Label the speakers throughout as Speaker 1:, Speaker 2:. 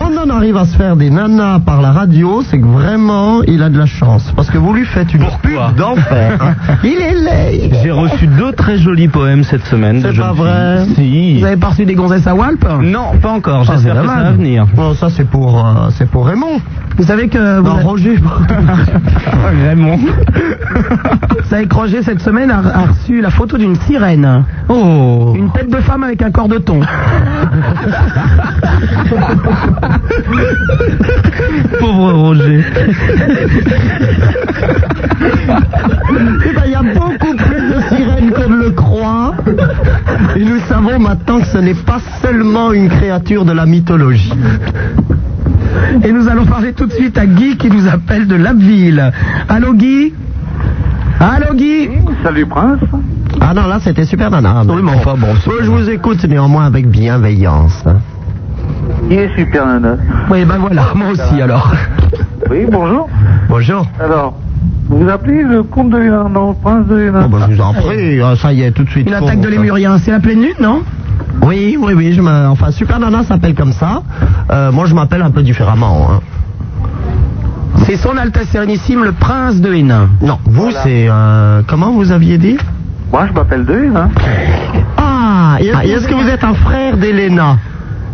Speaker 1: John arrive à se faire des nanas par la radio, c'est que vraiment, il a de la chance. Parce que vous lui faites une
Speaker 2: Pourquoi
Speaker 1: pub d'enfer. hein. il est laid. il est-
Speaker 2: J'ai reçu deux très jolis poèmes cette semaine. de
Speaker 1: C'est pas
Speaker 2: jeunes
Speaker 1: vrai.
Speaker 2: filles.
Speaker 3: Vous avez pas reçu des gonzesses à Walp
Speaker 2: Si. Non, pas encore.
Speaker 1: Ah, c'est
Speaker 2: J'espère que ça
Speaker 1: dommage.
Speaker 2: va venir.
Speaker 3: Oh,
Speaker 1: Bon, ça, c'est pour, euh, c'est pour Raymond.
Speaker 3: Vous savez que vous,
Speaker 1: Non,
Speaker 3: avez-
Speaker 1: Roger.
Speaker 2: Raymond.
Speaker 3: vous savez que Roger, cette semaine, a, a reçu la photo d'une sirène.
Speaker 2: Oh.
Speaker 3: Une tête de femme avec un corps de thon.
Speaker 2: Pauvre Roger.
Speaker 1: Eh ben, Il y a beaucoup plus de sirènes qu'on ne le croit. Et nous savons maintenant que ce n'est pas seulement une créature de la mythologie.
Speaker 3: Et nous allons parler tout de suite à Guy qui nous appelle de Labbeville. Allô Guy Allô Guy
Speaker 4: Salut Prince.
Speaker 1: Ah non, là, c'était super nana. Oui, mais enfin, bon. je vous écoute néanmoins avec bienveillance. hein.
Speaker 4: Il est super nana.
Speaker 3: Oui, ben voilà, moi aussi alors.
Speaker 4: Oui, bonjour.
Speaker 1: Bonjour.
Speaker 4: Alors, vous appelez le comte de Hénin, non, le prince de Hénin.
Speaker 1: Bon, ben, je vous en prie, euh, ça y est, tout de suite.
Speaker 3: Une
Speaker 1: pour
Speaker 3: attaque de
Speaker 1: vous.
Speaker 3: lémurien, c'est la pleine lune, non
Speaker 1: Oui, oui, oui. Je me... Enfin, Super Nana s'appelle comme ça. Euh, moi, je m'appelle un peu différemment. hein.
Speaker 3: C'est son Altesse Sérénissime, le prince de Hénin.
Speaker 1: Non, vous, c'est. euh, comment vous aviez dit
Speaker 4: Moi, je m'appelle de Hénin.
Speaker 1: Ah, et est-ce- et est-ce que vous êtes un frère d'Elena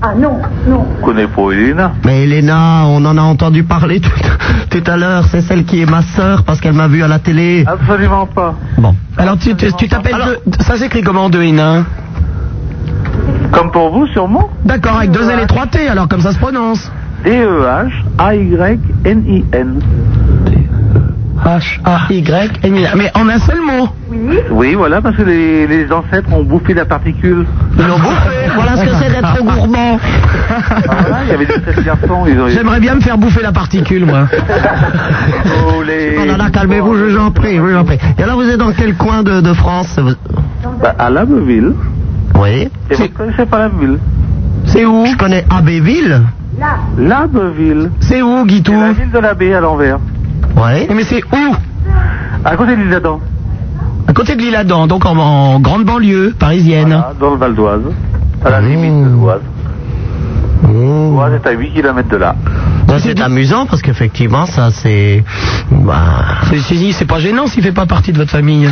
Speaker 5: Ah non, non.
Speaker 4: Je connais pas Hénin.
Speaker 1: Mais Elena, on en a entendu parler tout, tout à l'heure. C'est celle qui est ma sœur parce qu'elle m'a vu à la télé.
Speaker 4: Ah,
Speaker 1: Ah,
Speaker 4: Absolument pas.
Speaker 1: Bon.
Speaker 3: Alors tu tu- tu t'appelles... de- Ça s'écrit comment de Hénin
Speaker 4: Comme pour vous, sûrement.
Speaker 3: D'accord, avec deux L et trois T, alors comme ça se prononce.
Speaker 4: D-E-H-A-Y-N-I-N.
Speaker 3: E H-A-Y, mais en un seul mot.
Speaker 4: Oui, voilà, parce que les, les ancêtres ont bouffé la particule.
Speaker 1: Ils l'ont bouffé. Voilà ce que c'est d'être trop gourmand.
Speaker 4: Ah, voilà, il y avait 17 garçons. Ils ont
Speaker 3: J'aimerais bien me faire bouffer la particule, moi.
Speaker 4: Oh, les...
Speaker 1: Oh là là, calmez-vous, je vous en prie, je vous en prie. Et alors, vous êtes dans quel coin de, de France vous-
Speaker 4: Bah, à L'abbeville.
Speaker 1: Oui.
Speaker 4: Et vous connaissez pas L'abbeville
Speaker 3: C'est où
Speaker 1: Je connais Abbeville.
Speaker 4: L'abbeville.
Speaker 3: C'est où,
Speaker 4: C'est
Speaker 3: Guitou
Speaker 4: la ville de l'abbé à l'envers.
Speaker 1: Oui.
Speaker 3: Mais c'est où
Speaker 4: À côté des Adam.
Speaker 3: À côté de l'Île-Adam, donc en, en grande banlieue parisienne.
Speaker 4: Voilà, dans le Val d'Oise. À la
Speaker 1: Mmh.
Speaker 4: limite de l'Oise.
Speaker 1: Mmh.
Speaker 4: L'Oise est à 8 km de là.
Speaker 1: Ben, c'est amusant parce qu'effectivement, ça c'est. Bah,
Speaker 3: C'est- C'est c'est pas gênant s'il fait pas partie de votre famille.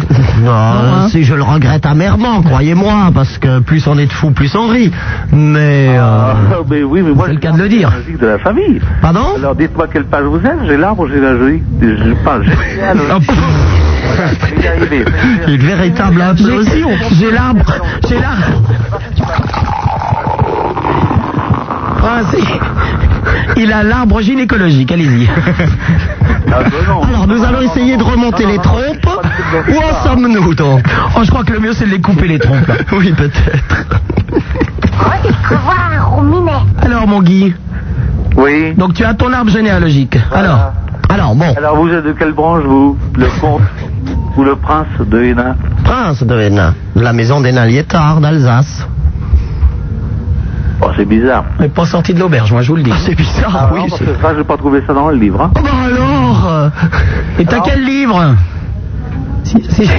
Speaker 1: non,
Speaker 3: hein.
Speaker 1: Ah, si je le regrette amèrement, croyez-moi, parce que plus on est de fous, plus on rit. Mais.
Speaker 4: Ah,
Speaker 1: euh,
Speaker 4: mais oui, mais moi,
Speaker 1: c'est le
Speaker 4: je
Speaker 1: cas de le dire.
Speaker 4: la musique de la famille.
Speaker 1: Pardon
Speaker 4: Alors dites-moi quelle page vous êtes. J'ai l'arbre, j'ai la jolie. Je parle génial.
Speaker 1: Oh,
Speaker 4: Je vais y arriver.
Speaker 1: Une véritable
Speaker 3: hein.
Speaker 1: implosion.
Speaker 3: J'ai l'arbre, j'ai l'arbre. Ah, c'est- Il a l'arbre gynécologique, allez-y.
Speaker 4: Ah, ben non.
Speaker 1: Alors, nous
Speaker 4: Non,
Speaker 1: allons
Speaker 4: non, non,
Speaker 1: essayer de
Speaker 4: non,
Speaker 1: remonter
Speaker 4: non,
Speaker 1: les
Speaker 4: non, non, je
Speaker 1: trompes.
Speaker 4: crois que
Speaker 1: Où
Speaker 4: c'est
Speaker 1: en
Speaker 4: pas-
Speaker 1: sommes-nous donc
Speaker 3: Oh, je crois que le mieux c'est de les couper les trompes. là.
Speaker 1: Oui, peut-être.
Speaker 3: Alors mon Guy,
Speaker 4: Oui.
Speaker 3: donc tu as ton arbre généalogique. Alors,
Speaker 1: Alors, bon,
Speaker 4: Alors vous êtes de quelle branche vous Le comte ou le prince de Hénin
Speaker 1: prince de Hénin, de la maison d'Hénin Liétard d'Alsace.
Speaker 4: Oh c'est bizarre.
Speaker 3: on n'est pas sorti de l'auberge, moi je vous le dis.
Speaker 1: C'est bizarre,
Speaker 4: Ah,
Speaker 1: oui.
Speaker 4: non, parce
Speaker 1: c'est-
Speaker 4: que ça j'ai pas trouvé ça dans le livre. hein.
Speaker 1: Oh, bah alors euh,
Speaker 3: Et t'as quel livre Si- si-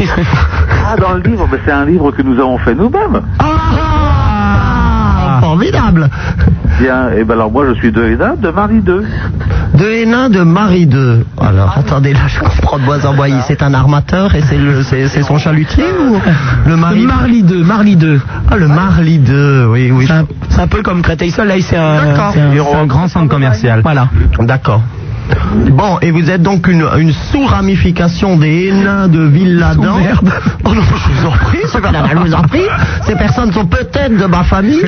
Speaker 4: Ah dans le livre, ben, c'est un livre que nous avons fait nous-mêmes.
Speaker 1: ah, Formidable
Speaker 4: Bien. Et ben alors moi je suis de Hénin de Marie 2.
Speaker 1: De Hénin de Marie II. Alors,
Speaker 3: Ah
Speaker 1: attendez, là, je comprends de bois en bois. Il- C'est un armateur et c'est le, c'est, c'est son chalutier ou le mari
Speaker 3: Marly 2, Marly 2.
Speaker 1: Ah, le Marly II, oui, oui.
Speaker 3: C'est un, c'est un peu comme Créteil-Sol, là c'est un,
Speaker 1: D'accord.
Speaker 3: c'est un-
Speaker 2: C'est un grand centre commercial.
Speaker 3: Voilà.
Speaker 1: D'accord. Bon, et vous êtes donc une, une sous-ramification des Hénins de Villadan.
Speaker 3: Sous-merde.
Speaker 1: Oh non, je vous en prie, c'est pas la- je vous en prie. Ces personnes sont peut-être de ma famille.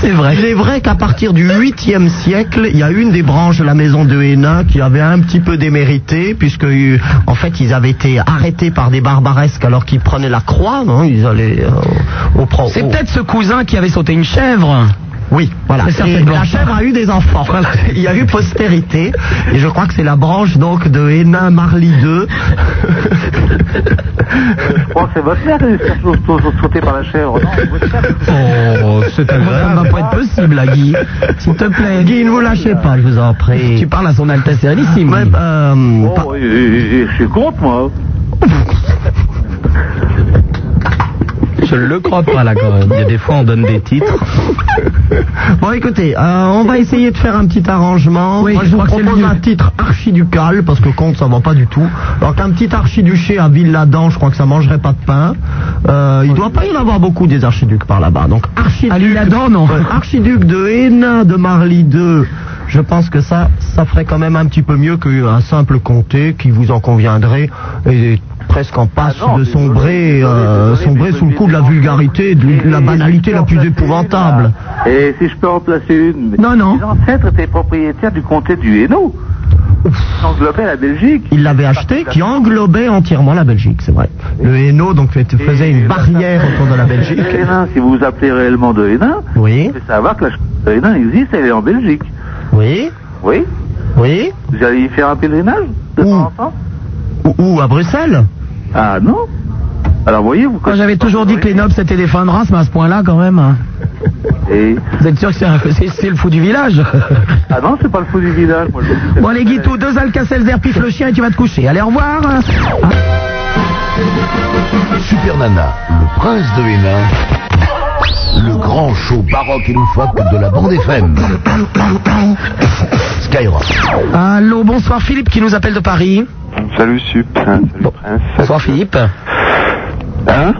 Speaker 3: C'est vrai.
Speaker 1: Il est vrai qu'à partir du 8e siècle, il y a une des branches de la maison de Hénin qui avait un petit peu démérité, puisque euh, en fait ils avaient été arrêtés par des barbaresques alors qu'ils prenaient la croix, non Ils allaient euh, au pro.
Speaker 3: C'est
Speaker 1: au-
Speaker 3: peut-être ce cousin qui avait sauté une chèvre.
Speaker 1: Oui, voilà.
Speaker 3: C'est
Speaker 1: Et
Speaker 3: certainement.
Speaker 1: la chèvre a eu des enfants. Il y a eu postérité, et je crois que c'est la branche donc de Hénin Marly II.
Speaker 4: Je crois que Oh, c'est votre mère qui a dû se faire sauter- sauter- sauter par la chèvre. Non, votre mère.
Speaker 2: Oh, c'est
Speaker 3: Ça ne va pas être possible, là, Guy. S'il te plaît.
Speaker 1: Guy, ne vous lâchez pas, je vous en prie.
Speaker 3: Tu parles à son Altesse Sérénissime.
Speaker 1: Ouais, euh, par-
Speaker 4: Oh, et- et- et je suis contre moi.
Speaker 2: Je le crois pas là quand même. Il y a des fois on donne des titres.
Speaker 1: Bon, écoutez, euh, on va essayer de faire un petit arrangement.
Speaker 3: Oui,
Speaker 1: Moi, je
Speaker 3: je
Speaker 1: vous
Speaker 3: crois que c'est le
Speaker 1: propose
Speaker 3: mieux.
Speaker 1: un titre archiducal, parce que compte, ça va pas du tout. Alors qu'un petit archiduché à Ville-Ladan, je crois que ça mangerait pas de pain. Euh, il doit pas y en avoir beaucoup des archiducs par là-bas. Donc, archiduc.
Speaker 3: À Lille-Adam, non.
Speaker 1: Ouais, archiduc de Hénin, de Marly 2. Je pense que ça, ça ferait quand même un petit peu mieux qu'un simple comté qui vous en conviendrait et presque en passe
Speaker 4: Ah non,
Speaker 1: de
Speaker 4: désolé,
Speaker 1: sombrer,
Speaker 4: désolé,
Speaker 1: euh,
Speaker 4: désolé,
Speaker 1: sombrer
Speaker 4: mais
Speaker 1: sous le coup de la vulgarité, et de
Speaker 4: Et-
Speaker 1: la
Speaker 4: et si je
Speaker 1: banalité la
Speaker 4: peux en
Speaker 1: plus
Speaker 4: placer
Speaker 1: épouvantable.
Speaker 4: une, là Et si je peux en placer une
Speaker 3: Non, non.
Speaker 4: Les ancêtres étaient propriétaires du comté du Hainaut. Ils englobaient la Belgique.
Speaker 1: Il l'avait acheté, qui englobait entièrement la Belgique, c'est vrai. Le Hainaut donc fait- faisait une barrière autour de la Belgique.
Speaker 4: Le Hénin, si vous vous appelez réellement de Hénin,
Speaker 1: Oui,
Speaker 4: vous devez savoir que la chute de Hénin existe, elle est en Belgique.
Speaker 1: oui,
Speaker 4: Oui
Speaker 1: oui.
Speaker 4: Vous allez y faire un pèlerinage de
Speaker 1: Où
Speaker 4: temps en temps
Speaker 1: Ou, ou à Bruxelles
Speaker 4: Ah non Alors voyez, vous
Speaker 3: Quand j'avais toujours dit que les nobles c'était des fins de race, mais à ce point-là quand même. hein.
Speaker 4: Et...
Speaker 3: Vous êtes sûr que c'est un- c'est c'est le fou du village
Speaker 4: Ah non, c'est pas le fou du village. Moi, je dis que-
Speaker 3: Bon allez Guitou, deux Alka-Seltzer, pif le chien et tu vas te coucher. Allez, au revoir.
Speaker 5: Super Nana, le prince de Hénin, le grand show baroque et loufoque de la bande FM. Skyrock.
Speaker 3: Allô, bonsoir Philippe qui nous appelle de Paris.
Speaker 6: Salut Sup, salut Prince.
Speaker 3: Bonsoir Philippe.
Speaker 6: Hein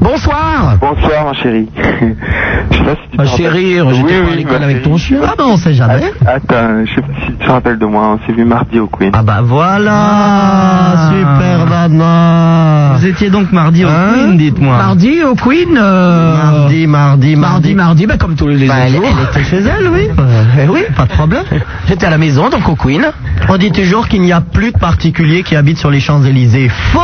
Speaker 3: Bonsoir
Speaker 6: Bonsoir ma chérie. je sais pas si tu te
Speaker 3: Ma
Speaker 6: rappelles-
Speaker 3: chérie, euh, j'étais
Speaker 6: Oui,
Speaker 3: pas à
Speaker 6: oui,
Speaker 3: l'école
Speaker 6: ma
Speaker 3: avec
Speaker 6: chérie.
Speaker 3: ton chien.
Speaker 1: Ah ben on sait jamais.
Speaker 6: Attends, je sais pas si tu te rappelles de moi, on s'est vu mardi au Queen.
Speaker 1: Ah bah voilà,
Speaker 2: Ah.
Speaker 1: super nana.
Speaker 2: Vous étiez donc mardi au
Speaker 1: Hein
Speaker 2: Queen, dites-moi.
Speaker 3: Ah. Mardi au Queen euh,
Speaker 1: Mardi, mardi,
Speaker 3: Mardi,
Speaker 1: mardi.
Speaker 3: mardi, bah, comme tous les
Speaker 1: Bah, elle,
Speaker 3: autres jours. Eh
Speaker 1: elle était chez elle, oui. Euh, oui, pas de problème.
Speaker 3: J'étais à la maison, donc au Queen.
Speaker 1: On dit toujours qu'il n'y a plus de particuliers qui habitent sur les Champs-Élysées. Faux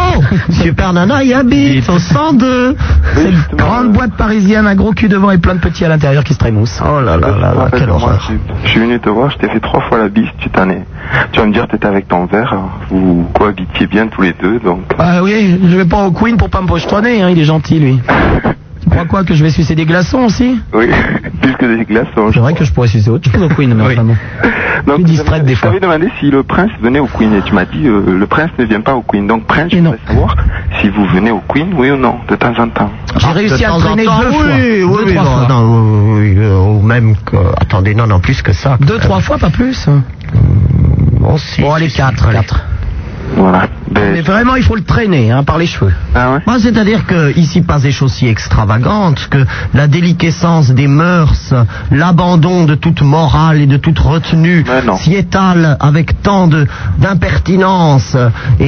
Speaker 1: Super Nana y habite, au 102.
Speaker 6: Oui,
Speaker 3: C'est une
Speaker 6: justement,
Speaker 3: grande
Speaker 6: euh,
Speaker 3: boîte parisienne, un gros cul devant et plein de petits à l'intérieur qui se trémoussent.
Speaker 1: Oh là là
Speaker 6: je
Speaker 1: là
Speaker 6: me
Speaker 1: là,
Speaker 6: rappelle
Speaker 1: quelle
Speaker 6: de moi,
Speaker 1: horreur.
Speaker 6: bah, Sup. Je suis venu te voir, je t'ai fait trois fois la bise, tu t'en es. Tu vas me dire t'étais avec ton verre, vous cohabitiez bien tous les deux, donc...
Speaker 3: Ah oui, je vais pas au Queen pour pas me pochetonner, hein, il est gentil lui. Tu crois quoi que je vais sucer des glaçons aussi
Speaker 6: Oui, plus que des hein. glaçons.
Speaker 3: C'est vrai que je pourrais sucer autre chose au Queen, mais enfin bon.
Speaker 6: Donc,
Speaker 3: plus distraite
Speaker 6: j'avais-
Speaker 3: des
Speaker 6: je
Speaker 3: fois.
Speaker 6: t'avais demandé si le prince venait au Queen et tu m'as dit euh, le prince ne vient pas au Queen. Donc prince, je
Speaker 3: Mais non.
Speaker 6: voudrais savoir si vous venez au Queen, oui ou non, de temps en temps.
Speaker 3: J'ai
Speaker 1: Ah,
Speaker 3: réussi
Speaker 1: de
Speaker 3: à
Speaker 1: temps en
Speaker 3: traîner
Speaker 1: temps,
Speaker 3: deux
Speaker 1: oui,
Speaker 3: fois.
Speaker 1: Oui,
Speaker 3: deux,
Speaker 1: oui,
Speaker 3: trois
Speaker 1: non,
Speaker 3: fois.
Speaker 1: non, oui, oui, euh, ou même que... Attendez, non, non, plus que ça.
Speaker 3: Deux, trois fois, pas plus.
Speaker 1: Bon, si,
Speaker 3: Bon, allez,
Speaker 1: si, si,
Speaker 3: quatre,
Speaker 1: allez.
Speaker 3: quatre.
Speaker 6: Voilà. Ben,
Speaker 3: Mais vraiment, il faut le traîner, hein, par les cheveux.
Speaker 6: ah ouais.
Speaker 1: Moi, c'est-à-dire que ici pas des choses si extravagantes que la déliquescence des mœurs, l'abandon de toute morale et de toute retenue
Speaker 6: Mais non.
Speaker 1: s'y étale avec tant de d'impertinence et,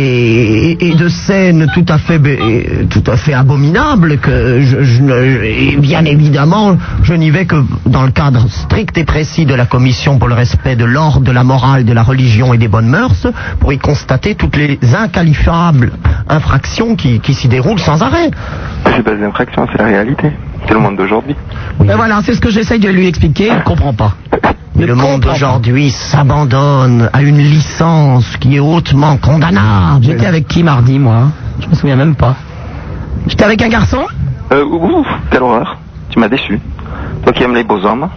Speaker 1: et- et de scènes tout à fait bé- et tout à fait abominables que je, je ne- et bien évidemment je n'y vais que dans le cadre strict et précis de la commission pour le respect de l'ordre, de la morale, de la religion et des bonnes mœurs pour y constater toutes les inqualifiables infractions qui, qui s'y déroulent sans arrêt.
Speaker 6: C'est pas des infractions, c'est la réalité. C'est le monde d'aujourd'hui.
Speaker 3: Mais Ben voilà, c'est ce que j'essaye de lui expliquer, il comprend pas.
Speaker 1: Mais
Speaker 3: Il
Speaker 1: le monde
Speaker 3: comprend pas.
Speaker 1: aujourd'hui s'abandonne à une licence qui est hautement condamnable.
Speaker 3: J'étais avec qui mardi, moi hein Je me souviens même pas. J'étais avec un garçon
Speaker 6: Euh, ouf, quelle horreur. Tu m'as déçu. Toi qui aimes les beaux hommes.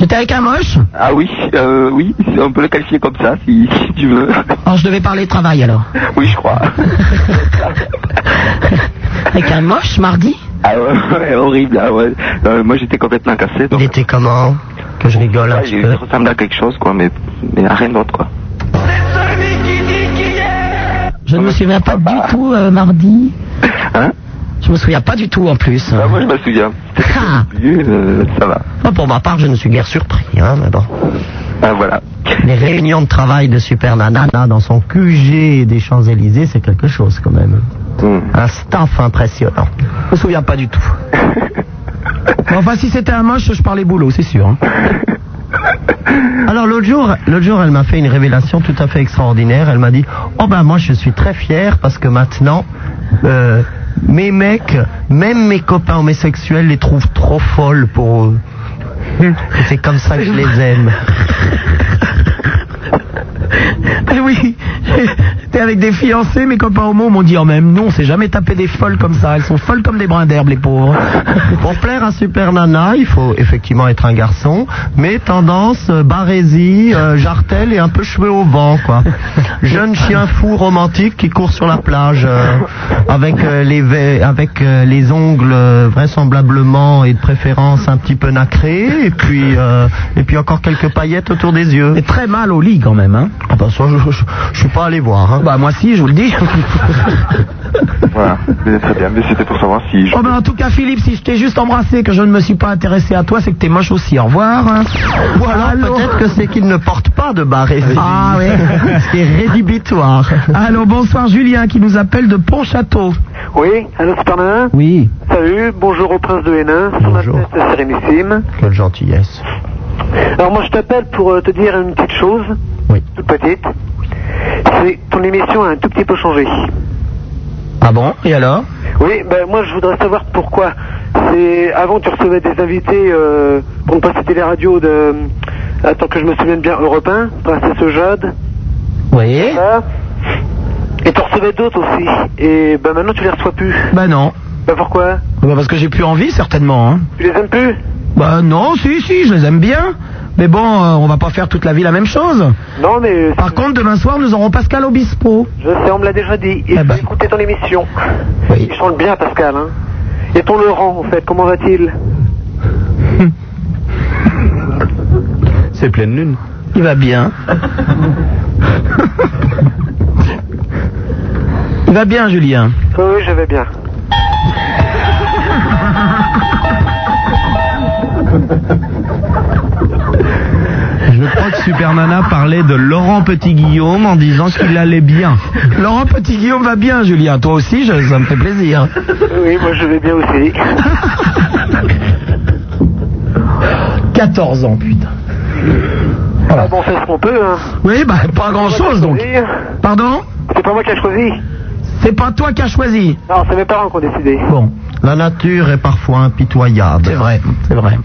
Speaker 3: J'étais avec un moche
Speaker 6: Ah oui, euh, oui, on peut le qualifier comme ça si, si tu veux.
Speaker 3: Alors, Oh, je devais parler travail, alors.
Speaker 6: Oui, je crois.
Speaker 3: Avec un moche, mardi
Speaker 6: ah ouais, ouais, horrible. ah ouais. Euh, moi j'étais complètement cassé. Donc,
Speaker 1: Il était comment Que je rigole un
Speaker 6: ça,
Speaker 1: petit
Speaker 6: il
Speaker 1: peu.
Speaker 6: ressemble à quelque chose, quoi, mais, mais à rien d'autre, quoi.
Speaker 3: Je ne me souviens pas du tout, euh, mardi.
Speaker 6: Hein
Speaker 3: Je me souviens pas du tout, en plus.
Speaker 6: Bah, moi je me souviens.
Speaker 1: Ah,
Speaker 6: Euh, ça va.
Speaker 1: moi, pour ma part, je ne suis guère surpris, hein, mais bon.
Speaker 6: Ah, voilà.
Speaker 1: Les réunions de travail de Super Nana là, dans son QG des Champs-Élysées, c'est quelque chose quand même.
Speaker 6: Hmm.
Speaker 1: Un staff impressionnant.
Speaker 3: Je me souviens pas du tout. Mais enfin, si c'était un moche, je parlais boulot, c'est sûr. hein.
Speaker 1: Alors l'autre jour, l'autre jour, elle m'a fait une révélation tout à fait extraordinaire. Elle m'a dit "Oh ben moi je suis très fière parce que maintenant euh, mes mecs, même mes copains homosexuels les trouvent trop folles pour eux. Et C'est comme ça que je les aime."
Speaker 6: Ah
Speaker 3: Eh oui, T'es avec des fiancés, mes copains homo m'ont dit en même. Nous, on s'est jamais tapé des folles comme ça. Elles sont folles comme des brins d'herbe, les pauvres.
Speaker 1: Pour plaire à Super Nana, il faut effectivement être un garçon, mais tendance euh, barésie, euh, jartel et un peu cheveux au vent, quoi. Jeune chien fou romantique qui court sur la plage euh, avec euh, les ve- avec euh, les ongles euh, vraisemblablement et de préférence un petit peu nacrés et puis euh, et puis encore quelques paillettes autour des yeux.
Speaker 3: Mais très mal au lit quand même, hein.
Speaker 1: Ah bah ça, je, je, je suis pas allé voir. Hein.
Speaker 3: Bah moi si, je vous le dis.
Speaker 6: Voilà, mais très bien. Mais c'était pour savoir si je...
Speaker 3: Oh ben en tout cas Philippe, si je t'ai juste embrassé, que je ne me suis pas intéressé à toi, c'est que t'es moche aussi. Au revoir. hein.
Speaker 1: Ou alors
Speaker 3: Allô
Speaker 1: peut-être que c'est qu'il ne porte pas de barésie.
Speaker 3: Ah oui.
Speaker 1: Ce qui est rédhibitoire.
Speaker 3: Allô, bonsoir Julien qui nous appelle de Pontchâteau.
Speaker 4: Oui, allô Superman
Speaker 3: Oui.
Speaker 4: Salut, bonjour au prince de Hénin, son
Speaker 1: Bonjour.
Speaker 4: Altesse la Sérénissime.
Speaker 1: Quelle gentillesse.
Speaker 4: Alors moi je t'appelle pour euh, te dire une petite chose,
Speaker 1: Oui.
Speaker 4: toute petite. C'est ton émission a un tout petit peu changé.
Speaker 3: Ah bon Et alors
Speaker 4: Oui, ben moi je voudrais savoir pourquoi. C'est avant tu recevais des invités euh, pour ne pas citer les radios de euh, attends que je me souvienne bien Europe 1, Princesse Jade,
Speaker 3: Oui.
Speaker 4: ça. Et tu recevais d'autres aussi. Et ben maintenant tu les reçois plus.
Speaker 3: Bah non.
Speaker 4: Ben pourquoi
Speaker 3: Bah parce que j'ai plus envie certainement. Hein.
Speaker 4: Tu les aimes plus
Speaker 3: Bah non, si, si, je les aime bien. Mais bon, euh, on va pas faire toute la vie la même chose.
Speaker 4: Non mais
Speaker 3: Par contre, demain soir, nous aurons Pascal Obispo.
Speaker 4: Je sais, on me l'a déjà dit. Et
Speaker 1: Ah
Speaker 3: Eh
Speaker 1: bah.
Speaker 3: ben.
Speaker 4: j'ai écouté ton émission.
Speaker 3: Oui.
Speaker 4: Il chante bien, Pascal. Hein. Et ton Laurent, en fait, comment va-t-il
Speaker 2: C'est pleine lune.
Speaker 3: Il va bien. Il va bien, Julien.
Speaker 4: Oui, oui, je vais bien.
Speaker 2: Je crois que Super Nana parlait de Laurent Petit-Guillaume en disant qu'il allait bien.
Speaker 3: Laurent Petit-Guillaume va bien, Julien. Toi aussi, je- ça me fait plaisir.
Speaker 4: Oui, moi je vais bien aussi.
Speaker 3: 14 ans, putain.
Speaker 4: Ah, bon, on fait ce qu'on peut. Hein.
Speaker 3: Oui, bah, pas grand chose donc.
Speaker 4: Choisir.
Speaker 3: Pardon
Speaker 4: hein. C'est pas moi qui ai choisi.
Speaker 3: C'est pas toi qui as choisi.
Speaker 4: Non, c'est mes parents qui ont décidé.
Speaker 3: Bon,
Speaker 1: La nature est parfois impitoyable.
Speaker 3: c'est vrai, c'est vrai.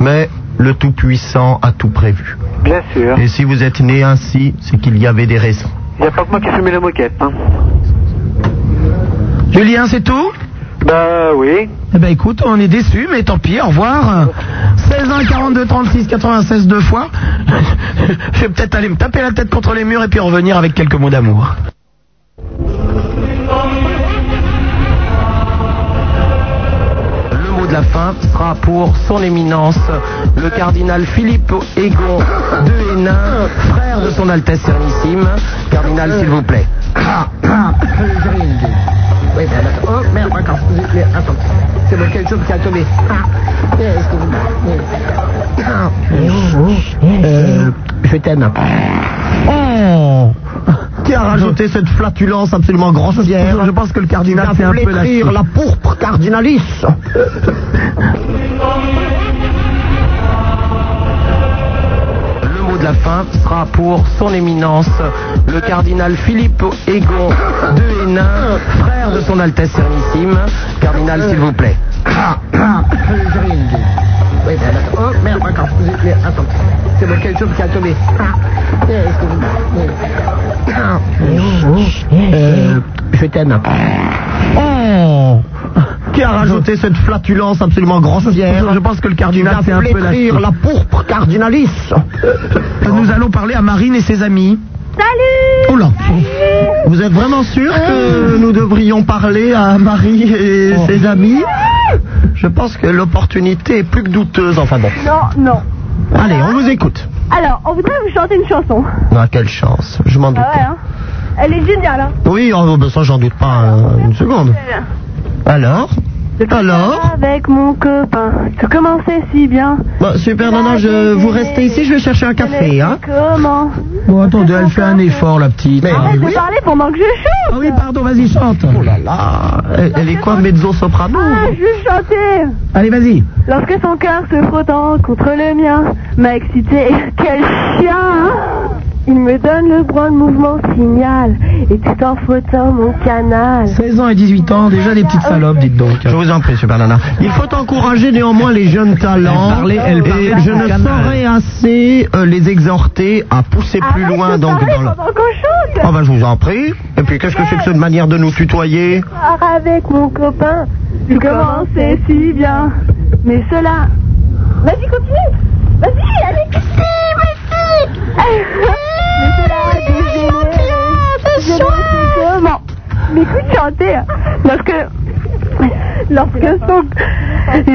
Speaker 1: Mais le Tout-Puissant a tout prévu.
Speaker 4: Bien sûr.
Speaker 1: Et si vous êtes né ainsi, c'est qu'il y avait des raisons.
Speaker 4: Il n'y a pas que moi qui ai fumé la moquette. Hein.
Speaker 3: Julien, c'est tout
Speaker 4: Bah oui.
Speaker 3: Eh ben écoute, on est déçus, mais tant pis, au revoir. 16 1 42 36 96 deux fois. Je vais peut-être aller me taper la tête contre les murs et puis revenir avec quelques mots d'amour.
Speaker 1: Le mot de la fin sera pour son éminence, le cardinal Philippe Egon de Hénin, frère de son Altesse Sérénissime. Cardinal, s'il vous plaît.
Speaker 7: Oui, ben, attends. Oh, merde, encore. Mais Attends. C'est bon, quelque chose qui a tombé. Ah. Mais est-ce que vous- Mais- Ah.
Speaker 1: Euh, je t'aime. Oh Qui a rajouté cette flatulence absolument grossière
Speaker 3: Je pense que le cardinal,
Speaker 1: Il
Speaker 3: c'est
Speaker 1: a
Speaker 3: un peu Euh,
Speaker 1: flétrir
Speaker 3: lâché.
Speaker 1: la pourpre cardinalice. Le mot de la fin sera pour son éminence, le cardinal Philippe Egon de Hénin, frère de son Altesse Sérénissime. Cardinal, s'il vous plaît.
Speaker 7: Oui, ben, attends. Oh, merde, encore. Mais attends. C'est bon, quelque chose qui a tombé. Ah. Mais est-ce que vous- Mais- Ah.
Speaker 1: Euh, je t'aime. Oh Qui a rajouté cette flatulence absolument grossière
Speaker 3: Je pense que le cardinal,
Speaker 1: Il
Speaker 3: c'est un
Speaker 1: a
Speaker 3: peu lâché.
Speaker 1: flétrir la pourpre cardinalice.
Speaker 3: Nous allons parler à Marine et ses amis. Salut Oh là
Speaker 1: Vous êtes vraiment sûr que nous devrions parler à Marie et ses amis Je pense que l'opportunité est plus que douteuse, enfin bon.
Speaker 8: Non, non.
Speaker 1: Allez, on vous écoute.
Speaker 8: Alors, on voudrait vous chanter une chanson.
Speaker 1: Ah, quelle chance, je m'en doute.
Speaker 8: Ah ouais, hein. Elle est géniale, hein.
Speaker 1: Oui, oh, ben ça j'en doute pas euh, une seconde.
Speaker 8: Euh.
Speaker 1: Alors Alors
Speaker 8: Avec mon copain, tout commençait si bien.
Speaker 1: Bah, Super Nana, je, vous restez ici, je vais chercher un café, hein
Speaker 8: Comment
Speaker 7: Ah
Speaker 3: Bon, attendez, elle fait un effort, la petite.
Speaker 1: Mais-
Speaker 8: Arrête
Speaker 1: oui.
Speaker 8: de parler pendant que je chante.
Speaker 3: Ah oui, pardon, vas-y, chante.
Speaker 1: Oh là
Speaker 7: Ah.
Speaker 1: là, elle, elle est quoi, mezzo-soprano
Speaker 8: Ah, je chantais.
Speaker 3: Allez, vas-y.
Speaker 8: Lorsque son cœur se frottant contre le mien m'a excité, quel chien hein Il me donne le bras de mouvement signal et tout en frottant mon canal.
Speaker 3: 16 ans et 18 ans, déjà des petites salopes, dites donc.
Speaker 1: Je vous en prie, Super Nana. Il faut encourager néanmoins les jeunes talents.
Speaker 3: Elle parlait- elle parlait
Speaker 1: et je
Speaker 3: du
Speaker 1: ne
Speaker 3: canal.
Speaker 1: saurais assez euh, les exhorter à pousser plus
Speaker 8: Arrête
Speaker 1: loin
Speaker 8: de
Speaker 1: donc
Speaker 8: parler
Speaker 1: dans le.
Speaker 8: pendant qu'on chante.
Speaker 1: Oh ben je vous en prie. Et puis qu'est-ce que c'est que cette manière de nous tutoyer
Speaker 8: Part avec mon copain, tu commençais si bien. Mais cela. Vas-y, continue Vas-y, allez, continue, Mais cela a dégénéré. Je ne sais comment. Mais écoute chanter. hein. Lorsque. Lorsque son.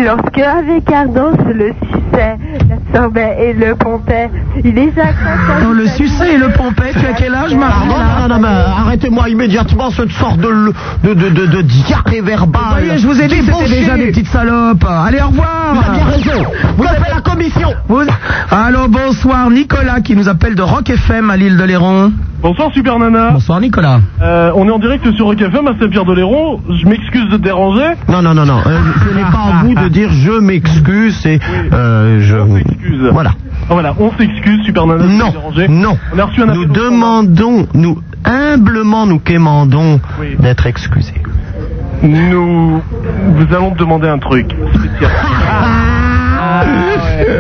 Speaker 8: Lorsque avec ardence le suçait, l'absorbait et le pompait, il éjacula.
Speaker 3: Dans le sucé et le pompet, tu as quel âge, Marc
Speaker 1: Pardon, Ah, non, non, non, mais euh, arrêtez-moi immédiatement cette sorte de, le- de, de, de, de diarrhée verbale.
Speaker 3: Ça y est, je vous ai dit,
Speaker 1: Qui
Speaker 3: c'était
Speaker 1: vous
Speaker 3: déjà
Speaker 1: chie.
Speaker 3: des petites salopes. Allez, au
Speaker 1: Vous avez bien
Speaker 3: revoir.
Speaker 1: raison. Vous avez la commission.
Speaker 3: Vous... Allô, bonsoir, Nicolas qui nous appelle de Rock FM à l'île de Léron.
Speaker 9: Bonsoir Super Nana.
Speaker 3: Bonsoir, Nicolas.
Speaker 9: Euh, on est en direct sur Rock hein, FM à Saint-Pierre-de-Léron. Je m'excuse de te déranger.
Speaker 1: Non, non, non, non. euh, ce n'est pas à vous de dire je m'excuse et euh, je.
Speaker 9: Excuse.
Speaker 1: Voilà.
Speaker 9: Ah, voilà, on s'excuse Super Nana de te
Speaker 1: Non,
Speaker 9: déranger.
Speaker 1: non.
Speaker 9: On a reçu un appel
Speaker 1: Nous
Speaker 9: au standard.
Speaker 1: demandons, nous humblement nous quémandons
Speaker 9: Oui.
Speaker 1: d'être excusés.
Speaker 9: Nous vous allons te demander un truc Ah, spécial.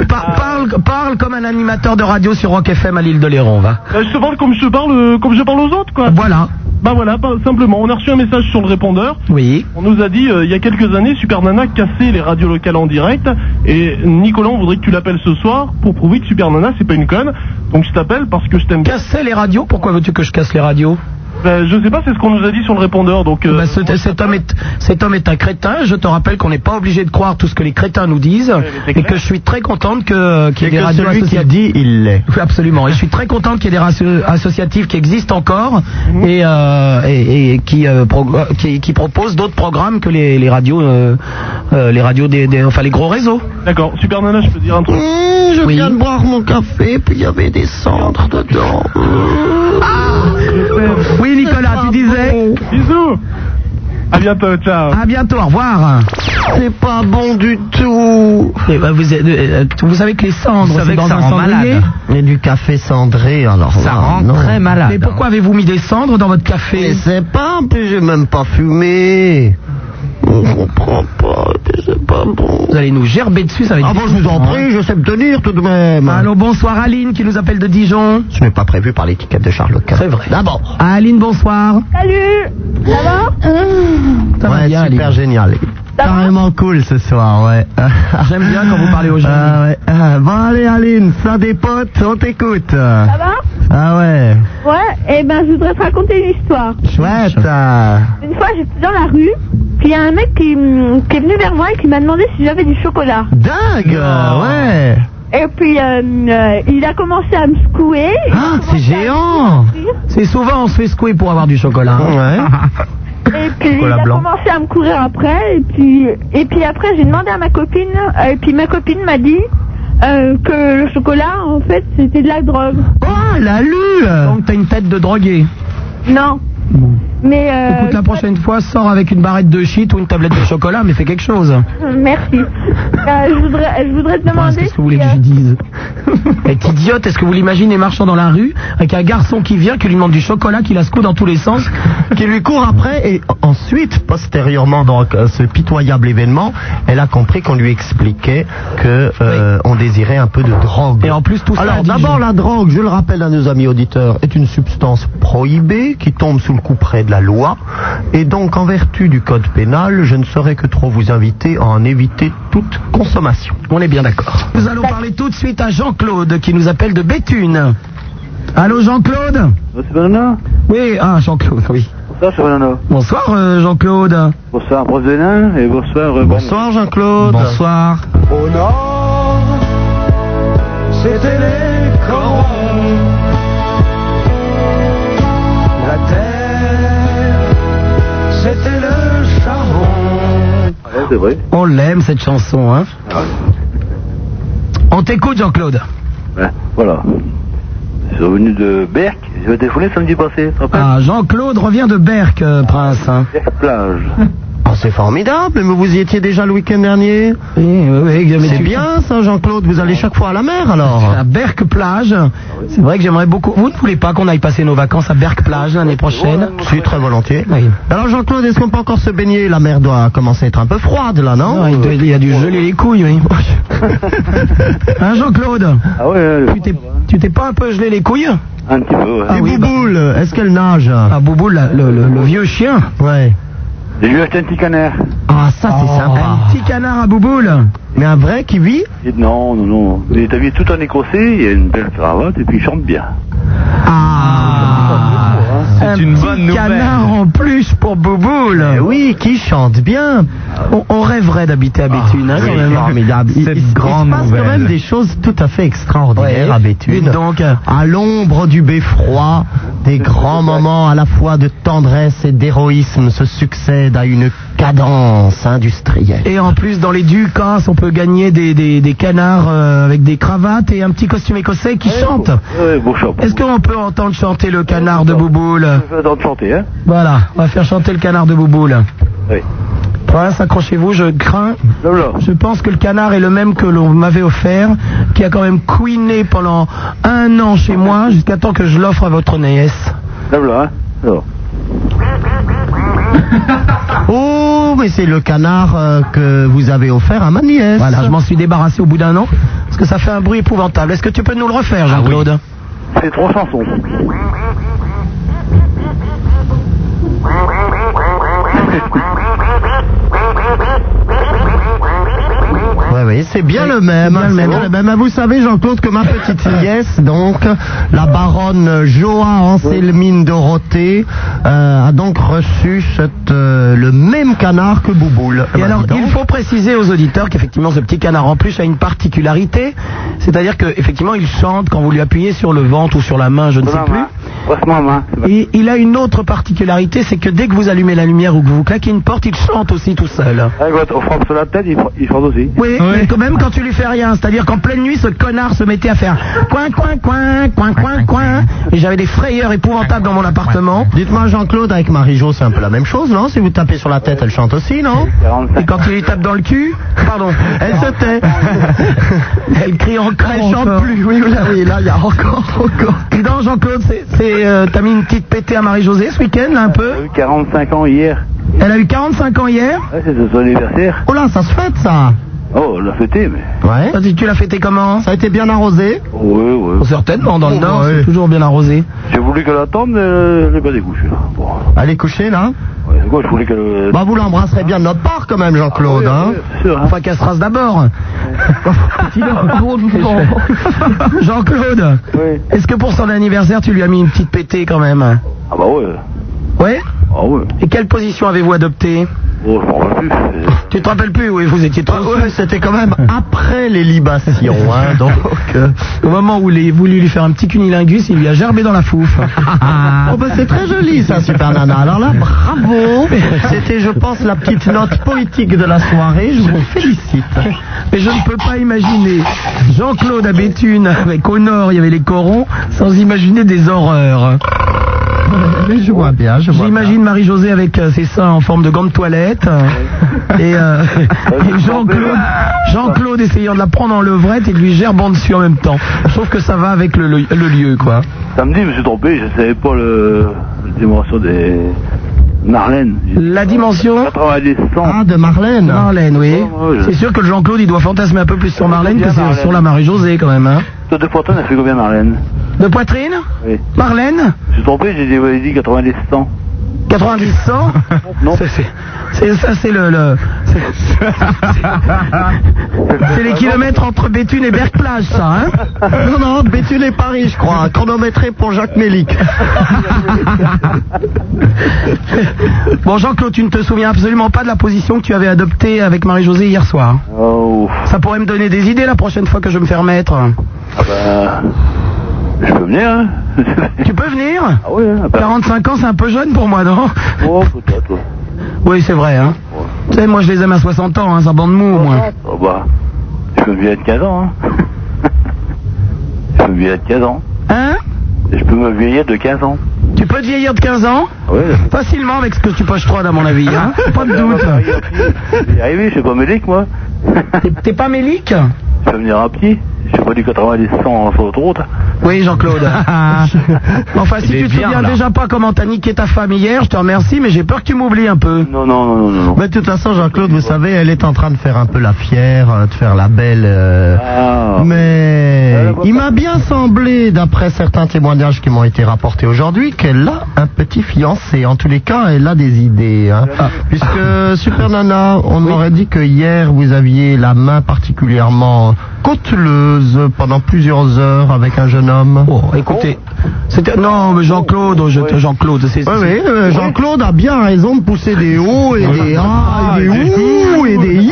Speaker 3: Par- Euh, parle, parle comme un animateur de radio sur Rock FM à l'île de Léron, va.
Speaker 9: Euh, je te parle comme je parle euh, comme je parle aux autres quoi.
Speaker 3: Voilà.
Speaker 9: Bah voilà, pas- simplement, on a reçu un message sur le répondeur.
Speaker 3: Oui.
Speaker 9: On nous a dit euh, il y a quelques années Super Nana cassait les radios locales en direct et Nicolas on voudrait que tu l'appelles ce soir pour prouver que Super Nana c'est pas une conne. Donc je t'appelle parce que je t'aime bien.
Speaker 3: Casser les radios Pourquoi veux-tu que je casse les radios
Speaker 9: Bah, je sais pas, c'est ce qu'on nous a dit sur le répondeur donc euh,
Speaker 3: Bah, ce- cet, homme est, cet homme est un crétin. Je te rappelle qu'on n'est pas obligé de croire tout ce que les crétins nous disent
Speaker 9: mais c'est
Speaker 3: et que
Speaker 9: clair.
Speaker 3: je suis très contente que- qu'il y ait
Speaker 1: Et
Speaker 3: des
Speaker 1: que
Speaker 3: radios
Speaker 1: celui qui dit
Speaker 3: associatives.
Speaker 1: il l'est.
Speaker 3: Oui, absolument. Et je suis très contente qu'il y ait des rassio- associatives qui existent encore
Speaker 9: Mhm.
Speaker 3: et, euh, et, et qui, euh, progr- qui, qui proposent d'autres programmes que les, les radios, euh, euh, les radios des, des- enfin les gros réseaux. Mmh.
Speaker 9: D'accord, Super Nana, je peux dire un truc.
Speaker 1: je
Speaker 3: Oui.
Speaker 1: viens de boire mon café, puis il y avait des cendres dedans.
Speaker 3: Oui, Nicolas, tu disais.
Speaker 9: Bisous À bientôt, ciao
Speaker 3: À bientôt. Au revoir.
Speaker 1: C'est pas bon du tout.
Speaker 3: Et, bah, vous, êtes- euh, vous savez que les cendres, c'est dans un cendrier.
Speaker 1: Et du café cendré, alors là, non.
Speaker 3: Ah, Mais pourquoi avez-vous mis des cendres dans votre café
Speaker 1: Je sais pas, en plus j'ai même pas fumé. Je comprends pas, puis c'est pas bon.
Speaker 3: Vous allez nous gerber dessus, ça va être.
Speaker 1: Ah bon, je vous en prie, je sais me tenir tout de même.
Speaker 3: Allô, bonsoir Aline qui nous appelle de Dijon.
Speaker 1: Ce n'est pas prévu par l'étiquette de Charles Quint.
Speaker 3: C'est vrai.
Speaker 1: D'abord.
Speaker 3: Aline, bonsoir.
Speaker 8: Salut Ça va
Speaker 3: Ça va
Speaker 1: Ah. ouais,
Speaker 3: bien,
Speaker 1: super
Speaker 3: Aline.
Speaker 1: génial. Carrément cool ce soir, ouais.
Speaker 3: J'aime bien quand vous parlez aux gens.
Speaker 1: Ah ouais. Ah, bon, allez, Aline, ça des potes, on t'écoute.
Speaker 8: Ça va
Speaker 1: Ah ouais.
Speaker 8: Ouais, eh ben je voudrais te raconter une histoire.
Speaker 1: Chouette. ah.
Speaker 8: Une fois j'étais dans la rue, puis il y a un mec qui, hum, qui est venu vers moi et qui m'a demandé si j'avais du chocolat.
Speaker 1: Dingue,
Speaker 7: Euh,
Speaker 1: ouais.
Speaker 8: Et puis euh, euh, il a commencé à me secouer. il a
Speaker 1: Ah, c'est
Speaker 8: commencé à
Speaker 1: géant.
Speaker 8: me courir,
Speaker 3: C'est souvent on se fait secouer pour avoir du chocolat.
Speaker 1: Ouais.
Speaker 8: Et puis il
Speaker 1: Chocolat
Speaker 8: a
Speaker 1: blanc.
Speaker 8: commencé à me courir après. Et puis, et puis après j'ai demandé à ma copine. euh, Et puis ma copine m'a dit euh, que le chocolat en fait c'était de la drogue.
Speaker 1: Oh, la lue.
Speaker 3: Donc t'as une tête de drogué.
Speaker 8: Non. Mais euh,
Speaker 3: Écoute, la prochaine fois, sors avec une barrette de shit ou une tablette de chocolat, mais fais quelque chose.
Speaker 8: Merci. Euh, je, voudrais, je voudrais te
Speaker 3: Enfin,
Speaker 8: demander.
Speaker 3: Qu'est-ce que vous voulez que je
Speaker 8: si,
Speaker 3: dise Est idiote, est-ce que vous l'imaginez marchant dans la rue avec un garçon qui vient, qui lui demande du chocolat, qui la secoue dans tous les sens
Speaker 1: Qui lui court après et ensuite, postérieurement dans euh, ce pitoyable événement, elle a compris qu'on lui expliquait que euh, on désirait un peu de drogue.
Speaker 3: Et en plus, tout ça à
Speaker 1: Alors
Speaker 3: Dijon.
Speaker 1: d'abord la drogue, je le rappelle à nos amis auditeurs, est une substance prohibée qui tombe sous le couperet de la loi et donc en vertu du code pénal, je ne saurais que trop vous inviter à en éviter toute consommation.
Speaker 3: On est bien d'accord. Nous allons parler tout de suite à Jean-Claude qui nous appelle de Béthune. Allô Jean-Claude
Speaker 4: Super Nana
Speaker 3: Oui, ah Jean-Claude, oui.
Speaker 4: Bonsoir, Super Nana.
Speaker 3: Bonsoir euh, Jean-Claude.
Speaker 4: Bonsoir, prof de nain, et bonsoir. euh,
Speaker 1: Bonsoir Jean-Claude.
Speaker 3: Bonsoir.
Speaker 5: Au nord, c'était les corons. La terre, c'était le charbon.
Speaker 4: Ouais, c'est vrai.
Speaker 3: On l'aime cette chanson, hein
Speaker 4: Ah,
Speaker 3: On t'écoute Jean-Claude.
Speaker 4: ouais, voilà. Je suis revenu de Berck, je vais téléphoner samedi passé, tu te rappelles
Speaker 3: Ah, Jean-Claude revient de Berck, euh, Prince. hein.
Speaker 4: Berck plage.
Speaker 1: Oh, c'est formidable, mais vous y étiez déjà le week-end dernier.
Speaker 3: Oui, oui, oui, mais
Speaker 1: C'est
Speaker 3: tu-
Speaker 1: bien ça Jean-Claude, vous allez chaque fois à la mer alors.
Speaker 3: À Berck plage. C'est vrai que j'aimerais beaucoup. Vous ne voulez pas qu'on aille passer nos vacances à Berck plage l'année prochaine
Speaker 1: Si, très volontiers.
Speaker 3: Oui.
Speaker 1: Alors Jean-Claude, est-ce qu'on peut encore se baigner La mer doit commencer à être un peu froide là, non,
Speaker 3: Non, il, doit- il y a dû geler les couilles, oui. hein, Jean-Claude
Speaker 4: Ah ouais,
Speaker 3: Tu t'es- Tu t'es pas un peu gelé les couilles Ah bah.
Speaker 10: Un petit peu, ouais.
Speaker 1: Et Bouboule, est-ce qu'elle nage Ah,
Speaker 3: Bouboule, le, vieux chien
Speaker 1: Ouais.
Speaker 10: J'ai eu acheté un petit canard.
Speaker 1: Ah, ça, c'est sympa.
Speaker 3: Petit canard à Bouboule
Speaker 1: Mais un vrai qui vit
Speaker 10: Et non, non, non. Il est habillé tout en écossais, il a une belle cravate et puis il chante bien.
Speaker 3: C'est une bonne nouvelle. Eh canard en plus pour Bouboule.
Speaker 1: oui, qui chante bien.
Speaker 3: On, on rêverait d'habiter à Béthune. hein,
Speaker 1: oui,
Speaker 3: quand même.
Speaker 1: formidable. Il- il-
Speaker 3: il se
Speaker 1: Il se passe quand même des choses tout à fait extraordinaires
Speaker 3: Ouais.
Speaker 1: à Béthune.
Speaker 3: Dites donc.
Speaker 1: à l'ombre du beffroi, des grands moments à la fois de tendresse et d'héroïsme se succèdent à une cadence industrielle.
Speaker 3: Et en plus, dans les Ducas, on peut gagner des, des, des canards euh, avec des cravates et un petit costume écossais qui chante.
Speaker 10: Ouais, beau chant.
Speaker 3: Est-ce qu'on peut entendre chanter le canard de Bouboule
Speaker 10: Je vais attendre de chanter, hein.
Speaker 3: Voilà, on va faire chanter le canard de Bouboule.
Speaker 10: Oui.
Speaker 3: Prince, accrochez-vous, je crains.
Speaker 10: Là, là.
Speaker 3: Je pense que le canard est le même que l'on m'avait offert, qui a quand même couiné pendant un an chez moi, jusqu'à temps que je l'offre à votre nièce.
Speaker 10: Là, là, hein. Alors.
Speaker 1: Oh, mais c'est le canard euh, que vous avez offert à ma nièce.
Speaker 3: Voilà, je m'en suis débarrassé au bout d'un an, parce que ça fait un bruit épouvantable. Est-ce que tu peux nous le refaire, Jean-Claude
Speaker 10: C'est trois chansons.
Speaker 1: Oui, oui, c'est bien le même.
Speaker 3: bien le
Speaker 1: c'est
Speaker 3: même.
Speaker 1: bien le même. Ah, Vous savez, Jean-Claude, que ma petite nièce, donc, la baronne Joa Anselmine Dorothée, euh, a donc reçu cette, euh, le même canard que Bouboule. Eh
Speaker 3: Et
Speaker 1: ben,
Speaker 3: alors,
Speaker 1: dis donc.
Speaker 3: il faut préciser aux auditeurs qu'effectivement, ce petit canard en plus a une particularité, c'est-à-dire qu'effectivement, il chante quand vous lui appuyez sur le ventre ou sur la main, je ne sais plus.
Speaker 10: Maman. Passe-moi, maman.
Speaker 3: Et il a une autre particularité, c'est que dès que vous allumez la lumière ou que vous claquez une porte, il chante aussi tout seul.
Speaker 10: Ah, quand on frappe sur la tête, il, fr- il chante aussi.
Speaker 3: Oui, mais quand même quand tu lui fais rien, c'est-à-dire qu'en pleine nuit, ce connard se mettait à faire coin, coin, coin, coin, coin, coin, et j'avais des frayeurs épouvantables dans mon appartement.
Speaker 1: Dites-moi, Jean-Claude, avec Marie-Jo, c'est un peu la même chose, non Si vous tapez sur la tête, elle chante aussi, non
Speaker 10: 45.
Speaker 3: Et quand tu lui tapes dans le cul, pardon,
Speaker 1: Elle se tait.
Speaker 3: elle crie encore.
Speaker 1: Elle chante
Speaker 3: encore.
Speaker 1: plus. Oui, là, oui, là, il y a encore, encore.
Speaker 3: Dis donc, Jean-Claude, c'est- c'est, euh, t'as mis une petite pétée à Marie-Josée ce week-end, là, un
Speaker 10: J'ai
Speaker 3: peu
Speaker 10: eu 45 ans hier.
Speaker 3: Elle a eu 45 ans hier.
Speaker 10: Ouais, c'est son anniversaire.
Speaker 1: Oh là, ça se fête, ça.
Speaker 10: Oh, on l'a fêté, mais.
Speaker 1: Ouais.
Speaker 3: Toi, tu- Tu l'as fêté comment
Speaker 1: Ça a été bien arrosé.
Speaker 10: Ouais, ouais.
Speaker 3: Certainement, dans le Nord,
Speaker 1: ouais.
Speaker 3: c'est toujours bien arrosé.
Speaker 10: J'ai voulu qu'elle attende, mais elle n'est pas découchée. Bon.
Speaker 1: Elle est couchée, là.
Speaker 3: Hein
Speaker 10: Ouais, c'est quoi, je voulais qu'elle.
Speaker 1: Bah, vous l'embrasserez bien de notre part, quand même, Jean-Claude, hein.
Speaker 10: C'est sûr, hein.
Speaker 3: Enfin, qu'elle se rase d'abord. Jean-Claude,
Speaker 10: Ouais.
Speaker 3: est-ce que pour son anniversaire, tu lui as mis une petite pétée quand même
Speaker 10: Ah, bah ouais.
Speaker 3: Ouais
Speaker 10: Ah, ouais.
Speaker 3: Et quelle position avez-vous adoptée
Speaker 10: Oh, je m'en rappelle plus. C'est- Ah
Speaker 3: Tu te rappelles plus Oui, vous étiez trop...
Speaker 1: Ouais, c'était quand même après les libations, hein, donc. euh,
Speaker 3: Au moment où il a voulu lui faire un petit cunilingus, il lui a gerbé dans la fouffe.
Speaker 1: Oh ben c'est très joli ça, Super Nana. Alors là, bravo. C'était, je pense, la petite note poétique de la soirée. Je vous félicite.
Speaker 3: Mais je ne peux pas imaginer Jean-Claude à Béthune avec au nord il y avait les corons sans imaginer des horreurs.
Speaker 1: Mais je vois bien, je vois.
Speaker 3: J'imagine Marie-Josée avec euh, ses seins en forme de gants de toilette euh, et, euh, et Jean-Claude Jean-Claude essayant de la prendre en levrette et de lui gerbant dessus en même temps. Sauf que ça va avec le, le- le lieu quoi.
Speaker 10: Samedi, je me suis trompé, je ne savais pas le. la dimension des. Marlène.
Speaker 3: La dimension
Speaker 10: 90, 100.
Speaker 1: Ah, de Marlène.
Speaker 3: Marlène, oui.
Speaker 10: Oh,
Speaker 3: C'est sûr que le Jean-Claude il doit fantasmer un peu plus sur Marlène que sur, sur la Marie-Josée quand même. hein.
Speaker 10: Toi, de Poitin, elle fait combien, Marlène
Speaker 3: De poitrine
Speaker 10: Oui.
Speaker 3: Marlène
Speaker 10: Je me suis trompé, j'ai dit, ouais, j'ai dit 90, 100.
Speaker 3: 90 100
Speaker 10: Non.
Speaker 3: Ça, c'est- c'est- ça c'est le, le- c'est- c'est- c'est les kilomètres entre Béthune et Berck-Plage ça hein
Speaker 1: Non, non, Béthune et Paris, je crois. Chronométré pour Jacques Mélic.
Speaker 3: Bon Jean-Claude, tu ne te souviens absolument pas de la position que tu avais adoptée avec Marie-Josée hier soir.
Speaker 10: Oh,
Speaker 3: Ça pourrait me donner des idées la prochaine fois que je vais me faire mettre.
Speaker 10: ah bah. Je peux venir, hein
Speaker 3: Tu peux venir
Speaker 10: Ah ouais, hein, à Paris.
Speaker 3: 45 ans, c'est un peu jeune pour moi, non
Speaker 10: Oh, peut-être, ouais.
Speaker 3: Oui, c'est vrai hein. Tu sais, moi je les aime à 60 ans, hein, ça bande mou au moins.
Speaker 10: Oh bah. Je peux bien être 15 ans, hein Je peux bien être 15 ans.
Speaker 3: Hein
Speaker 10: Je peux me vieillir de 15 ans.
Speaker 3: Tu peux te vieillir de 15 ans
Speaker 10: Ah Ouais.
Speaker 3: Facilement avec ce que tu poches 3 à mon avis, hein Pas de
Speaker 10: Ah bah,
Speaker 3: doute.
Speaker 10: J'y arrivé, je suis pas médic, moi.
Speaker 3: T'es- T'es pas mélique
Speaker 10: Je peux venir à pied. Je suis pas du 90, 100 sur l'autoroute.
Speaker 3: Oui, Jean-Claude. Ah. enfin, si
Speaker 10: Il est
Speaker 3: tu te
Speaker 10: bien,
Speaker 3: souviens
Speaker 10: là.
Speaker 3: déjà pas comment t'as niqué ta femme hier, je te remercie, mais j'ai peur que tu m'oublies un peu.
Speaker 10: Non, non, non, non, non.
Speaker 1: Mais de toute façon, Jean-Claude, vous savez, elle est en train de faire un peu la fière, euh, de faire la belle. euh,
Speaker 10: Ah.
Speaker 1: Mais il m'a bien semblé, d'après certains témoignages qui m'ont été rapportés aujourd'hui, qu'elle a un petit fiancé. En tous les cas, elle a des idées. hein.
Speaker 10: Ah.
Speaker 1: Puisque, Super Nana, on m'aurait dit que hier, vous aviez la main particulièrement cauteleuse pendant plusieurs heures avec un jeune homme.
Speaker 3: Oh, Écoutez, c'était non, mais Jean-Claude, je- Jean-Claude, c'est.
Speaker 1: Oui, oui, euh, Jean-Claude a bien raison de pousser des hauts et des ah et des ouh et des i.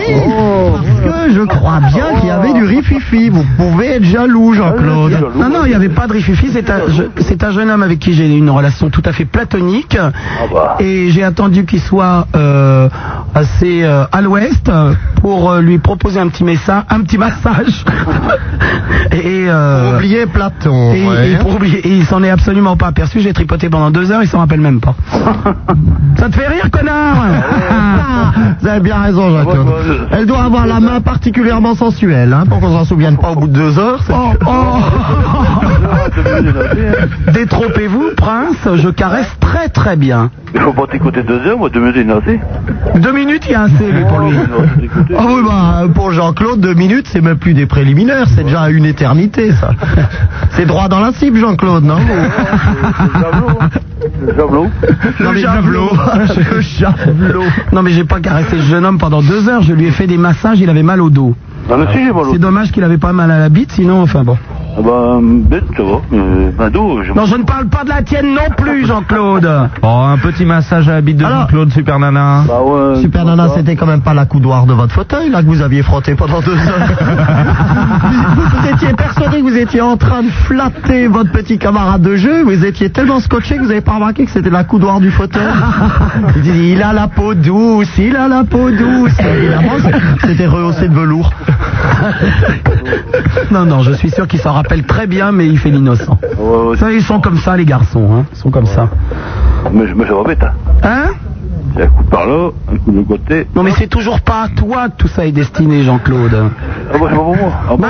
Speaker 1: Parce que je crois bien qu'il y avait du rififi. Vous pouvez être jaloux, Jean-Claude.
Speaker 3: Non, non, il n'y avait pas de rififi. C'est un, je- c'est un jeune homme avec qui j'ai une relation tout à fait platonique. Et j'ai attendu qu'il soit euh, assez euh, à l'ouest euh, pour euh, lui proposer un petit message, un petit massage. et, pour
Speaker 1: oublier Platon.
Speaker 3: Et,
Speaker 1: ouais.
Speaker 3: et pour oublier- et il s'en est absolument pas aperçu. J'ai tripoté pendant deux heures. Il s'en rappelle même pas. Ça te fait rire, connard
Speaker 1: Ah, Vous avez bien raison, Jean-Claude. Elle doit avoir la main particulièrement sensuelle, hein, pour qu'on s'en souvienne pas au bout de deux heures. c'est-
Speaker 3: hein. Détrompez-vous, prince. Je caresse très très bien.
Speaker 10: Il faut pas t'écouter deux heures, moi, deux minutes, il y en a assez.
Speaker 3: Deux minutes, il y a un C, mais pour lui.
Speaker 1: Ah oui, bah, euh, pour Jean-Claude, deux minutes, c'est même plus des préliminaires, c'est déjà une éternité, ça. C'est droit dans la cible, Jean-Claude, non
Speaker 10: Le javelot.
Speaker 3: Non, mais-
Speaker 1: Le javelot.
Speaker 3: Non mais j'ai pas caressé le jeune homme pendant deux heures. Je lui ai fait des massages. Il avait mal au dos.
Speaker 10: Non, mais si, j'ai mal au
Speaker 3: C'est dommage qu'il avait pas mal à la bite, sinon enfin bon.
Speaker 10: Ah bah, bête, ça va. Euh, ben, dos, je...
Speaker 3: Non, je ne parle pas de la tienne non plus, Jean-Claude.
Speaker 2: Oh, un petit massage à la bite de Jean-Claude, super nana.
Speaker 10: Bah ouais.
Speaker 1: Super Nana, c'était quand même pas la coudoir de votre fauteuil, là, que vous aviez frotté pendant deux heures. vous, vous étiez persuadé que vous étiez en train de flatter votre petit camarade de jeu, vous étiez tellement scotché que vous avez pas remarqué que c'était la coudoir du fauteuil. Il dit, il a la peau douce, il a la peau douce. Évidemment, c'était rehaussé de velours.
Speaker 3: Non, non, je suis sûr qu'il s'en rappelle très bien, mais il fait l'innocent. Ça, ils sont comme ça, les garçons, hein. Ils sont comme ça.
Speaker 10: Mais, mais ça va bête, hein.
Speaker 3: Hein
Speaker 10: J'ai un coup par là, un coup de côté.
Speaker 3: Non, mais c'est toujours pas à toi que tout ça est destiné, Jean-Claude. Ben
Speaker 10: Ah bah, c'est pas pour moi. Ah bah,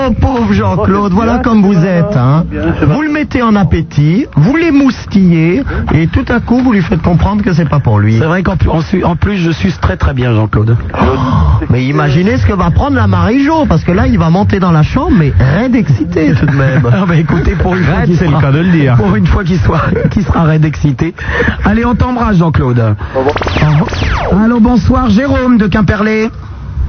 Speaker 1: Oh, pauvre Jean-Claude, voilà comme vous êtes. Hein. Vous le mettez en appétit, vous l'émoustillez, et tout à coup, vous lui faites comprendre que c'est pas pour lui.
Speaker 3: C'est vrai qu'en plus, en su- en plus, je suce très très bien, Jean-Claude.
Speaker 1: Mais imaginez ce que va prendre la Marie-Jo, parce que là, il va monter dans la chambre, mais rien d'excité tout de même.
Speaker 3: Ah bah écoutez, pour une fois
Speaker 2: Raide,
Speaker 3: qu'il
Speaker 2: c'est le
Speaker 3: sera,
Speaker 2: cas de le dire.
Speaker 3: pour une fois qu'il soit, qu'il sera raide excité. Allez, on t'embrasse, Jean-Claude. Allô, bonsoir, Jérôme de Quimperlé.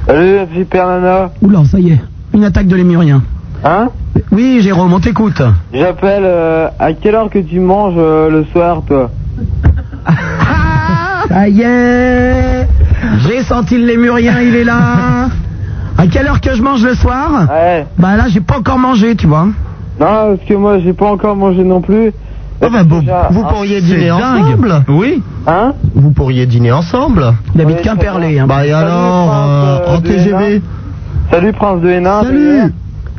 Speaker 4: Salut, la petite père nana.
Speaker 3: Oula, ça y est, une attaque de lémurien.
Speaker 4: Hein
Speaker 3: Oui, Jérôme, on t'écoute.
Speaker 4: J'appelle. euh, à quelle heure que tu manges euh, le soir, toi
Speaker 3: Ça y est, j'ai senti le lémurien, il est là. À quelle heure que je mange le soir
Speaker 4: Ouais.
Speaker 3: Bah là, j'ai pas encore mangé, tu vois.
Speaker 4: Non, parce que moi, j'ai pas encore mangé non plus.
Speaker 3: Ah bah
Speaker 4: Déjà,
Speaker 1: Vous
Speaker 4: hein,
Speaker 1: pourriez
Speaker 2: C'est
Speaker 1: dîner
Speaker 2: dingue.
Speaker 1: ensemble
Speaker 2: Oui.
Speaker 4: Hein
Speaker 1: Vous pourriez dîner ensemble
Speaker 3: Il habite
Speaker 4: Ouais,
Speaker 3: Quimperlé. Hein.
Speaker 1: Bah et alors,
Speaker 4: Prince,
Speaker 1: euh,
Speaker 4: euh,
Speaker 1: en
Speaker 4: de
Speaker 1: TGV
Speaker 4: Salut, Prince de Hénin.
Speaker 1: Salut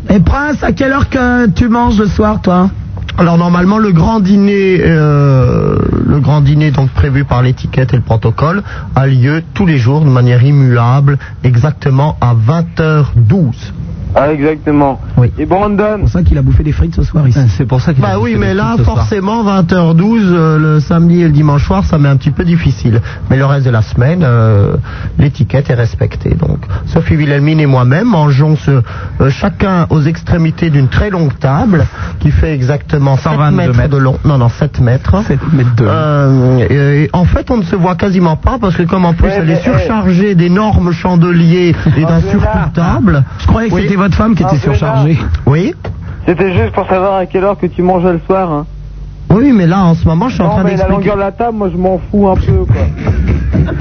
Speaker 3: Et Prince, à quelle heure que tu manges le soir, toi
Speaker 1: Alors normalement, le grand dîner, euh, le grand dîner donc prévu par l'étiquette et le protocole, a lieu tous les jours de manière immuable, exactement à 20h12.
Speaker 4: Ah, exactement.
Speaker 1: Oui.
Speaker 4: Et Brandon
Speaker 3: C'est pour ça qu'il a bouffé des frites ce soir ici.
Speaker 2: C'est pour ça qu'il
Speaker 1: Bah
Speaker 2: a
Speaker 1: oui,
Speaker 2: fait
Speaker 1: mais
Speaker 2: des
Speaker 1: là,
Speaker 2: trucs ce soir.
Speaker 1: forcément, 20h12, euh, le samedi et le dimanche soir, ça met un petit peu difficile. Mais le reste de la semaine, euh, l'étiquette est respectée. Donc, Sophie Wilhelmine et moi-même mangeons ce, euh, chacun aux extrémités d'une très longue table qui fait exactement 7
Speaker 2: 122
Speaker 1: mètres,
Speaker 2: mètres.
Speaker 1: de long. Non, non, 7 mètres.
Speaker 3: 7 mètres de
Speaker 1: Euh, et- et en fait, on ne se voit quasiment pas parce que comme en plus,
Speaker 4: Ouais,
Speaker 1: elle
Speaker 4: mais,
Speaker 1: est surchargée d'énormes chandeliers et d'un surtout table.
Speaker 3: Je croyais que
Speaker 1: Oui.
Speaker 3: c'était votre femme qui était
Speaker 4: Ah,
Speaker 3: surchargée.
Speaker 1: Oui.
Speaker 4: C'était juste pour savoir à quelle heure que tu manges le soir. Hein.
Speaker 1: Oui, mais là, en ce moment, je suis en
Speaker 4: Non,
Speaker 1: train
Speaker 4: mais la
Speaker 1: d'expliquer.
Speaker 4: longueur de la table, moi, je m'en fous un peu, quoi.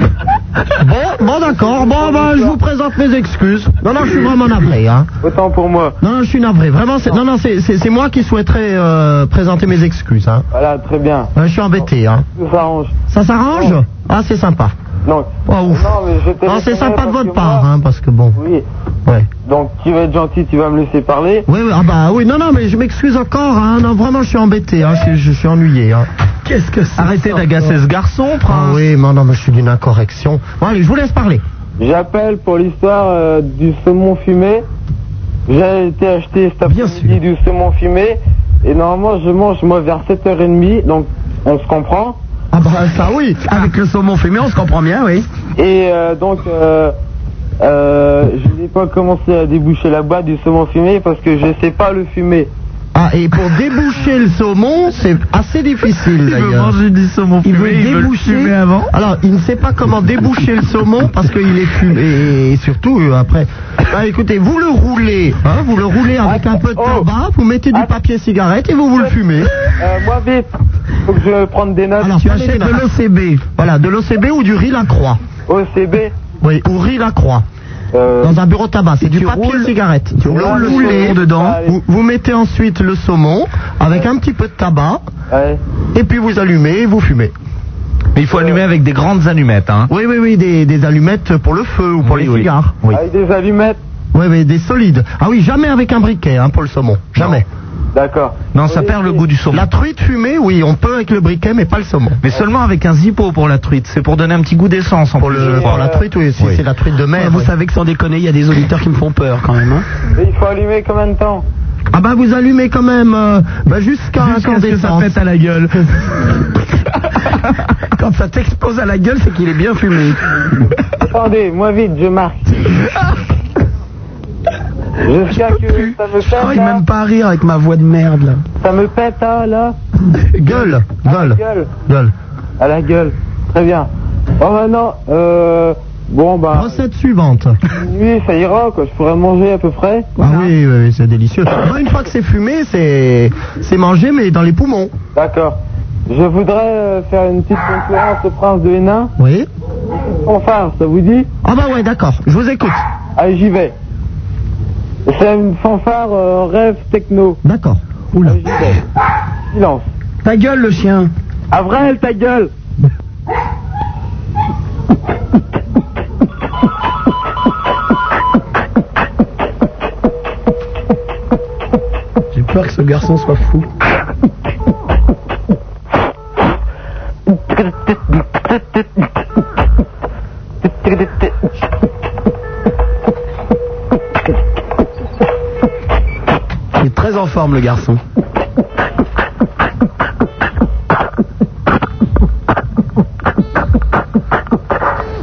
Speaker 1: Bon, bon d'accord, bon, ben, je vous présente mes excuses. Non, non, je suis vraiment navré, hein.
Speaker 4: Autant pour moi.
Speaker 1: Non, non, je suis navré, vraiment, c'est, non, non, c'est, c'est, c'est moi qui souhaiterais euh, présenter mes excuses, hein.
Speaker 4: Voilà, très bien.
Speaker 3: Bah,
Speaker 1: Euh, je suis embêté, hein.
Speaker 4: Tout s'arrange.
Speaker 1: Ça s'arrange Ah, c'est sympa.
Speaker 4: Donc,
Speaker 1: Oh, ouf.
Speaker 4: Non, mais je te
Speaker 1: Non, c'est
Speaker 4: laisserai
Speaker 1: sympa de
Speaker 4: parce
Speaker 1: votre
Speaker 4: que
Speaker 1: part,
Speaker 4: moi-
Speaker 1: hein, parce que bon,
Speaker 4: Oui.
Speaker 1: ouais.
Speaker 4: Donc, tu vas être gentil, tu vas me laisser parler.
Speaker 1: Oui, oui, ah bah oui, non, non, mais je m'excuse encore, hein. Non, vraiment, je suis embêté, hein. Je, suis- je suis ennuyé, hein.
Speaker 3: Qu'est-ce que c'est
Speaker 2: Arrêtez d'agacer ce garçon,
Speaker 1: Ah
Speaker 2: prince.
Speaker 1: oui, mais non, mais je suis d'une incorrection. Bon, allez, je vous laisse parler.
Speaker 4: J'appelle pour l'histoire euh, du saumon fumé. J'ai été acheter cet
Speaker 3: Bien
Speaker 4: après-midi du saumon fumé.
Speaker 11: Et normalement, je mange moi vers 7h30, donc on se comprend.
Speaker 3: Ah bah ça oui, avec le saumon fumé, on se comprend bien, oui.
Speaker 11: Et euh, donc, euh, euh, je n'ai pas commencé à déboucher la boîte du saumon fumé parce que je sais pas le fumer.
Speaker 1: Ah, et pour déboucher le saumon, c'est assez difficile d'ailleurs. Il veut
Speaker 2: manger du saumon
Speaker 1: il
Speaker 2: fumé, il veut le fumer avant.
Speaker 1: Alors, il ne sait pas comment déboucher le saumon parce qu'il est fumé. Et surtout, euh, après. Ah, écoutez, vous le roulez, hein, vous le roulez avec un peu de tabac, vous mettez du papier cigarette et vous vous le fumez.
Speaker 11: Euh, moi, vite, faut que je prenne des notes.
Speaker 1: Alors,
Speaker 11: Tu
Speaker 1: tu
Speaker 11: achètes
Speaker 1: achètes de l'OCB. Voilà, de l'OCB ou du riz Lacroix.
Speaker 11: OCB
Speaker 1: Oui, ou riz Lacroix. Dans un bureau tabac, c'est du papier cigarette.
Speaker 2: tu
Speaker 1: Vous le
Speaker 2: roules le
Speaker 1: roulez,
Speaker 2: saumon dedans.
Speaker 1: Vous, vous mettez ensuite le saumon avec un petit peu de tabac. Et puis vous allumez et vous fumez.
Speaker 2: Mais il faut allumer avec des grandes allumettes, hein.
Speaker 1: Oui, oui, oui, des, des allumettes pour le feu ou pour
Speaker 2: Oui,
Speaker 1: les
Speaker 2: oui.
Speaker 1: cigares. Oui.
Speaker 11: Avec des allumettes
Speaker 1: Oui, mais des solides. Ah oui, jamais avec un briquet hein, pour le saumon. Jamais.
Speaker 11: D'accord.
Speaker 2: Non, ça perd le goût du saumon.
Speaker 1: La truite fumée, oui, on peut avec le briquet, mais pas le saumon.
Speaker 2: Mais seulement avec un zippo pour la truite. C'est pour donner un petit goût d'essence en
Speaker 1: Pour,
Speaker 2: plus,
Speaker 1: le,
Speaker 2: je
Speaker 1: pour
Speaker 2: crois.
Speaker 1: la truite, oui, si
Speaker 2: Oui.
Speaker 1: c'est la truite de mer.
Speaker 3: Ah, vous
Speaker 1: oui.
Speaker 3: savez que sans déconner, il y a des auditeurs qui me font peur quand même. Hein.
Speaker 11: Et il faut allumer combien de temps
Speaker 1: Ah bah vous allumez quand même euh, bah,
Speaker 2: Jusqu'à
Speaker 1: jusqu'à
Speaker 2: ce que ça
Speaker 1: incandescence.
Speaker 2: pète à la gueule.
Speaker 3: Quand ça t'explose à la gueule, c'est qu'il est bien fumé.
Speaker 11: Attendez, moi vite, je marque. Jusqu'à que ça me
Speaker 3: Je
Speaker 11: pète,
Speaker 3: n'arrive
Speaker 11: là,
Speaker 3: même pas à rire avec ma voix de merde là.
Speaker 11: ça me pète, là, là,
Speaker 1: Gueule,
Speaker 11: à la
Speaker 1: gueule,
Speaker 11: gueule,
Speaker 1: gueule.
Speaker 11: à la gueule. Très bien. Bon, maintenant, euh, bon, bah,
Speaker 1: Recette suivante.
Speaker 11: minuit, ça ira, quoi, je pourrais manger à peu près.
Speaker 1: Ah oui, oui, oui, c'est délicieux. Moi, une fois que c'est fumé, c'est c'est mangé, mais dans les poumons.
Speaker 11: D'accord. Je voudrais euh, faire une petite conférence au prince de Hénin.
Speaker 1: Oui.
Speaker 11: Fanfare, ça vous dit
Speaker 1: Ah bah ouais, d'accord. Je vous écoute.
Speaker 11: Allez, j'y vais. C'est une fanfare euh, rêve techno.
Speaker 1: D'accord. Oula.
Speaker 11: Allez, j'y vais. Silence.
Speaker 3: Ta gueule le chien.
Speaker 11: Avril, ta gueule
Speaker 3: J'ai peur que ce garçon soit fou. Il est très en forme le garçon.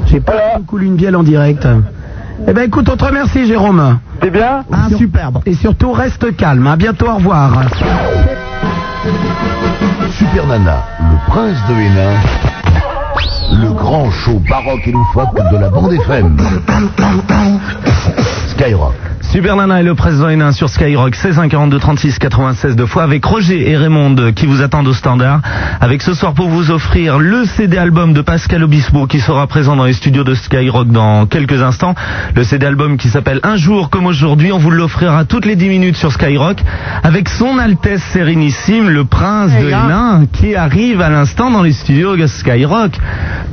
Speaker 3: J'ai pas du tout coulé une bielle en direct. Eh ben écoute, on te remercie Jérôme.
Speaker 11: C'est bien
Speaker 1: Ah, superbe.
Speaker 3: Et surtout reste calme. À bientôt, au revoir.
Speaker 5: Super Nana, le prince de Hénin, le grand show baroque et loufoque de la bande FM. Skyrock.
Speaker 2: Super Nana et le président Hénin sur Skyrock 16 1 42 36 96 deux fois avec Roger et Raymond euh, qui vous attendent au standard avec ce soir pour vous offrir le CD album de Pascal Obispo qui sera présent dans les studios de Skyrock dans quelques instants le CD album qui s'appelle Un jour comme aujourd'hui on vous l'offrira toutes les 10 minutes sur Skyrock avec son Altesse Sérénissime le prince
Speaker 1: Eh
Speaker 2: de Hénin qui arrive à l'instant dans les studios de Skyrock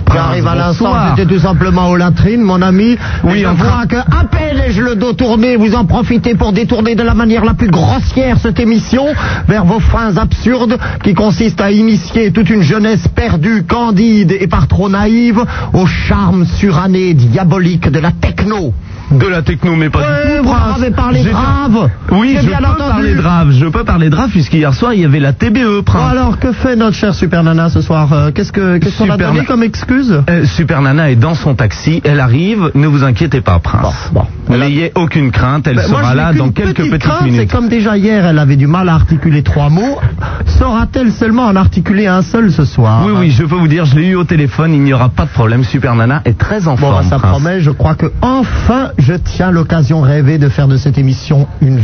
Speaker 1: Qui arrive à l'instant,
Speaker 2: Ah, bonsoir.
Speaker 1: j'étais tout simplement aux latrines, mon ami.
Speaker 2: Oui,
Speaker 1: Et je
Speaker 2: en train-
Speaker 1: vois que à peine ai-je le dos tourné, vous en profitez pour détourner de la manière la plus grossière cette émission vers vos fins absurdes qui consistent à initier toute une jeunesse perdue, candide et par trop naïve au charme suranné diabolique de la techno.
Speaker 2: de la techno mais pas du
Speaker 1: Ouais,
Speaker 2: tout
Speaker 1: vous
Speaker 2: prince.
Speaker 1: avez parlé
Speaker 2: J'ai-
Speaker 1: grave.
Speaker 2: Oui,
Speaker 1: J'ai
Speaker 2: je
Speaker 1: bien
Speaker 2: peux
Speaker 1: entendu.
Speaker 2: parler de rave. Je peux parler de rave puisqu'hier soir il y avait la TBE,
Speaker 1: Bon,
Speaker 2: prince.
Speaker 1: alors, que fait notre cher Super Nana ce soir Euh, Qu'est-ce que- qu'est-ce qu'on a
Speaker 2: Super
Speaker 1: donné
Speaker 2: Na-
Speaker 1: comme excuse
Speaker 2: Euh, Super Nana est dans son taxi. Elle arrive. Ne vous inquiétez pas, prince.
Speaker 1: Bon, bon.
Speaker 2: N'ayez aucune crainte. Elle
Speaker 1: Ben, moi,
Speaker 2: sera
Speaker 1: je n'ai
Speaker 2: là
Speaker 1: qu'une
Speaker 2: dans quelques
Speaker 1: petite
Speaker 2: petites
Speaker 1: crainte, C'est
Speaker 2: minutes.
Speaker 1: comme déjà hier, elle avait du mal à articuler trois mots. Saura-t-elle seulement en articuler un seul ce soir
Speaker 2: Oui, oui, je peux vous dire, je l'ai eu au téléphone. Il n'y aura pas de problème. Super Nana est très en
Speaker 1: Bon, bah,
Speaker 2: forme.
Speaker 1: ça
Speaker 2: prince.
Speaker 1: promet. Je crois que enfin, je tiens l'occasion rêvée de faire de cette émission une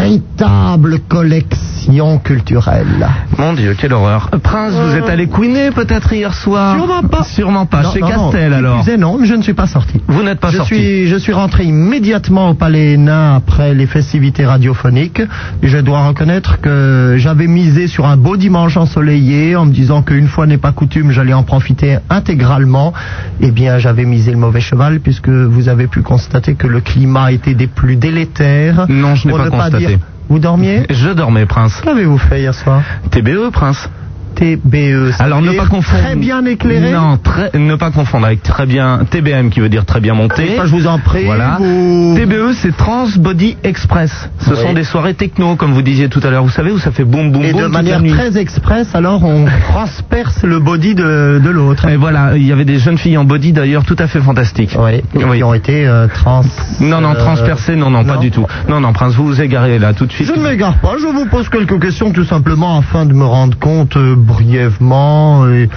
Speaker 1: véritable collection culturelle.
Speaker 2: Mon Dieu, quelle horreur. Euh, Prince, vous êtes allé couiner peut-être hier soir
Speaker 1: Sûrement pas.
Speaker 2: Sûrement pas.
Speaker 1: Non,
Speaker 2: Chez
Speaker 1: non, non,
Speaker 2: Castel
Speaker 1: qui
Speaker 2: alors.
Speaker 1: plus est, non, je ne suis pas sorti.
Speaker 2: Vous n'êtes pas
Speaker 1: je
Speaker 2: sorti.
Speaker 1: Suis, je suis rentré immédiatement au Palais Hénin après les festivités radiophoniques. Et je dois reconnaître que j'avais misé sur un beau dimanche ensoleillé en me disant qu'une fois n'est pas coutume, j'allais en profiter intégralement. Eh bien, j'avais misé le mauvais cheval puisque vous avez pu constater que le climat était des plus délétères.
Speaker 2: Non, je n'ai
Speaker 1: Pour
Speaker 2: pas
Speaker 1: ne
Speaker 2: constaté.
Speaker 1: dire- vous dormiez
Speaker 2: Je dormais, prince.
Speaker 1: Qu'avez-vous fait hier soir
Speaker 2: TBE, prince.
Speaker 1: TBE.
Speaker 2: Alors ne pas confondre.
Speaker 1: Très bien éclairé.
Speaker 2: Non, très- ne pas confondre avec très bien TBM qui veut dire très bien monté.
Speaker 1: Ça, je vous en prie.
Speaker 2: Voilà. TBE c'est Trans Body Express. Ce sont des soirées techno comme vous disiez tout à l'heure. Vous savez où ça fait boum boum
Speaker 1: Et
Speaker 2: boum
Speaker 1: de
Speaker 2: toute la
Speaker 1: manière
Speaker 2: nuit.
Speaker 1: très express, alors on transperce le body de, de l'autre.
Speaker 2: Et voilà, il y avait des jeunes filles en body d'ailleurs tout à fait fantastiques.
Speaker 1: Oui, qui ont été euh, trans.
Speaker 2: Non, non,
Speaker 1: euh,
Speaker 2: transpercées, non, non, pas du tout. Non, non, Prince, vous vous égarez là tout de suite.
Speaker 1: Je ne m'égare pas, je vous pose quelques questions tout simplement afin de me rendre compte euh, brièvement et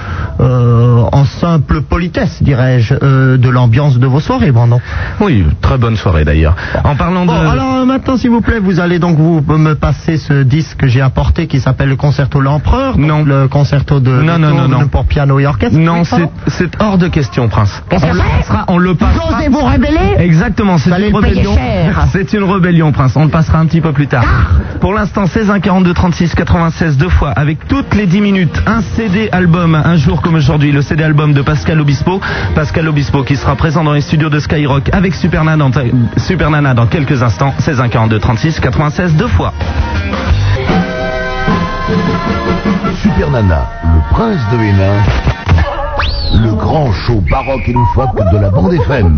Speaker 1: euh, en simple politesse, dirais-je, euh, de l'ambiance de vos soirées, Brandon.
Speaker 2: Oui, très bonne soirée d'ailleurs. En parlant
Speaker 1: Bon,
Speaker 2: de...
Speaker 1: alors euh, maintenant, s'il vous plaît, vous allez donc vous me passer ce disque que j'ai apporté qui s'appelle le Concerto L'Empereur, donc le Concerto de
Speaker 2: Non, non, non,
Speaker 1: Beethoven
Speaker 2: non.
Speaker 1: pour piano et orchestre.
Speaker 2: Non,
Speaker 1: oui,
Speaker 2: c'est-
Speaker 1: pardon
Speaker 2: c'est hors de question, Prince. On le passera, on le passera.
Speaker 1: Vous osez vous rébeller
Speaker 2: Exactement, c'est
Speaker 1: Vous allez
Speaker 2: une
Speaker 1: le payer
Speaker 2: rébellion.
Speaker 1: cher.
Speaker 2: C'est une rébellion, Prince. On le passera un petit peu plus tard.
Speaker 1: Ah.
Speaker 2: Pour l'instant, 16 1 42 36 96 deux fois avec toutes les 10 minutes un CD album un jour comme aujourd'hui le CD album de Pascal Obispo. Pascal Obispo qui sera présent dans les studios de Skyrock avec Super Nana dans, Super Nana dans quelques instants. 16 1 42 36 96 deux fois.
Speaker 5: Super Nana, le prince de Hénin, le grand show baroque et loufoque de la bande FM.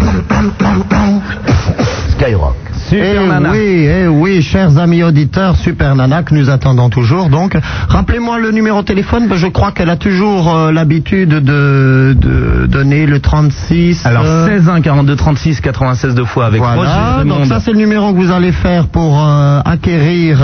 Speaker 5: Skyrock.
Speaker 1: eh oui, eh oui, chers amis auditeurs, Super Nana que nous attendons toujours. Donc, rappelez-moi le numéro de téléphone. parce que Je crois qu'elle a toujours euh, l'habitude de, de donner le 36.
Speaker 2: Alors
Speaker 1: euh,
Speaker 2: 16 1 42 36 96 deux fois avec
Speaker 1: voilà,
Speaker 2: Roger
Speaker 1: donc
Speaker 2: Raymond.
Speaker 1: ça c'est le numéro que vous allez faire pour euh, acquérir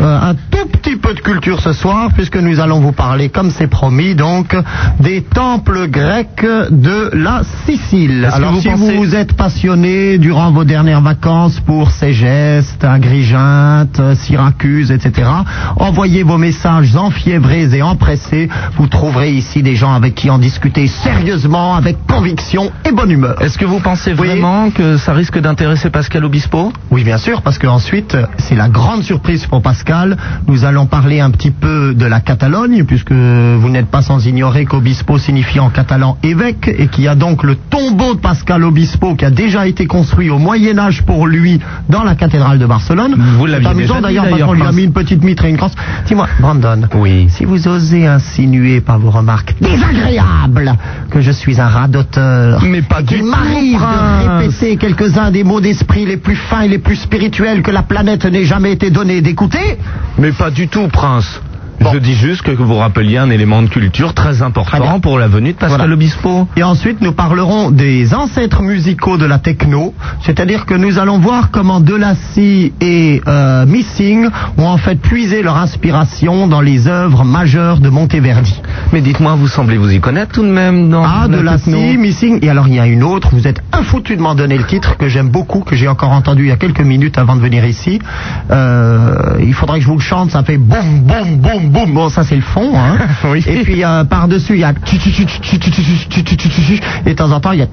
Speaker 1: euh, un tout petit peu de culture ce soir, puisque nous allons vous parler, comme c'est promis, donc des temples grecs de la Sicile.
Speaker 2: Est-ce que
Speaker 1: Alors
Speaker 2: vous
Speaker 1: si
Speaker 2: pensez-
Speaker 1: vous êtes passionné durant vos dernières vacances pour Ségeste, Agrigente, euh, Syracuse, etc., envoyez vos messages enfiévrés et empressés. Vous trouverez ici des gens avec qui en discuter sérieusement, avec conviction et bonne humeur.
Speaker 2: Est-ce que vous pensez vraiment que ça risque d'intéresser Pascal Obispo
Speaker 1: Oui, bien sûr, parce qu'ensuite, c'est la grande surprise pour Pascal. Nous allons parler un petit peu de la Catalogne, puisque vous n'êtes pas sans ignorer qu'Obispo signifie en catalan évêque, et qu'il y a donc le tombeau de Pascal Obispo qui a déjà été construit au Moyen Âge pour lui dans la cathédrale de Barcelone.
Speaker 2: Vous
Speaker 1: C'est
Speaker 2: l'aviez déjà
Speaker 1: amusant
Speaker 2: dit,
Speaker 1: d'ailleurs parce
Speaker 2: d'ailleurs,
Speaker 1: qu'on lui a
Speaker 2: Prince.
Speaker 1: mis une petite mitre et une crosse. Dis-moi, Brandon,
Speaker 2: oui.
Speaker 1: si vous osez insinuer par vos remarques désagréables que je suis un radoteur,
Speaker 2: Mais pas du
Speaker 1: qu'il
Speaker 2: tout,
Speaker 1: m'arrive de
Speaker 2: Prince.
Speaker 1: répéter quelques-uns des mots d'esprit les plus fins et les plus spirituels que la planète n'ait jamais été donnée d'écouter,
Speaker 2: Mais pas du tout, Prince. Je dis juste que vous rappeliez un élément de culture très important pour la venue de Pascal
Speaker 1: Voilà.
Speaker 2: Obispo.
Speaker 1: Et ensuite, nous parlerons des ancêtres musicaux de la techno, c'est-à-dire que nous allons voir comment Delassie et euh, Missing ont en fait puisé leur inspiration dans les œuvres majeures de Monteverdi.
Speaker 2: Mais dites-moi, vous semblez vous y connaître tout de même dans
Speaker 1: Ah,
Speaker 2: la
Speaker 1: Delassie,
Speaker 2: techno.
Speaker 1: Missing, et alors il y a une autre, vous êtes infoutu de m'en donner le titre, que j'aime beaucoup, que j'ai encore entendu il y a quelques minutes avant de venir ici. Euh, il faudrait que je vous le chante, ça fait boum, boum, boum, boum, bon ça c'est le fond, hein.
Speaker 2: Oui.
Speaker 1: Et puis euh, par-dessus, il y a... Et de temps en temps, il y a...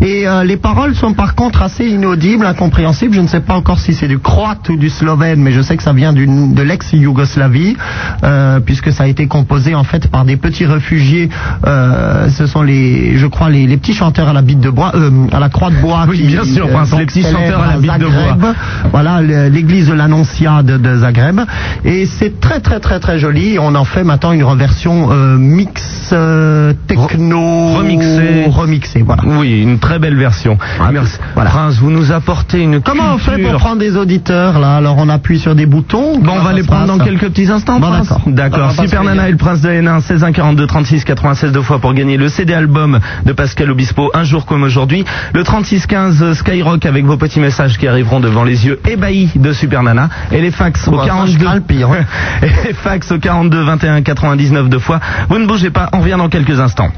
Speaker 1: Et euh, les paroles sont par contre assez inaudibles, incompréhensibles. Je ne sais pas encore si c'est du croate ou du slovène, mais je sais que ça vient d'une- de l'ex-Yougoslavie, euh, puisque ça a été composé en fait par des petits réfugiés. Euh, ce sont les, je crois, les, les petits chanteurs à la bite de bois, euh, à la croix de bois.
Speaker 2: Oui, bien sûr, Prince,
Speaker 1: donc
Speaker 2: les petits
Speaker 1: célèbrent
Speaker 2: chanteurs à la bite de bois.
Speaker 1: Zagreb. Voilà le- l'église de l'Annonciade de, de Zagreb. Et c'est très très très très joli. On en fait maintenant une reversion euh, mix euh, techno
Speaker 2: remixée.
Speaker 1: remixée, Voilà.
Speaker 2: Oui, une très belle version.
Speaker 1: Ah,
Speaker 2: Merci.
Speaker 1: voilà.
Speaker 2: Prince, vous nous apportez une
Speaker 1: Comment on fait
Speaker 2: culture.
Speaker 1: pour prendre des auditeurs là Alors on appuie sur des boutons.
Speaker 2: Bon, on va les prendre dans
Speaker 1: quelques
Speaker 2: quelques petits instants,
Speaker 1: Bon,
Speaker 2: Prince.
Speaker 1: d'accord.
Speaker 3: Bah,
Speaker 2: D'accord.
Speaker 1: On va
Speaker 2: Super
Speaker 1: pas se
Speaker 2: Nana et le Prince de Hénin, 16 1 42 36 96 deux fois pour gagner le CD album de Pascal Obispo, un jour comme aujourd'hui. Le 36 15 Skyrock avec vos petits messages qui arriveront devant les yeux ébahis de Super Nana et les fax au
Speaker 1: Bon, ça, je
Speaker 2: 42
Speaker 1: crains le pire, hein.
Speaker 2: et les fax au 42 21 99 deux fois. Vous ne bougez pas, on revient dans quelques instants.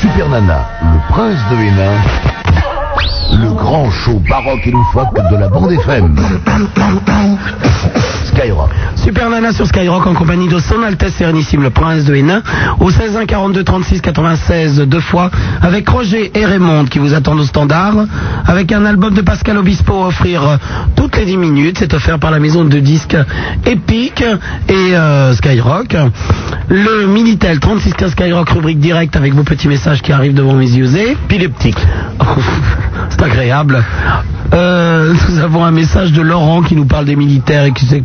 Speaker 5: Super Nana, le prince de Hénin, le grand show baroque et loufoque de la bande FM. Skyrock.
Speaker 2: Super
Speaker 3: Nana sur Skyrock en compagnie de son Altesse Sérénissime, le Prince de Hénin, au 16 1 42 36 96 deux fois, avec Roger et Raymond qui vous attendent au standard, avec un album de Pascal Obispo à offrir euh, toutes les 10 minutes. C'est offert par la maison de disques Epic et euh, Skyrock. Le Minitel 36 15 Skyrock rubrique direct avec vos petits messages qui arrivent devant mes yeux épileptiques. C'est agréable. Euh, nous avons un message de Laurent qui nous parle des militaires, etc.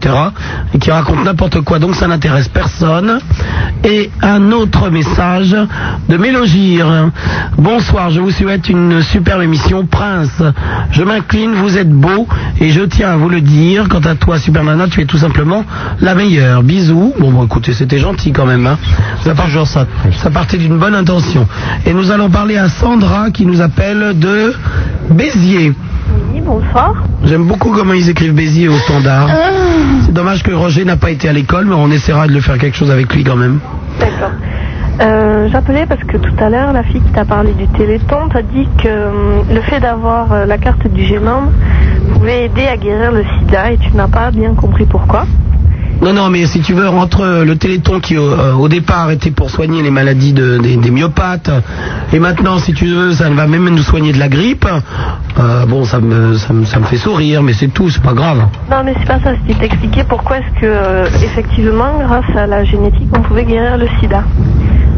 Speaker 3: et qui raconte n'importe quoi, donc ça n'intéresse personne. Et un autre message de Mélogire. Bonsoir, je vous souhaite une superbe émission. Prince, je m'incline, vous êtes beau et je tiens à vous le dire. Quant à toi, Super Nana, tu es tout simplement la meilleure. Bisous. Bon, bon écoutez, c'était gentil quand même. Hein. Ça, part- ça partait d'une bonne intention. Et nous allons parler à Sandra qui nous appelle de Béziers.
Speaker 8: Oui, bonsoir. Ah.
Speaker 3: J'aime beaucoup comment ils écrivent Béziers au standard. C'est dommage que Roger n'a pas été à l'école, mais on essaiera de le faire quelque chose avec lui quand même.
Speaker 8: D'accord. Euh, J'appelais parce que tout à l'heure, la fille qui t'a parlé du Téléthon t'a dit que euh, le fait d'avoir euh, la carte du génome pouvait aider à guérir le sida et tu n'as pas bien compris pourquoi.
Speaker 3: Non, non, mais si tu veux, entre euh, le téléthon qui au, euh, au départ était pour soigner les maladies de- des, des myopathes, et maintenant, si tu veux, ça va même nous soigner de la grippe, euh, bon, ça me, ça, me, ça me fait sourire, mais c'est tout, c'est pas grave.
Speaker 8: Non, mais c'est pas ça. C'était t'expliquer pourquoi est-ce que, euh, effectivement, grâce à la génétique, on pouvait guérir le sida.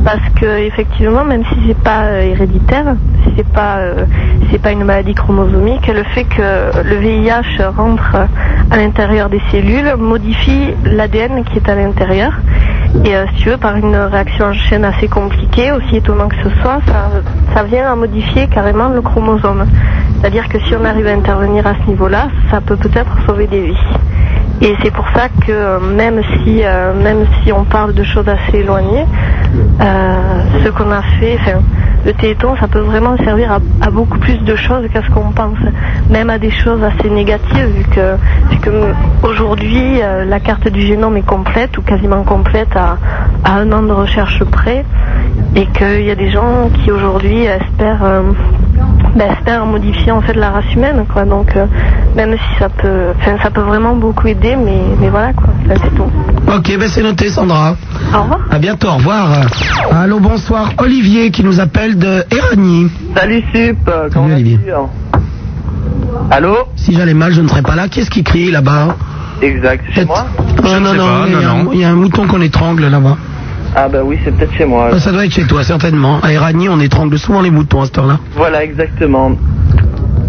Speaker 8: Parce que, effectivement, même si c'est pas euh, héréditaire, si c'est pas, euh, si c'est pas une maladie chromosomique, le fait que le VIH rentre à l'intérieur des cellules modifie l'ADN qui est à l'intérieur. Et euh, si tu veux, par une réaction en chaîne assez compliquée, aussi étonnant que ce soit, ça, ça vient à modifier carrément le chromosome. C'est-à-dire que si on arrive à intervenir à ce niveau-là, ça peut peut-être sauver des vies. Et c'est pour ça que euh, même si, euh, même si on parle de choses assez éloignées, euh, ce qu'on a fait, enfin, le téléthon, ça peut vraiment servir à, à beaucoup plus de choses qu'à ce qu'on pense. Même à des choses assez négatives, vu que, vu que euh, aujourd'hui, euh, la carte du génome est complète ou quasiment complète à, à un an de recherche près. Et qu'il y a des gens qui aujourd'hui espèrent. euh, ben, espère modifier en fait la race humaine quoi donc euh, même si ça peut enfin, ça peut vraiment beaucoup aider mais, mais voilà quoi Enfin, c'est tout
Speaker 3: Ok, ben c'est noté, Sandra.
Speaker 8: Au revoir.
Speaker 3: À bientôt, au revoir. Allô, bonsoir. Olivier qui nous appelle de Erani.
Speaker 11: Salut Sup, comment
Speaker 3: Olivier.
Speaker 11: Allô
Speaker 3: Si j'allais mal, je ne serais pas là. Qu'est-ce qui crie là-bas
Speaker 11: Exact, c'est chez moi
Speaker 3: Ah, non, non, il y a un- il y a un mouton qu'on étrangle là-bas.
Speaker 11: Ah bah oui, c'est peut-être chez
Speaker 1: Euh,
Speaker 11: moi.
Speaker 3: Ah, Ça doit être chez toi, certainement. À Erani, on étrangle souvent les moutons à cette heure-là.
Speaker 11: Voilà, exactement.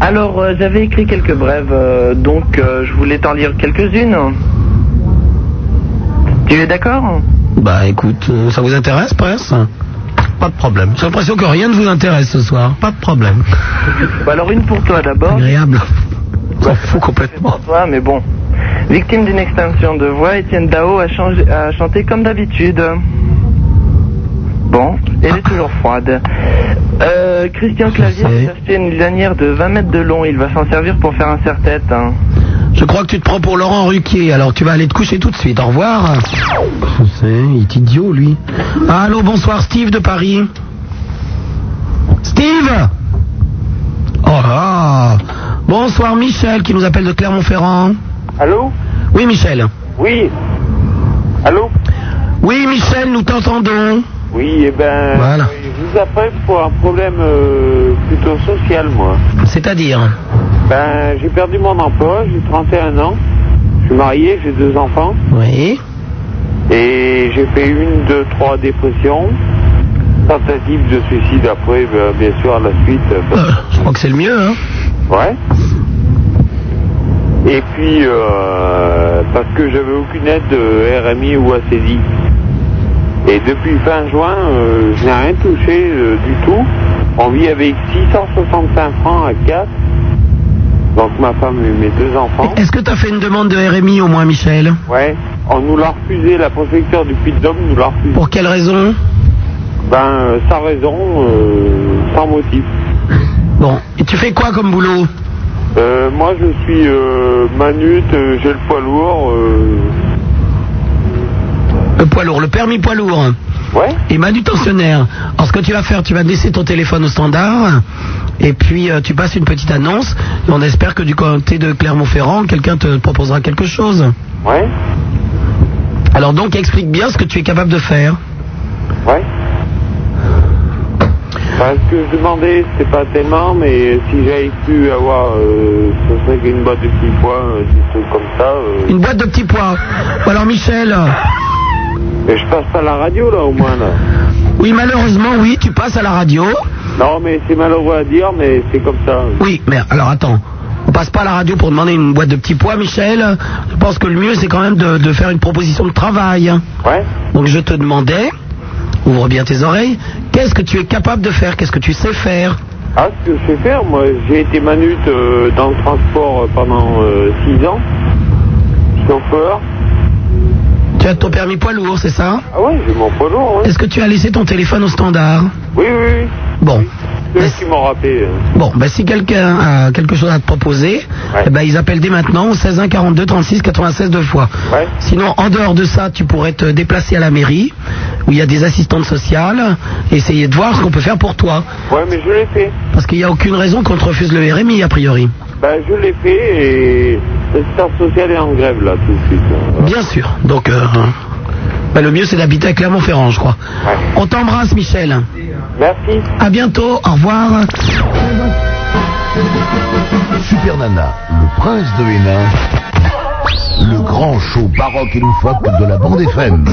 Speaker 11: Alors, euh, j'avais écrit quelques brèves, euh, donc euh, je voulais t'en lire quelques-unes. Tu es d'accord
Speaker 3: Bah écoute, euh, ça vous intéresse, Prince Pas de problème. J'ai l'impression que rien ne vous intéresse ce soir. Pas de problème.
Speaker 11: Bah alors une pour toi d'abord.
Speaker 3: Agréable.
Speaker 11: S'en
Speaker 3: fout complètement.
Speaker 11: Pour toi, mais bon. Victime d'une extinction de voix, Étienne Dao a, changé- a chanté comme d'habitude. Bon, elle est toujours froide. Euh, Christian Clavier s'est acheté une lanière de 20 mètres de long. Il va s'en servir pour faire un serre-tête. hein.
Speaker 3: Je crois que tu te prends pour Laurent Ruquier, alors tu vas aller te coucher tout de suite. Au revoir. Je sais, il est idiot, lui. Allô, bonsoir, Steve de Paris. Steve Oh là Bonsoir, Michel, qui nous appelle de Clermont-Ferrand.
Speaker 12: Allô
Speaker 3: Oui, Michel.
Speaker 12: Oui. Allô
Speaker 3: Oui, Michel, nous t'entendons.
Speaker 12: Oui, eh ben,
Speaker 3: Voilà.
Speaker 12: euh, je vous appelle pour un problème euh, plutôt social, moi.
Speaker 3: C'est-à-dire
Speaker 12: Ben, j'ai perdu mon emploi, j'ai 31 ans, je suis marié, j'ai deux enfants,
Speaker 3: Oui.
Speaker 12: et j'ai fait une, deux, trois dépressions, tentative de suicide après, ben, bien sûr, à la suite. euh,
Speaker 3: Je crois que c'est le mieux, hein
Speaker 12: Ouais. Et puis, euh, parce que j'avais aucune aide euh, de RMI ou ACDI. Et depuis fin juin, euh, je n'ai rien touché euh, du tout. On vit avec 665 francs à 4. Donc ma femme et mes deux enfants.
Speaker 3: Est-ce que t'as fait une demande de RMI au moins, Michel
Speaker 12: Ouais. On nous l'a refusé, la préfecture du Puy-de-Dôme nous l'a refusé.
Speaker 3: Pour quelle raison
Speaker 12: Ben, euh, sans raison, euh, sans motif.
Speaker 3: Bon, et tu fais quoi comme boulot
Speaker 12: Euh, moi, je suis euh, Manut, euh, j'ai le poids lourd. euh,
Speaker 3: Le poids lourd, le permis poids lourd.
Speaker 12: Ouais.
Speaker 3: Et manutentionnaire. Alors ce que tu vas faire, tu vas laisser ton téléphone au standard. Et puis euh, tu passes une petite annonce. Et on espère que du côté de Clermont-Ferrand, quelqu'un te proposera quelque chose.
Speaker 12: Ouais.
Speaker 3: Alors donc explique bien ce que tu es capable de faire.
Speaker 12: Ouais. Parce que je demandais, c'était pas tellement, mais si j'avais pu avoir, euh, ce serait qu'une boîte de petits pois, euh, des trucs comme ça. euh,
Speaker 3: Une boîte de petits pois. Ou alors Michel. euh.
Speaker 12: mais je passe à la radio là au moins là.
Speaker 3: Oui, malheureusement, oui, tu passes à la radio.
Speaker 12: Non, mais c'est malheureux à dire, mais c'est comme ça.
Speaker 3: Oui, mais alors attends. On passe pas à la radio pour demander une boîte de petits pois, Michel. Je pense que le mieux, c'est quand même de, de faire une proposition de travail.
Speaker 12: Ouais.
Speaker 3: Donc je te demandais, ouvre bien tes oreilles, qu'est-ce que tu es capable de faire Qu'est-ce que tu sais faire
Speaker 12: Ah, ce que je sais faire, moi, j'ai été manute euh, dans le transport euh, pendant 6 ans. Chauffeur.
Speaker 3: Tu as ton permis poids lourd, c'est ça
Speaker 12: Ah ouais, j'ai mon poids lourd, ouais.
Speaker 3: Est-ce que tu as laissé ton téléphone au standard
Speaker 12: Oui, oui, oui.
Speaker 3: Bon.
Speaker 12: C'est eux qui m'ont rappelé. euh.
Speaker 3: Bon, ben si quelqu'un a quelque chose à te proposer, eh ben, ils appellent dès maintenant au 16 1 42 36 96 deux fois. Sinon, en dehors de ça, tu pourrais te déplacer à la mairie, où il y a des assistantes sociales, et essayer de voir ce qu'on peut faire pour toi.
Speaker 12: Ouais, mais je l'ai fait.
Speaker 3: Parce qu'il n'y a aucune raison qu'on te refuse le RMI, a priori.
Speaker 12: Bah, je l'ai fait et l'assistance sociale est en grève là tout de suite.
Speaker 3: Bien sûr. Donc, euh, ben, le mieux, c'est d'habiter à Clermont-Ferrand, je crois. On t'embrasse, Michel.
Speaker 12: Merci.
Speaker 3: À bientôt. Au revoir.
Speaker 5: Super Nana, le prince de Hénin, le grand show baroque et loufoque de la bande FM.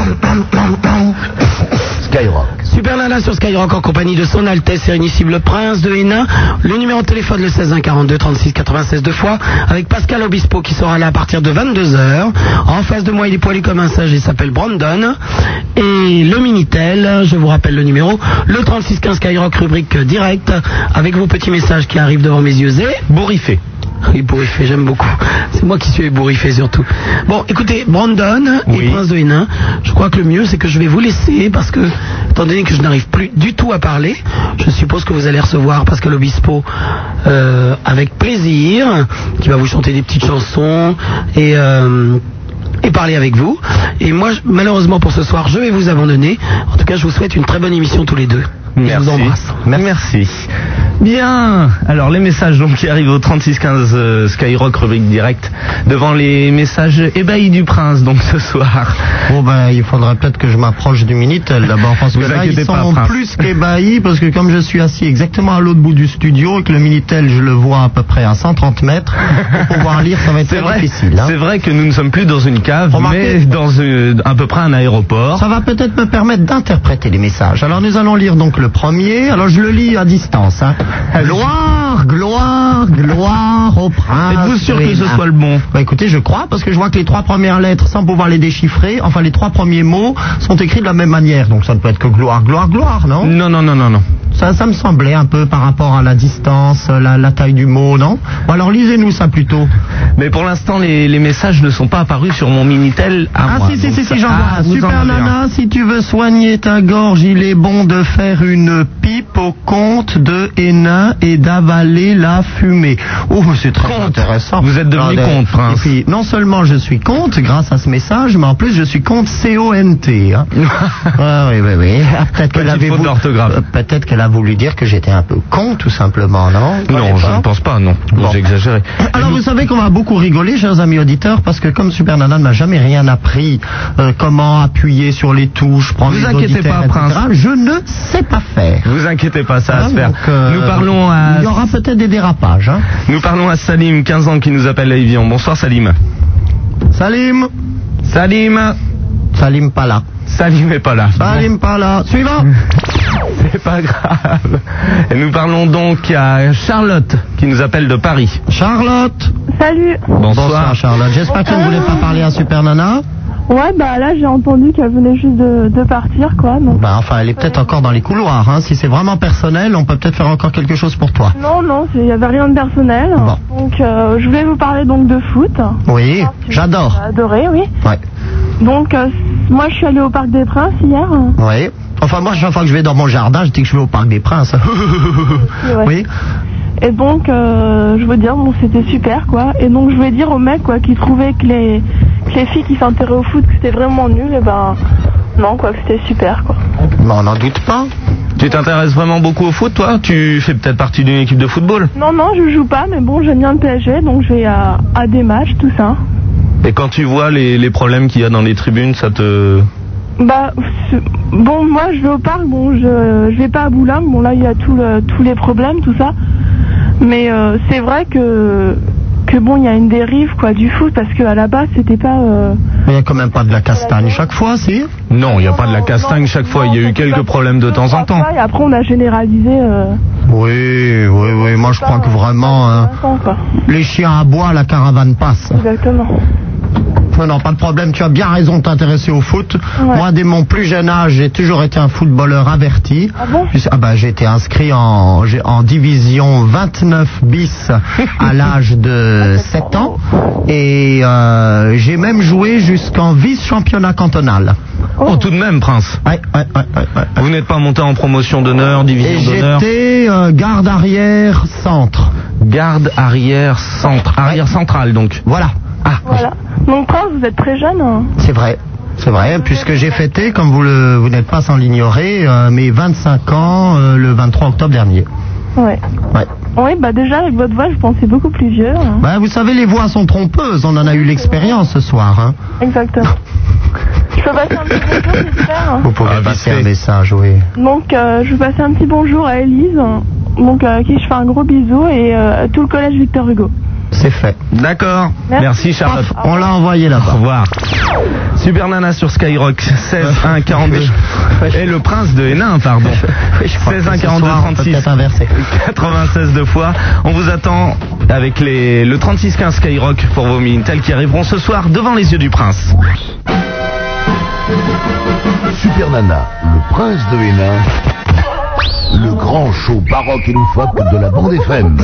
Speaker 5: Skyrock.
Speaker 3: Super Nana sur Skyrock en compagnie de son Altesse Sérénissime le Prince de Hénin. Le numéro de téléphone le 16 1 42 36 96 deux fois avec Pascal Obispo qui sera là à partir de 22h. En face de moi, il est poilé comme un sage, il s'appelle Brandon. Et le Minitel, je vous rappelle le numéro, le 36 15 Skyrock rubrique direct avec vos petits messages qui arrivent devant mes yeux et bourriffé. Oui, bourriffé, j'aime beaucoup. C'est moi qui suis bourriffé surtout. Bon, écoutez, Brandon et Prince de Hénin, je crois que le mieux c'est que je vais vous laisser parce que, étant donné que je n'arrive plus du tout à parler, je suppose que vous allez recevoir Pascal Obispo euh, avec plaisir, qui va vous chanter des petites chansons et. euh, et parler avec vous. Et moi, je- malheureusement pour ce soir, je vais vous abandonner. En tout cas, je vous souhaite une très bonne émission tous les deux. Et Je vous embrasse.
Speaker 2: Merci. Bien. Alors les messages donc qui arrivent au 3615 euh, Skyrock rubrique direct devant les messages ébahis du prince donc ce soir.
Speaker 1: Bon ben il faudra peut-être que je m'approche du Minitel d'abord parce
Speaker 2: Vous
Speaker 1: que là ils
Speaker 2: inquiétez
Speaker 1: sont
Speaker 2: pas, Prince.
Speaker 1: plus qu'ébahis parce que comme je suis assis exactement à l'autre bout du studio et que le Minitel je le vois à peu près à 130 mètres pour pouvoir lire ça va être
Speaker 2: C'est
Speaker 1: très
Speaker 2: vrai,
Speaker 1: difficile. hein.
Speaker 2: c'est vrai que nous ne sommes plus dans une cave,
Speaker 1: Remarquez-
Speaker 2: mais dans euh, à peu près un aéroport.
Speaker 1: Ça va peut-être me permettre d'interpréter les messages. Alors nous allons lire donc le premier. Alors je le lis à distance. hein. Gloire, gloire, gloire au prince.
Speaker 2: Êtes-vous sûr que ce
Speaker 1: Hénin.
Speaker 2: soit le bon
Speaker 1: Bah, écoutez, je crois parce que je vois que les trois premières lettres, sans pouvoir les déchiffrer, enfin les trois premiers mots sont écrits de la même manière. Donc ça ne peut être que gloire, gloire, gloire, non
Speaker 2: Non, non, non, non, non.
Speaker 1: Ça, ça me semblait un peu par rapport à la distance, la, la taille du mot, non Bon, Alors lisez-nous ça plutôt.
Speaker 2: Mais pour l'instant, les, les messages ne sont pas apparus sur mon Minitel à
Speaker 1: Ah
Speaker 2: moi.
Speaker 1: si, si,
Speaker 2: Donc
Speaker 1: si,
Speaker 2: ça-
Speaker 1: si, j'en vois
Speaker 2: Ah,
Speaker 1: un.
Speaker 2: vous en
Speaker 1: Super
Speaker 2: avez un.
Speaker 1: Nana, si tu veux soigner ta gorge, il est bon de faire une pipe au compte de Hénin et d'avaler la fumée. Oh, mais c'est très intéressant.
Speaker 2: Vous êtes devenu
Speaker 1: Alors,
Speaker 2: comte,
Speaker 1: euh,
Speaker 2: prince.
Speaker 1: Et puis, non seulement je suis compte grâce à ce message, mais en plus je suis compte C-O-N-T. hein. Ah, oui, oui, oui. Ah, Peut-être qu'elle
Speaker 2: Petite
Speaker 1: avait
Speaker 2: faute
Speaker 1: voulu-
Speaker 2: d'orthographe.
Speaker 1: euh, peut-être qu'elle a voulu dire que j'étais un peu con, tout simplement, non
Speaker 2: Non, je ne pense pas, non. J'ai exagéré.
Speaker 1: alors vous savez qu'on va beaucoup rigoler, chers amis auditeurs, parce que comme Super Nana ne m'a jamais rien appris, euh, comment appuyer sur les touches, prendre
Speaker 2: Vous
Speaker 1: les
Speaker 2: inquiétez
Speaker 1: auditeurs,
Speaker 2: pas,
Speaker 1: etc.,
Speaker 2: Prince.
Speaker 1: je ne sais pas faire.
Speaker 2: Vous inquiétez pas, ça va
Speaker 1: Hein,
Speaker 2: se faire.
Speaker 1: donc, euh,
Speaker 2: Nous parlons à
Speaker 1: Il y aura peut-être des dérapages. Hein.
Speaker 2: Nous parlons à Salim, 15 ans, qui nous appelle à Evian. Bonsoir Salim.
Speaker 1: Salim,
Speaker 2: Salim
Speaker 1: Salim pas là.
Speaker 2: Salim est pas là.
Speaker 1: Salim pas là. hein. Suivant.
Speaker 2: C'est pas grave. Et nous parlons donc à Charlotte, qui nous appelle de Paris.
Speaker 1: Charlotte.
Speaker 8: Salut.
Speaker 2: Bonsoir.
Speaker 1: Charlotte. J'espère que vous ne voulez pas parler à Super Nana.
Speaker 8: Ouais, bah là, j'ai entendu qu'elle venait juste de, de partir, quoi. donc-
Speaker 1: Bah, enfin, elle est peut-être encore dans les couloirs. Hein. Si c'est vraiment personnel, on peut peut-être faire encore quelque chose pour toi.
Speaker 8: Non, non, c'est- il n'y avait rien de personnel.
Speaker 1: Bon.
Speaker 8: Donc, euh, je voulais vous parler donc de foot.
Speaker 1: Oui,
Speaker 8: J'ai
Speaker 1: j'adore.
Speaker 8: Adoré, oui.
Speaker 1: Ouais.
Speaker 8: Donc, euh, moi, je suis allée au Parc des Princes hier.
Speaker 1: Oui. Enfin, moi, chaque fois que je vais dans mon jardin, je dis que je vais au Parc des Princes.
Speaker 8: ouais.
Speaker 1: oui.
Speaker 8: Et donc, euh, je veux dire, bon, c'était super, quoi. Et donc, je voulais dire aux mecs, quoi, qui trouvaient que les, que les filles qui s'intéressaient au foot, que c'était vraiment nul, et ben, non, quoi, que c'était super, quoi.
Speaker 1: Mais on n'en doute pas.
Speaker 2: Tu t'intéresses vraiment beaucoup au foot, toi Tu fais peut-être partie d'une équipe de football
Speaker 8: Non, non, je joue pas, mais bon, j'aime bien le PSG, donc je vais à, à des matchs, tout ça.
Speaker 2: Et quand tu vois les, les problèmes qu'il y a dans les tribunes, ça te...
Speaker 13: Bah, c'est- bon, moi je vais au parc, bon, je, je vais pas à Boulogne, bon là il y a tout le- tous les problèmes, tout ça. Mais euh, c'est vrai que, que bon, il y a une dérive quoi du foot parce qu'à la base c'était pas. euh,
Speaker 1: Mais il n'y a quand même pas de la castagne chaque fois, si
Speaker 2: Non, il n'y a pas de la castagne chaque fois. Il y a eu quelques problèmes de temps en temps.
Speaker 13: ça, et après on a généralisé. euh,
Speaker 1: Oui, oui, oui. Moi, je crois que vraiment, hein, les chiens aboient, la caravane passe.
Speaker 13: Exactement.
Speaker 1: Non, non, pas de problème. Tu as bien raison de t'intéresser au foot. Moi, dès mon plus jeune âge, j'ai toujours été un footballeur averti. Ah
Speaker 13: bon
Speaker 1: bah, j'ai été inscrit en, j'ai- en division 29 bis à l'âge de 7 ans. Et euh, j'ai même joué jusqu'en vice-championnat cantonal.
Speaker 2: Oh, tout de même, Prince. Vous n'êtes pas monté en promotion d'honneur,
Speaker 1: Et
Speaker 2: division d'honneur
Speaker 1: j'étais euh, garde arrière centre. Ah
Speaker 2: Garde arrière centre, arrière centrale donc.
Speaker 1: Voilà.
Speaker 13: Voilà. Donc Prince, vous êtes très jeune. hein.
Speaker 1: C'est vrai. C'est vrai, puisque j'ai fêté, comme vous, le, vous n'êtes pas sans l'ignorer, euh, mes 25 ans euh, le 23 octobre dernier.
Speaker 13: Ouais.
Speaker 1: Ouais.
Speaker 13: Oui, bah déjà avec votre voix, je pensais beaucoup plus vieux. hein.
Speaker 1: Ben, vous savez, les voix sont trompeuses, on en a eu l'expérience ce soir. hein.
Speaker 13: Exactement. je peux passer un petit bonjour, j'espère.
Speaker 1: Vous pouvez
Speaker 2: Ah,
Speaker 1: passer un message, oui.
Speaker 13: Donc, euh, je vous passe un petit bonjour à Elise, donc euh, à qui je fais un gros bisou, et euh, à tout le collège Victor Hugo.
Speaker 1: C'est fait.
Speaker 2: D'accord. Merci, Charlotte.
Speaker 1: On l'a envoyé là-bas.
Speaker 2: Au revoir. Super Nana sur Skyrock, 16 1 42. Et le prince de Hénin, pardon. 16 1
Speaker 1: que ce
Speaker 2: 42
Speaker 1: soir, on peut
Speaker 2: 36.
Speaker 1: peut-être inverser.
Speaker 2: 96 deux fois. On vous attend avec les, le 36 15 Skyrock pour vos Minitel qui arriveront ce soir devant les yeux du prince.
Speaker 5: Super Nana, le prince de Hénin, le grand show baroque et loufoque de la bande FM.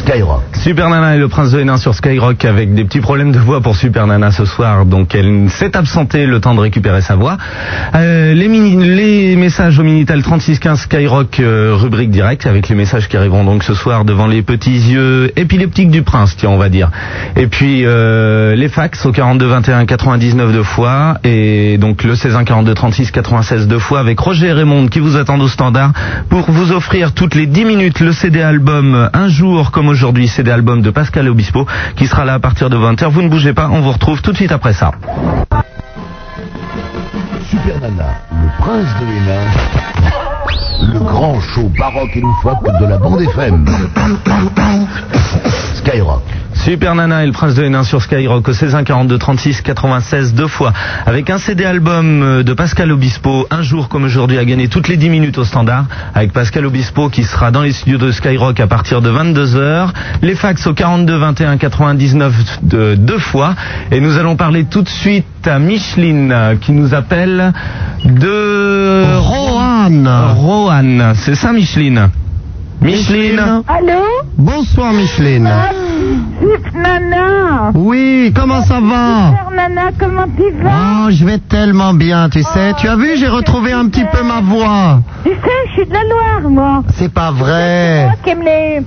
Speaker 5: Skyrock.
Speaker 2: Super Nana et le prince de Hénin sur Skyrock avec des petits problèmes de voix pour Super Nana ce soir. Donc elle s'est absentée le temps de récupérer sa voix. Euh, les, mini- les messages au Minitel 3615 Skyrock euh, rubrique directe avec les messages qui arriveront donc ce soir devant les petits yeux épileptiques du prince, tiens on va dire. Et puis euh, les fax au 42 21 99 deux fois et donc le 16 1 42 36 96 deux fois avec Roger et Raymond qui vous attendent au standard pour vous offrir toutes les 10 minutes le CD album un jour comme aujourd'hui CD album de Pascal Obispo qui sera là à partir de 20h. Vous ne bougez pas, on vous retrouve tout de suite après ça.
Speaker 5: Super Nana, le prince de Hénin, le grand show baroque et loufoque de la bande FM. Skyrock.
Speaker 2: Super Nana et le Prince de Hénin sur Skyrock au 16 1 42 36 96 deux fois avec un CD album euh, de Pascal Obispo un jour comme aujourd'hui à gagner toutes les 10 minutes au standard avec Pascal Obispo qui sera dans les studios de Skyrock à partir de 22h les fax au 42 21 99 de, deux fois et nous allons parler tout de suite à Micheline euh, qui nous appelle de
Speaker 1: Roanne
Speaker 2: Roanne c'est ça Micheline Micheline
Speaker 1: Allô Bonsoir, Micheline.
Speaker 14: Zip Nana
Speaker 1: Oui, comment ça va
Speaker 14: Super Nana, comment tu vas
Speaker 1: Oh, je vais tellement bien, tu
Speaker 14: Oh,
Speaker 1: sais. Tu as vu, j'ai retrouvé un petit peu ma voix.
Speaker 14: Tu sais, je suis de la Loire, moi.
Speaker 1: C'est pas vrai.
Speaker 14: Moi qui aime les,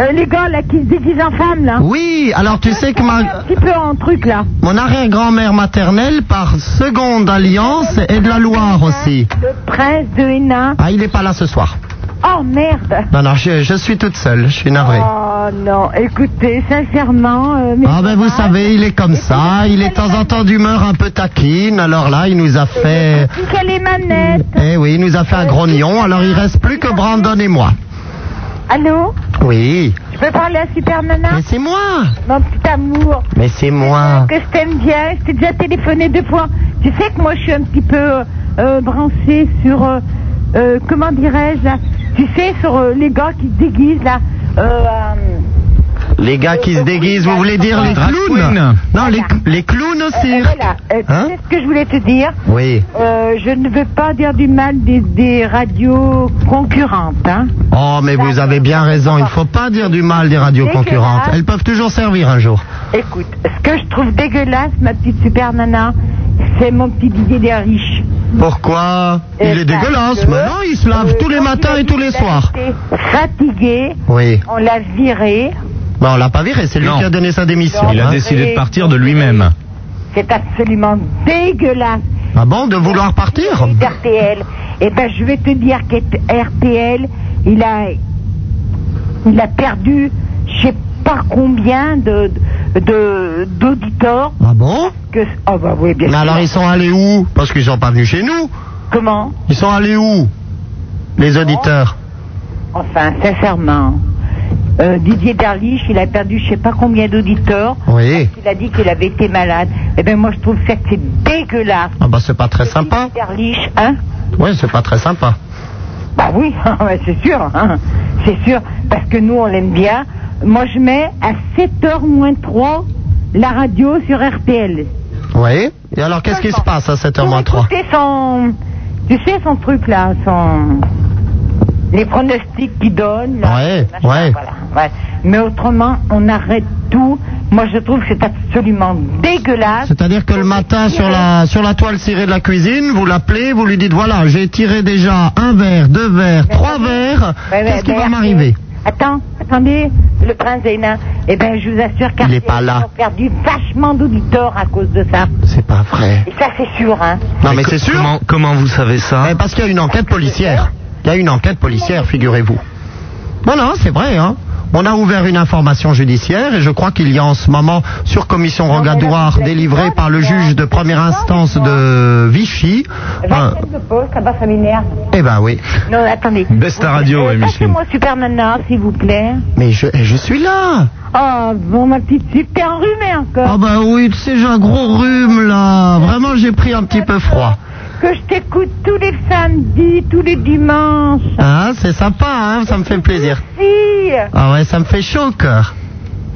Speaker 14: euh, les gars là, qui se déguisent en femmes, là.
Speaker 1: Oui, alors tu sais que ma...
Speaker 14: Un petit peu en truc, là.
Speaker 1: Mon arrière-grand-mère maternelle, par seconde alliance, est de la Loire aussi.
Speaker 14: Le prince de Hénin.
Speaker 1: Ah, il n'est pas là ce soir.
Speaker 14: Oh, merde
Speaker 1: Non, non, je, je suis toute seule, je suis navrée.
Speaker 14: Oh non, écoutez, sincèrement... euh, mes
Speaker 1: Ah ben vous
Speaker 14: copains,
Speaker 1: savez, il est comme ça, il est de temps en temps d'humeur un peu taquine, alors là il nous a fait...
Speaker 14: Quelle est Euh, ma nette
Speaker 1: Eh oui, il nous a fait un grognon, alors il reste plus que Brandon et moi.
Speaker 14: Allô
Speaker 1: Oui.
Speaker 14: Je peux parler à Super Nana
Speaker 1: Mais c'est moi
Speaker 14: Mon petit amour
Speaker 1: Mais c'est moi.
Speaker 14: que je t'aime bien, je t'ai déjà téléphoné deux fois. Tu sais que moi je suis un petit peu euh, euh, branchée sur, euh, euh, comment dirais-je là, tu sais, sur euh, les gars qui se déguisent là. Euh,
Speaker 1: Les gars qui se déguisent, vous voulez dire les
Speaker 2: Drag
Speaker 1: clowns
Speaker 2: queen.
Speaker 1: Non, les, les clowns
Speaker 14: euh,
Speaker 1: au
Speaker 14: euh,
Speaker 1: cirque.
Speaker 14: voilà, Euh, tu
Speaker 1: Hein
Speaker 14: sais ce que je voulais te dire
Speaker 1: Oui.
Speaker 14: Euh, Je ne veux pas dire du mal des, des radios concurrentes. Hein.
Speaker 1: Oh mais vous avez bien raison, il ne faut pas dire du mal des radios concurrentes. Elles peuvent toujours servir un jour.
Speaker 14: Écoute, ce que je trouve dégueulasse, ma petite super nana, c'est mon petit Didier des riches.
Speaker 1: Pourquoi Il est dégueulasse, mais non, il se lave tous les matins et tous les soirs.
Speaker 14: Fatigué,
Speaker 1: Oui.
Speaker 14: on l'a viré.
Speaker 1: Bon, Bah, on l'a pas viré, c'est lui
Speaker 2: Non.
Speaker 1: qui a donné sa démission.
Speaker 2: il a
Speaker 1: hein.
Speaker 2: décidé de partir de lui-même
Speaker 14: C'est absolument dégueulasse.
Speaker 1: Ah bon, de vouloir partir
Speaker 14: RTL. Eh ben, je vais te dire qu'RTL, il a, il a perdu, je sais par combien de de- d'auditeurs
Speaker 1: Ah bon
Speaker 14: que Ah bah oui, bien
Speaker 1: Mais
Speaker 14: sûr.
Speaker 1: alors ils sont allés où Parce qu'ils sont pas venus chez nous.
Speaker 14: Comment
Speaker 1: Ils sont allés où Les auditeurs.
Speaker 14: Enfin, sincèrement, euh, Didier Darlich, il a perdu je sais pas combien d'auditeurs.
Speaker 1: Oh. Oui.
Speaker 14: Il a dit qu'il avait été malade. Eh ben moi, je trouve ça que c'est dégueulasse.
Speaker 1: Ah bah c'est pas très sympa.
Speaker 14: Didier Darlich, hein
Speaker 1: Ouais, c'est pas très sympa.
Speaker 14: Bah oui, ouais, c'est sûr, hein. c'est sûr, parce que nous on l'aime bien. Moi je mets à 7h moins 3 la radio sur RTL.
Speaker 1: Oui. Et alors qu'est-ce qui se passe à 7h03
Speaker 14: Tu sais son, tu sais son truc là, son, les pronostics qu'il donne. là,
Speaker 1: Ouais,
Speaker 14: machin,
Speaker 1: ouais.
Speaker 14: voilà, ouais. Mais autrement, on arrête tout. Moi je trouve que c'est absolument dégueulasse.
Speaker 1: C'est-à-dire que le matin, Hein, sur la, sur la toile cirée de la cuisine, vous l'appelez, vous lui dites voilà, j'ai tiré déjà un verre, deux verres, trois verres,
Speaker 14: Ouais, ouais,
Speaker 1: qu'est-ce qui
Speaker 14: ben,
Speaker 1: va
Speaker 14: RTL.
Speaker 1: m'arriver
Speaker 14: Attends, attendez, le prince Hénin. Eh ben, je vous assure
Speaker 1: Il
Speaker 14: qu'RTL
Speaker 1: est pas là.
Speaker 14: a perdu vachement d'auditeurs à cause de ça.
Speaker 1: C'est pas vrai.
Speaker 14: Et ça, c'est sûr, hein.
Speaker 1: Non, mais, c'est sûr. Comment, vous savez ça Parce qu'il y a une enquête policière. Il y a une enquête policière, figurez-vous. Non, non, c'est vrai, hein. On a ouvert une information judiciaire et je crois qu'il y a en ce moment, sur commission rogatoire délivrée par le juge de première instance de Vichy, un-
Speaker 14: Tête de poste, ça va, ça m'énerve.
Speaker 1: eh ben oui.
Speaker 14: Non, attendez.
Speaker 1: Baisse ta radio,
Speaker 14: Euh,
Speaker 1: ouais, Micheline.
Speaker 14: Passez-moi Super Nana, s'il vous plaît.
Speaker 1: Mais je, eh, je suis là
Speaker 14: Oh, bon, ma petite Sup, t'es enrhumée encore.
Speaker 1: Ah bah oui, tu sais, j'ai un gros rhume là. Vraiment, j'ai pris un petit peu froid.
Speaker 14: Que je t'écoute tous les samedis, tous les dimanches.
Speaker 1: Hein, c'est sympa, hein, ça me fait plaisir.
Speaker 14: Si,
Speaker 1: Ah ouais, ça me fait chaud au cœur.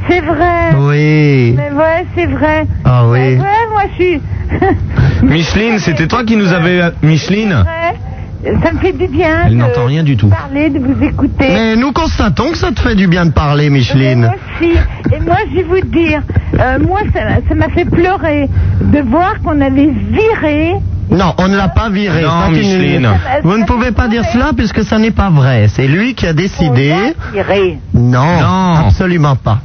Speaker 14: c'est vrai.
Speaker 1: Oui.
Speaker 14: Mais ouais, c'est vrai.
Speaker 1: Ah
Speaker 14: Ouais,
Speaker 1: oui.
Speaker 14: moi, je suis...
Speaker 2: Micheline, c'était toi qui nous avais... euh, Micheline
Speaker 14: Ouais, ça me fait du bien.
Speaker 2: Elle
Speaker 14: de
Speaker 2: n'entend rien du tout.
Speaker 14: Parler, de vous écouter.
Speaker 1: Mais nous constatons que ça te fait du bien de parler, Micheline.
Speaker 14: Si, et moi je vais vous dire, euh, moi ça m'a- ça m'a fait pleurer de voir qu'on avait viré.
Speaker 1: Non, on ne l'a pas viré.
Speaker 2: Non,
Speaker 1: ça, tu ne-
Speaker 2: Micheline.
Speaker 1: Vous ne pouvez pas dire cela puisque ça n'est pas vrai. C'est lui qui a décidé.
Speaker 14: Viré.
Speaker 1: Non,
Speaker 2: Non.
Speaker 1: absolument pas.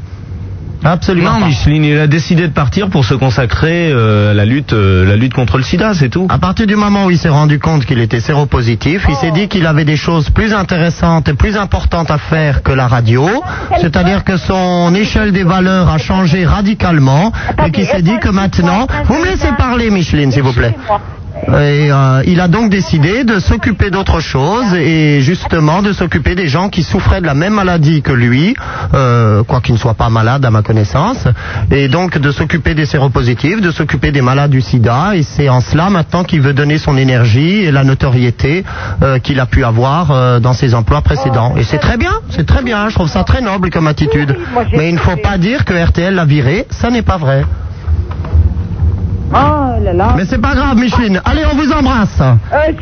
Speaker 1: Absolument
Speaker 2: Non,
Speaker 1: pas.
Speaker 2: Micheline, il a décidé de partir pour se consacrer euh, à la lutte, euh, la lutte contre le sida, c'est tout.
Speaker 1: À partir du moment où il s'est rendu compte qu'il était séropositif, il
Speaker 14: Oh.
Speaker 1: s'est dit qu'il avait des choses plus intéressantes et plus importantes à faire que la radio,
Speaker 14: Oh,
Speaker 1: c'est-à-dire que son échelle des valeurs a changé radicalement et qu'il s'est dit que maintenant, vous me laissez parler Micheline s'il vous plaît. Et euh, il a donc décidé de s'occuper d'autre chose et justement de s'occuper des gens qui souffraient de la même maladie que lui, euh, quoi qu'il ne soit pas malade à ma connaissance, et donc de s'occuper des séropositifs, de s'occuper des malades du sida, et c'est en cela maintenant qu'il veut donner son énergie et la notoriété euh, qu'il a pu avoir euh, dans ses emplois précédents. Et c'est très bien, c'est très bien, je trouve ça très noble comme attitude. Mais il ne faut pas dire que RTL l'a viré, ça n'est pas vrai.
Speaker 14: Oh là là.
Speaker 1: Mais c'est pas grave Micheline, allez on vous embrasse.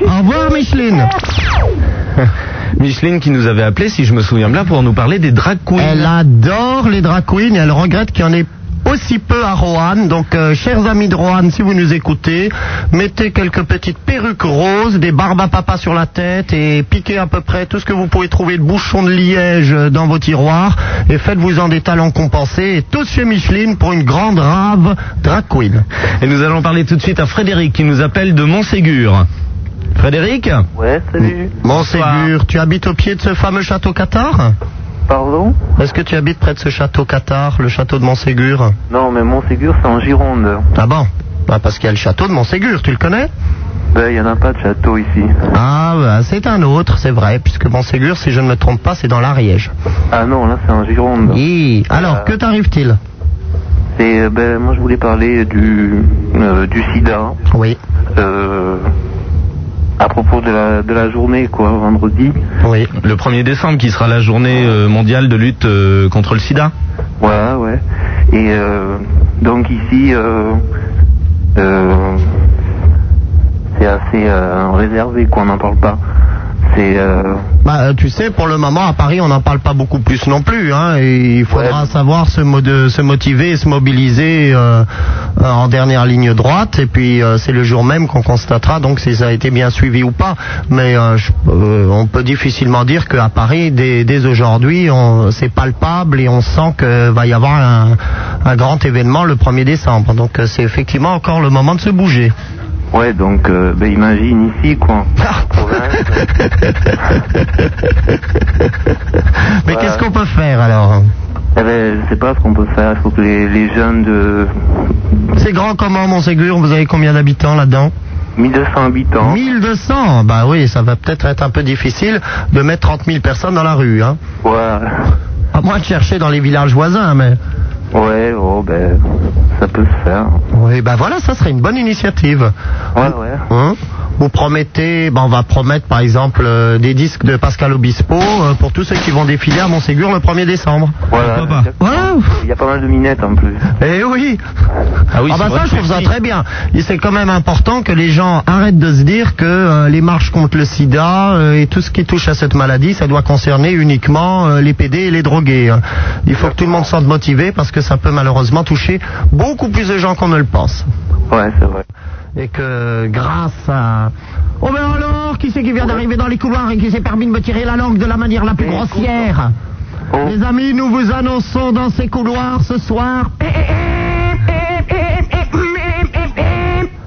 Speaker 1: Au revoir Micheline.
Speaker 2: Micheline qui nous avait appelé, si je me souviens bien, pour nous parler des drag queens.
Speaker 1: Elle adore les drag queens et elle regrette qu'il y en ait aussi peu à Roanne. Donc, euh, chers amis de Roanne, si vous nous écoutez, mettez quelques petites perruques roses, des barbes à papa sur la tête et piquez à peu près tout ce que vous pouvez trouver de bouchons de liège euh, dans vos tiroirs et faites-vous-en des talents compensés et tous chez Micheline pour une grande rave drag queen.
Speaker 2: Et nous allons parler tout de suite à Frédéric qui nous appelle de Montségur. Frédéric
Speaker 10: Ouais, salut.
Speaker 1: Montségur, tu habites au pied de ce fameux château Qatar
Speaker 10: Pardon
Speaker 1: Est-ce que tu habites près de ce château Qatar, le château de Montségur
Speaker 10: Non, mais Montségur, c'est en Gironde.
Speaker 1: Ah bon Bah, Parce qu'il y a le château de Montségur, tu le connais
Speaker 10: Ben, il n'y en a pas de château ici.
Speaker 1: Ah, bah, c'est un autre, c'est vrai, puisque Montségur, si je ne me trompe pas, c'est dans l'Ariège.
Speaker 10: Ah non, Euh. là, c'est en Gironde.
Speaker 1: Hi. Alors, que t'arrive-t-il
Speaker 10: C'est, euh, ben, moi, je voulais parler du, euh, du sida.
Speaker 1: Oui.
Speaker 10: Euh, à propos de la, de la journée, quoi, vendredi.
Speaker 1: Oui.
Speaker 2: Le 1er décembre qui sera la journée euh, mondiale de lutte euh, contre le sida.
Speaker 10: Ouais, ouais. Et euh, donc ici, euh, euh, c'est assez euh, réservé, quoi, on n'en parle pas. C'est... euh,
Speaker 1: Bah, euh, tu sais, pour le moment, à Paris, on n'en parle pas beaucoup plus non plus. Hein, et il faudra savoir se, mo- de- se motiver et se mobiliser euh, euh, en dernière ligne droite. Et puis, euh, c'est le jour même qu'on constatera donc si ça a été bien suivi ou pas. Mais euh, je- euh, on peut difficilement dire qu'à Paris, dès, dès aujourd'hui, on- c'est palpable et on sent que va y avoir un, un grand événement le 1er décembre. Donc, euh, c'est effectivement encore le moment de se bouger.
Speaker 10: ouais, donc, euh, ben, imagine ici, quoi. euh,
Speaker 1: Mais qu'est-ce qu'on peut faire alors
Speaker 10: Eh ben, je sais pas ce qu'on peut faire. Il faut que les, les jeunes de
Speaker 1: C'est grand comment, Montségur Vous avez combien d'habitants là-dedans
Speaker 10: 1200 habitants.
Speaker 1: 1200 Bah oui, ça va peut-être être un peu difficile de mettre 30 000 personnes dans la rue. Hein.
Speaker 10: Ouais.
Speaker 1: À moins de chercher dans les villages voisins, mais...
Speaker 10: Ouais, oh, ben, ça peut se faire.
Speaker 1: Oui, ben voilà, ça serait une bonne initiative.
Speaker 10: Ouais, ouais.
Speaker 1: Hein vous promettez, ben on va promettre par exemple euh, des disques de Pascal Obispo euh, pour tous ceux qui vont défiler à Montségur le 1er décembre.
Speaker 10: Voilà.
Speaker 1: Voilà.
Speaker 10: Il y a pas mal de minettes en plus.
Speaker 1: Eh oui Ah
Speaker 10: oui, c'est
Speaker 1: bah
Speaker 10: vrai
Speaker 1: ça,
Speaker 10: que
Speaker 1: je trouve
Speaker 10: c'est
Speaker 1: ça
Speaker 10: petit.
Speaker 1: très bien. Et c'est quand même important que les gens arrêtent de se dire que euh, les marches contre le sida euh, et tout ce qui touche à cette maladie, ça doit concerner uniquement euh, les PD et les drogués. hein. Il faut que tout le monde se sente motivé parce que ça peut malheureusement toucher beaucoup plus de gens qu'on ne le pense.
Speaker 10: Ouais, c'est vrai.
Speaker 1: Et que grâce à... Oh ben alors, qui c'est qui vient d'arriver dans les couloirs et qui s'est permis de me tirer la langue de la manière la plus grossière Les amis, nous vous annonçons dans ces couloirs ce soir...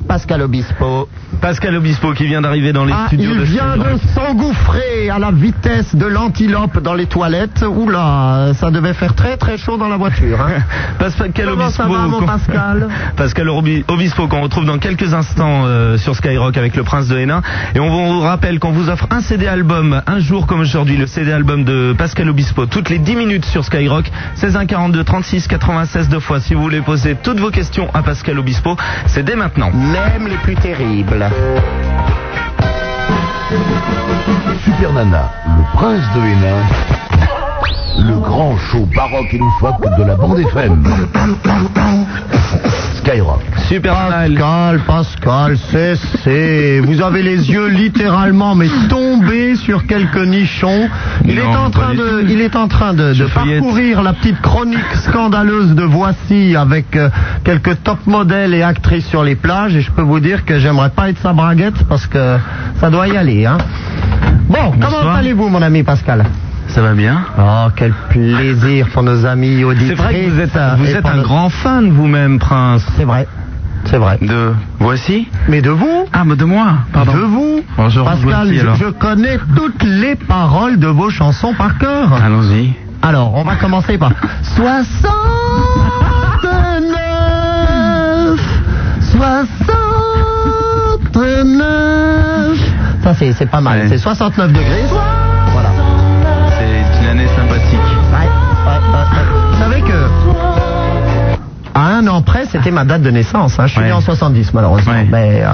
Speaker 1: Pascal Obispo.
Speaker 2: Pascal Obispo qui vient d'arriver dans les
Speaker 1: Ah,
Speaker 2: studios
Speaker 1: il
Speaker 2: de
Speaker 1: vient de s'engouffrer à la vitesse de l'antilope dans les toilettes. Oula, ça devait faire très très chaud dans la voiture. hein.
Speaker 2: Pascal
Speaker 1: Comment
Speaker 2: Obispo,
Speaker 1: ça va, mon
Speaker 2: qu'on-
Speaker 1: Pascal
Speaker 2: Pascal Orbi- Obispo qu'on retrouve dans quelques instants euh, sur Skyrock avec le Prince de Hénin. Et on vous rappelle qu'on vous offre un CD album un jour comme aujourd'hui, le CD album de Pascal Obispo, toutes les 10 minutes sur Skyrock, 16 1 42 36 96 deux fois. Si vous voulez poser toutes vos questions à Pascal Obispo, c'est dès maintenant.
Speaker 1: Même les plus terribles.
Speaker 5: Super Nana, le prince de Hénin, le grand show baroque et loufoque de la bande FM. Skyrock.
Speaker 2: Super
Speaker 1: Pascal, Pascal, c'est, c'est. Vous avez les yeux littéralement mais tombés sur quelques nichons. Il est en train de, il est en train de, de parcourir la petite chronique scandaleuse de Voici avec euh, quelques top modèles et actrices sur les plages. Et je peux vous dire que j'aimerais pas être sa braguette parce que ça doit y aller. Hein. Bon, comment allez-vous, mon ami Pascal
Speaker 2: Ça va bien
Speaker 1: Oh, quel plaisir pour nos amis
Speaker 2: C'est
Speaker 1: auditrices.
Speaker 2: vrai que vous êtes,
Speaker 1: euh,
Speaker 2: vous
Speaker 1: et
Speaker 2: êtes
Speaker 1: pour
Speaker 2: un
Speaker 1: nos-
Speaker 2: grand fan vous-même, Prince.
Speaker 1: C'est vrai. C'est vrai.
Speaker 2: De voici
Speaker 1: Mais de vous
Speaker 2: Ah, mais de moi, pardon.
Speaker 1: De vous
Speaker 2: Bonjour,
Speaker 1: Pascal,
Speaker 2: voici,
Speaker 1: je-
Speaker 2: alors.
Speaker 1: je connais toutes les paroles de vos chansons par cœur.
Speaker 2: Allons-y.
Speaker 1: Alors, on va commencer par 69 69 Ça, c'est c'est pas mal. C'est 69 degrés. Voilà.
Speaker 2: C'est une année sympathique.
Speaker 1: Vous savez que à un an près, c'était ma date de naissance. hein. Je suis né en 70, malheureusement. Mais euh,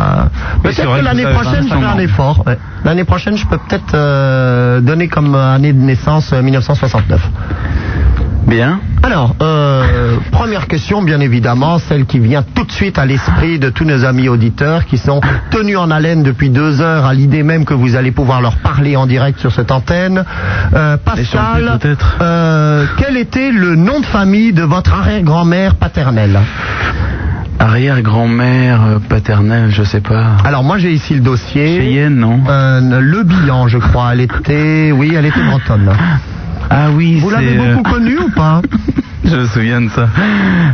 Speaker 2: c'est
Speaker 1: peut-être
Speaker 2: vrai
Speaker 1: que
Speaker 2: que
Speaker 1: l'année
Speaker 2: vous avez
Speaker 1: prochaine, je
Speaker 2: 25
Speaker 1: ferai un
Speaker 2: ans.
Speaker 1: effort. ouais. L'année prochaine, je peux peut-être euh, donner comme année de naissance euh, 1969.
Speaker 2: Bien.
Speaker 1: Alors, euh, première question, bien évidemment, celle qui vient tout de suite à l'esprit de tous nos amis auditeurs qui sont tenus en haleine depuis deux heures à l'idée même que vous allez pouvoir leur parler en direct sur cette antenne. Euh, Pascal, euh, quel était le nom de famille de votre arrière-grand-mère paternelle
Speaker 15: Arrière-grand-mère euh, paternelle, je sais pas.
Speaker 1: Alors moi j'ai ici le dossier.
Speaker 15: Cheyenne, non
Speaker 1: Euh, Le bilan, je crois. Elle était, oui, elle était bretonne.
Speaker 15: Ah oui,
Speaker 1: Vous
Speaker 15: c'est,
Speaker 1: l'avez
Speaker 15: euh,
Speaker 1: beaucoup connue ou pas
Speaker 15: Je me souviens de ça.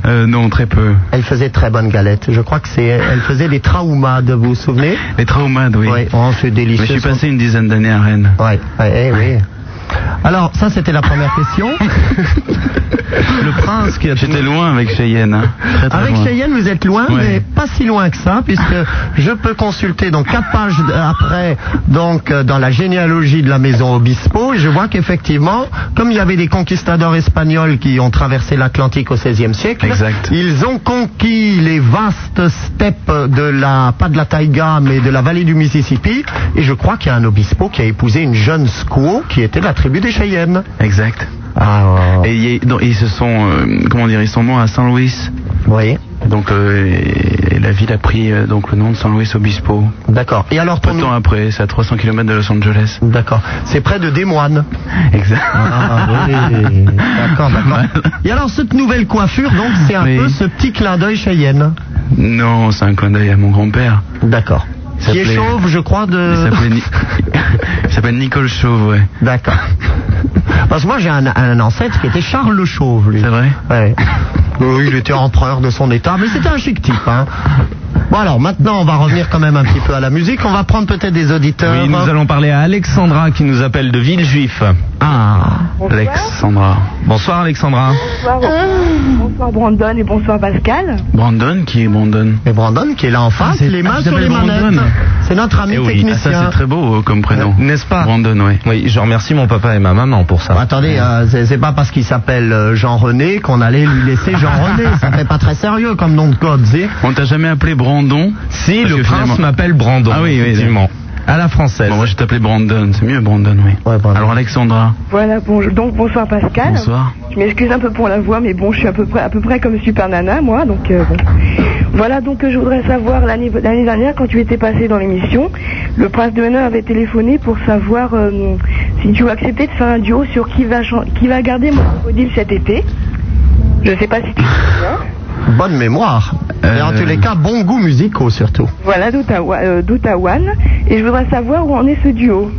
Speaker 15: Euh, non, très peu.
Speaker 1: Elle faisait très bonne galette. Je crois que c'est, elle faisait les traumades, vous vous souvenez
Speaker 15: Les traumades, oui.
Speaker 1: Oui, oh, c'est délicieux.
Speaker 15: Mais je suis passé une dizaine d'années à Rennes.
Speaker 1: Ouais, ouais, eh oui. Alors, ça, c'était la première question.
Speaker 15: Le prince qui a J'étais loin avec Cheyenne. hein. Très, très
Speaker 1: Avec
Speaker 15: loin.
Speaker 1: Cheyenne, vous êtes loin,
Speaker 15: Ouais.
Speaker 1: mais pas si loin que ça, puisque je peux consulter donc quatre pages d- après, donc euh, dans la généalogie de la maison Obispo, et je vois qu'effectivement, comme il y avait des conquistadors espagnols qui ont traversé l'Atlantique au XVIe siècle,
Speaker 15: Exact.
Speaker 1: ils ont conquis les vastes steppes de la, pas de la taïga, mais de la vallée du Mississippi, et je crois qu'il y a un Obispo qui a épousé une jeune squaw qui était de la tribu des Cheyennes.
Speaker 15: Exact.
Speaker 1: Ah,
Speaker 15: Et il y a- non, ils se sont, euh, comment dire, ils sont morts à Saint-Louis.
Speaker 1: oui.
Speaker 15: Donc euh, et- et la ville a pris euh, donc le nom de Saint-Louis Obispo.
Speaker 1: D'accord. Et alors,
Speaker 15: Peu de temps après, c'est à 300 km de Los Angeles.
Speaker 1: D'accord. C'est près de Des Moines.
Speaker 15: Exact.
Speaker 1: Ah oui, d'accord, d'accord. Et alors cette nouvelle coiffure, donc c'est un peu ce petit clin d'œil Cheyenne.
Speaker 15: Non, c'est un clin d'œil à mon grand-père.
Speaker 1: D'accord.
Speaker 15: Il
Speaker 1: Qui est
Speaker 15: s'appelait-
Speaker 1: chauve, je crois,
Speaker 15: Il
Speaker 1: de...
Speaker 15: s'appelait Ni- il s'appelle Nicole Chauve, ouais.
Speaker 1: D'accord. Parce que moi j'ai un, un ancêtre qui était Charles le Chauve, lui.
Speaker 15: C'est vrai
Speaker 1: Ouais. Oui, il était empereur de son état, mais c'était un chic type. Hein. Bon alors maintenant on va revenir quand même un petit peu à la musique. On va prendre peut-être des auditeurs.
Speaker 2: Oui, nous allons parler à Alexandra qui nous appelle de Villejuif. Ah, Alexandra. Bonsoir Alexandra.
Speaker 16: Bonsoir, bonsoir Brandon et bonsoir Pascal.
Speaker 15: Brandon qui est Brandon.
Speaker 1: Et Brandon qui est là en face, les mains sur les manettes. C'est notre ami
Speaker 15: Eh oui, ah,
Speaker 1: technicien.
Speaker 15: ça c'est très beau euh, comme prénom.
Speaker 2: N'est-ce pas
Speaker 15: Brandon, oui.
Speaker 2: Oui, je remercie mon papa et ma maman pour ça.
Speaker 1: Attendez, euh, c'est- c'est pas parce qu'il s'appelle euh, Jean-René qu'on allait lui laisser Jean-René. ça fait pas très sérieux comme nom de code, c'est.
Speaker 15: On t'a jamais appelé Brandon
Speaker 2: Si,
Speaker 15: Parce
Speaker 2: le
Speaker 15: que
Speaker 2: prince m'appelle Brandon,
Speaker 15: Ah oui, oui,
Speaker 2: effectivement. À la française.
Speaker 15: Bon, moi je t'appelais Brandon, c'est mieux Brandon, oui. Alors Alexandra,
Speaker 16: Voilà, bonjour. donc bonsoir Pascal.
Speaker 15: Bonsoir.
Speaker 16: Je m'excuse un peu pour la voix, mais bon, je suis à peu près, à peu près comme Super Nana, moi, donc euh, bon. Voilà, donc euh, je voudrais savoir, l'année l'année dernière, quand tu étais passé dans l'émission, le prince de Hénin avait téléphoné pour savoir euh, si tu acceptais de faire un duo sur qui va, chan- qui va garder mon crocodile cet été. Je sais pas si tu...
Speaker 1: Bonne mémoire. Et en tous les cas, bon goût musicaux surtout.
Speaker 16: Voilà, d'Ottawa- euh, d'Ottawa. et je voudrais savoir où en est ce duo.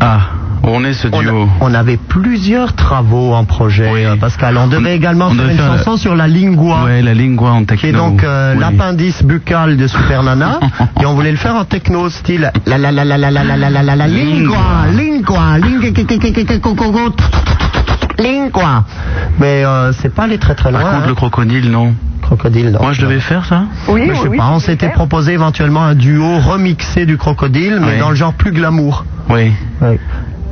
Speaker 15: Ah, on est ce duo.
Speaker 1: On avait plusieurs travaux en projet, euh, Pascal. On devait également faire
Speaker 15: devait
Speaker 1: une
Speaker 15: faire,
Speaker 1: chanson sur la lingua.
Speaker 15: Ouais, la lingua en
Speaker 1: Qui est
Speaker 15: techno.
Speaker 1: donc euh,
Speaker 15: oui.
Speaker 1: l'appendice buccal de Super Nana. et on voulait le faire en techno, style la la la la la la la la la la la lingua, lingua, lingua, lingua. Mais euh, c'est pas allé très très loin. hein.
Speaker 15: Par contre, le crocodile, non.
Speaker 1: Crocodile, non.
Speaker 15: Moi, je devais faire ça
Speaker 16: Oui,
Speaker 1: Mais je sais
Speaker 16: oui,
Speaker 1: pas, on s'était proposé éventuellement un duo remixé du crocodile, mais
Speaker 15: Oui.
Speaker 1: dans le genre plus glamour.
Speaker 15: Oui.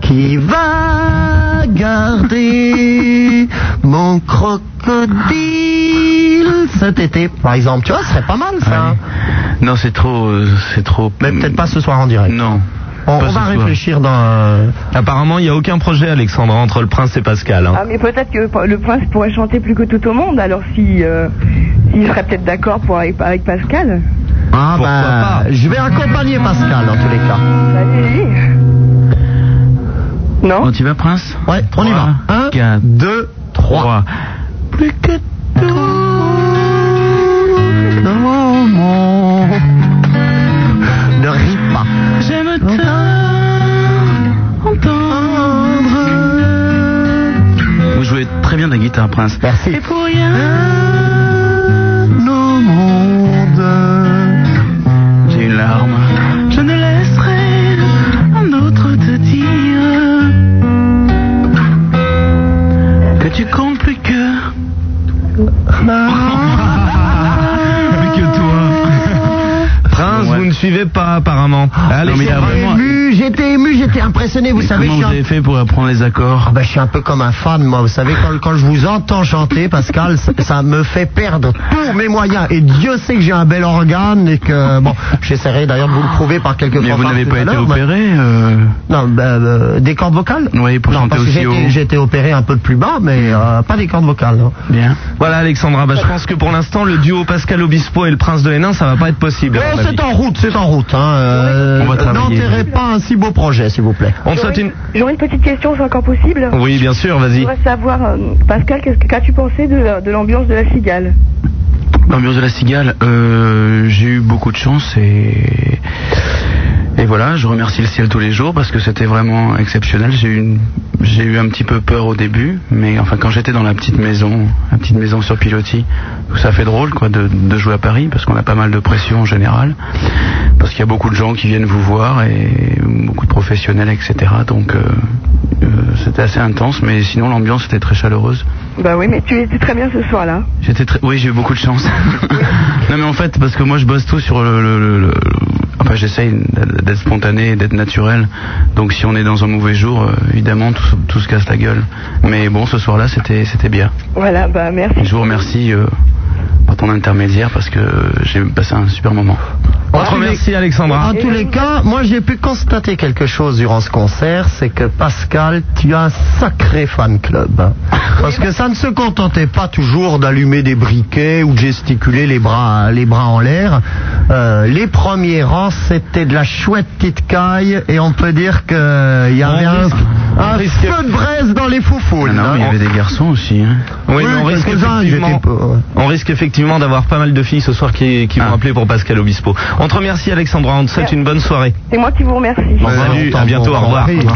Speaker 1: Qui va garder mon crocodile cet été, par exemple Tu vois, ce serait pas mal
Speaker 15: Ah
Speaker 1: ça.
Speaker 15: Non, c'est trop. euh, c'est trop.
Speaker 1: Mais peut-être pas ce soir en direct.
Speaker 15: Non.
Speaker 1: On,
Speaker 2: Pas
Speaker 1: on
Speaker 2: ce
Speaker 1: va
Speaker 2: soir.
Speaker 1: réfléchir dans. euh,
Speaker 2: Apparemment, il n'y a aucun projet, Alexandra, entre le prince et Pascal. hein.
Speaker 16: Ah, mais peut-être que le prince pourrait chanter plus que tout au monde, alors si, euh, il serait peut-être d'accord pour avec, avec Pascal.
Speaker 1: Ah ben, je vais accompagner Pascal en tous les cas.
Speaker 16: Bah, Non
Speaker 15: On y va, Prince
Speaker 1: Ouais, on y va. 1, 2, 3. Plus que tout au monde. Ne ris pas.
Speaker 7: J'aime
Speaker 15: hein.
Speaker 7: tant entendre.
Speaker 15: Vous jouez très bien de la guitare, Prince.
Speaker 1: Merci.
Speaker 7: Et pour rien au monde,
Speaker 15: J'ai une larme.
Speaker 7: je ne laisserai un autre te dire que tu comptes plus que.
Speaker 2: Plus que toi. Prince, vous ne suivez pas apparemment. Alexandra,
Speaker 1: J'étais ému, j'étais ému, j'étais impressionné, vous savez.
Speaker 15: Comment
Speaker 1: je
Speaker 15: vous
Speaker 1: suis un-
Speaker 15: avez fait pour apprendre les accords
Speaker 1: Ah ben, je suis un peu comme un fan, moi. Vous savez, quand, quand je vous entends chanter, Pascal, ça, ça me fait perdre tous mes moyens. Et Dieu sait que j'ai un bel organe et que, bon, j'essaierai d'ailleurs de vous le prouver par quelques
Speaker 15: Mais vous
Speaker 1: fanfares
Speaker 15: n'avez
Speaker 1: tout
Speaker 15: pas
Speaker 1: à
Speaker 15: été
Speaker 1: l'heure, mais-
Speaker 15: opéré euh,
Speaker 1: Non, ben, euh, des cordes vocales
Speaker 15: Oui, pour
Speaker 1: Non,
Speaker 15: chanter
Speaker 1: parce que
Speaker 15: aussi haut.
Speaker 1: j'étais- j'étais opéré un peu de plus bas, mais euh, pas des cordes vocales. non.
Speaker 15: Bien.
Speaker 2: Voilà Alexandra, bah, je pense que pour l'instant le duo Pascal Obispo et le prince de Hénin ça va pas être possible. à
Speaker 1: Mais
Speaker 2: mon avis.
Speaker 1: c'est en route, c'est en route. Hein. euh,
Speaker 2: On va travailler.
Speaker 1: N'enterrez pas un si beau projet, s'il vous plaît.
Speaker 2: On te souhaite une...
Speaker 16: J'aurais une petite question, c'est encore possible
Speaker 2: Oui bien sûr,
Speaker 16: Je
Speaker 2: vas-y.
Speaker 16: voudrais savoir, euh, Pascal, qu'est-ce que- qu'as-tu pensé de, la- de l'ambiance de la cigale
Speaker 15: L'ambiance de la cigale, euh, j'ai eu beaucoup de chance et. Et voilà, je remercie le ciel tous les jours parce que c'était vraiment exceptionnel. J'ai eu, une- j'ai eu un petit peu peur au début, mais enfin quand j'étais dans la petite maison, la petite maison sur pilotis, ça fait drôle quoi de, de jouer à Paris parce qu'on a pas mal de pression en général, parce qu'il y a beaucoup de gens qui viennent vous voir et beaucoup de professionnels, etc. Donc euh, euh, c'était assez intense, mais sinon l'ambiance était très chaleureuse.
Speaker 16: Bah oui, mais tu étais très bien ce soir-là.
Speaker 15: J'étais très... Oui, j'ai eu beaucoup de chance. non, mais en fait, parce que moi, je bosse tout sur le... le- le- le- Enfin, j'essaye d'être spontané, d'être naturel. Donc, si on est dans un mauvais jour, euh, évidemment, tout, se- tout se casse la gueule. Mais bon, ce soir-là, c'était c'était bien.
Speaker 16: Voilà, bah merci.
Speaker 15: Et je vous remercie euh, par ton intermédiaire parce que j'ai passé un super moment.
Speaker 2: On te remercie Alexandra.
Speaker 1: En tous les cas, moi j'ai pu constater quelque chose durant ce concert, c'est que Pascal, tu as un sacré fan club. Parce que ça ne se contentait pas toujours d'allumer des briquets ou de gesticuler les bras, les bras en l'air. Euh, les premiers rangs, c'était de la chouette petite caille et on peut dire qu'il y avait un, un feu de braise dans les foufoules.
Speaker 15: Ah non, mais il y
Speaker 1: hein.
Speaker 15: avait des garçons aussi. hein.
Speaker 2: Oui,
Speaker 1: Oui,
Speaker 2: mais on risque
Speaker 1: quelques-uns, ils
Speaker 2: effectivement,
Speaker 1: étaient pas- ouais.
Speaker 2: on risque effectivement d'avoir pas mal de filles ce soir qui, qui
Speaker 15: Ah.
Speaker 2: vont appeler pour Pascal Obispo. On te remercie Alexandra, on te souhaite une bonne soirée.
Speaker 16: C'est moi qui vous remercie.
Speaker 2: Bon, salut, à bientôt, au revoir.
Speaker 1: compris.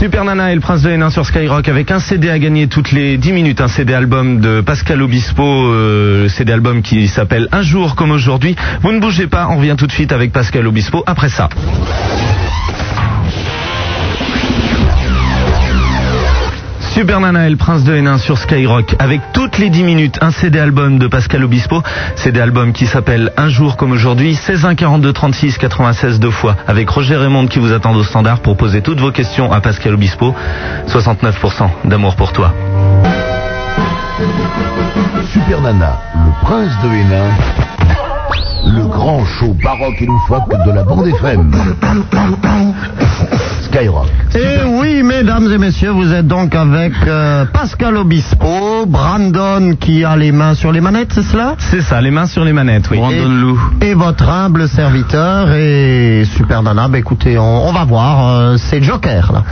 Speaker 2: Super Nana et le Prince de Hénin sur Skyrock avec un CD à gagner toutes les 10 minutes, un CD album de Pascal Obispo, euh, CD album qui s'appelle Un jour comme aujourd'hui. Vous ne bougez pas, on revient tout de suite avec Pascal Obispo après ça. Super Nana et le Prince de Hénin sur Skyrock avec toutes les 10 minutes un CD album de Pascal Obispo, CD album qui s'appelle Un jour comme aujourd'hui, 16 1 42 36 96 deux fois avec Roger Raymond qui vous attend au standard pour poser toutes vos questions à Pascal Obispo, 69% d'amour pour toi.
Speaker 5: Super Nana, le prince de Hénin, le grand show baroque et loufoque de la bande FM. Skyrock.
Speaker 1: Et Eh oui, mesdames et messieurs, vous êtes donc avec euh, Pascal Obispo, Brandon qui a les mains sur les manettes, c'est cela
Speaker 2: C'est ça, les mains sur les manettes, oui.
Speaker 1: et, et votre humble serviteur et Super Nana, bah, écoutez, on, on va voir, euh, c'est Joker là.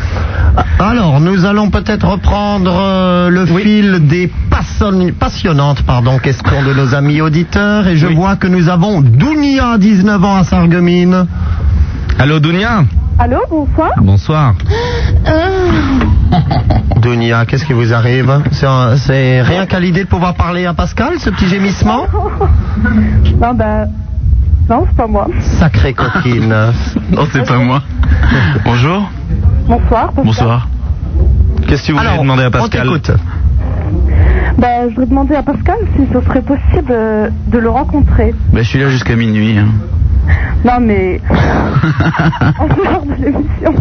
Speaker 1: Ah, Alors, nous allons peut-être reprendre euh, le fil des passion- passionnantes pardon, questions de nos amis auditeurs et je vois que nous avons Dounia, 19 ans à Sarreguemines.
Speaker 2: Allô Dounia
Speaker 1: Allô, bonsoir. Euh,
Speaker 2: Bonsoir.
Speaker 1: Dounia, qu'est-ce qui vous arrive C'est un- C'est rien qu'à l'idée de pouvoir parler à Pascal, ce petit gémissement
Speaker 13: Non, bah. Non, c'est pas moi.
Speaker 1: Sacrée coquine.
Speaker 15: non, c'est pas moi. Bonjour.
Speaker 13: Bonsoir. Pascal.
Speaker 15: Bonsoir.
Speaker 2: Qu'est-ce que vous voulez demander à Pascal
Speaker 13: Bah, je voudrais demander à Pascal si ce serait possible euh, de le rencontrer.
Speaker 15: Bah, je suis là jusqu'à minuit. hein.
Speaker 13: Non, mais. en dehors de l'émission.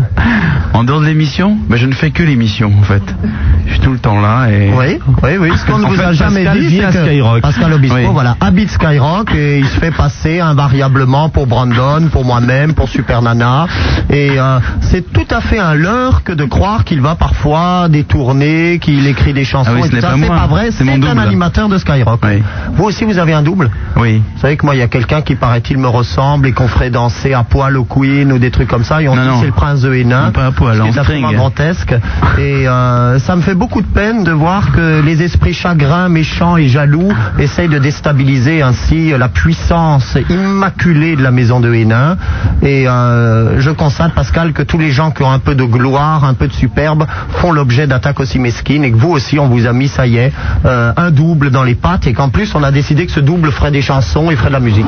Speaker 15: En dehors de l'émission bah, Je ne fais que l'émission, en fait. Je suis tout le temps là. Et...
Speaker 1: Oui, oui, oui. Ce qu'on ne
Speaker 15: En
Speaker 1: vous
Speaker 15: fait,
Speaker 1: a jamais
Speaker 15: Pascal
Speaker 1: dit,
Speaker 15: vit à
Speaker 1: c'est que
Speaker 15: Skyrock.
Speaker 1: Pascal Obispo,
Speaker 15: Oui.
Speaker 1: voilà, habite Skyrock et il se fait passer invariablement pour Brandon, pour moi-même, pour Super Nana. Et euh, c'est tout à fait un leurre que de croire qu'il va parfois détourner, qu'il écrit des chansons.
Speaker 15: Ah oui,
Speaker 1: et
Speaker 15: ce
Speaker 1: tout
Speaker 15: n'est
Speaker 1: ça,
Speaker 15: pas
Speaker 1: c'est
Speaker 15: moi.
Speaker 1: pas vrai.
Speaker 15: C'est
Speaker 1: C'est
Speaker 15: mon
Speaker 1: un
Speaker 15: double.
Speaker 1: animateur de Skyrock. Vous aussi, vous avez un double.
Speaker 15: Oui.
Speaker 1: Vous savez que moi, il y a quelqu'un qui paraît-il me ressemble et qu'on ferait danser à poil au Queen ou des trucs comme ça. Et on
Speaker 15: Non,
Speaker 1: dit
Speaker 15: non.
Speaker 1: c'est le prince de Hénin.
Speaker 15: Non, pas à poil,
Speaker 1: Ce qui
Speaker 15: en
Speaker 1: est absolument
Speaker 15: string.
Speaker 1: grotesque. Et euh, ça me fait beaucoup de peine de voir que les esprits chagrins, méchants et jaloux essayent de déstabiliser ainsi la puissance immaculée de la maison de Hénin. Et euh, je constate, Pascal, que tous les gens qui ont un peu de gloire, un peu de superbe, font l'objet d'attaques aussi mesquines et que vous aussi, on vous a mis, ça y est, euh, un double dans les pattes et qu'en plus, on a décidé que ce double ferait des chansons et ferait de la musique.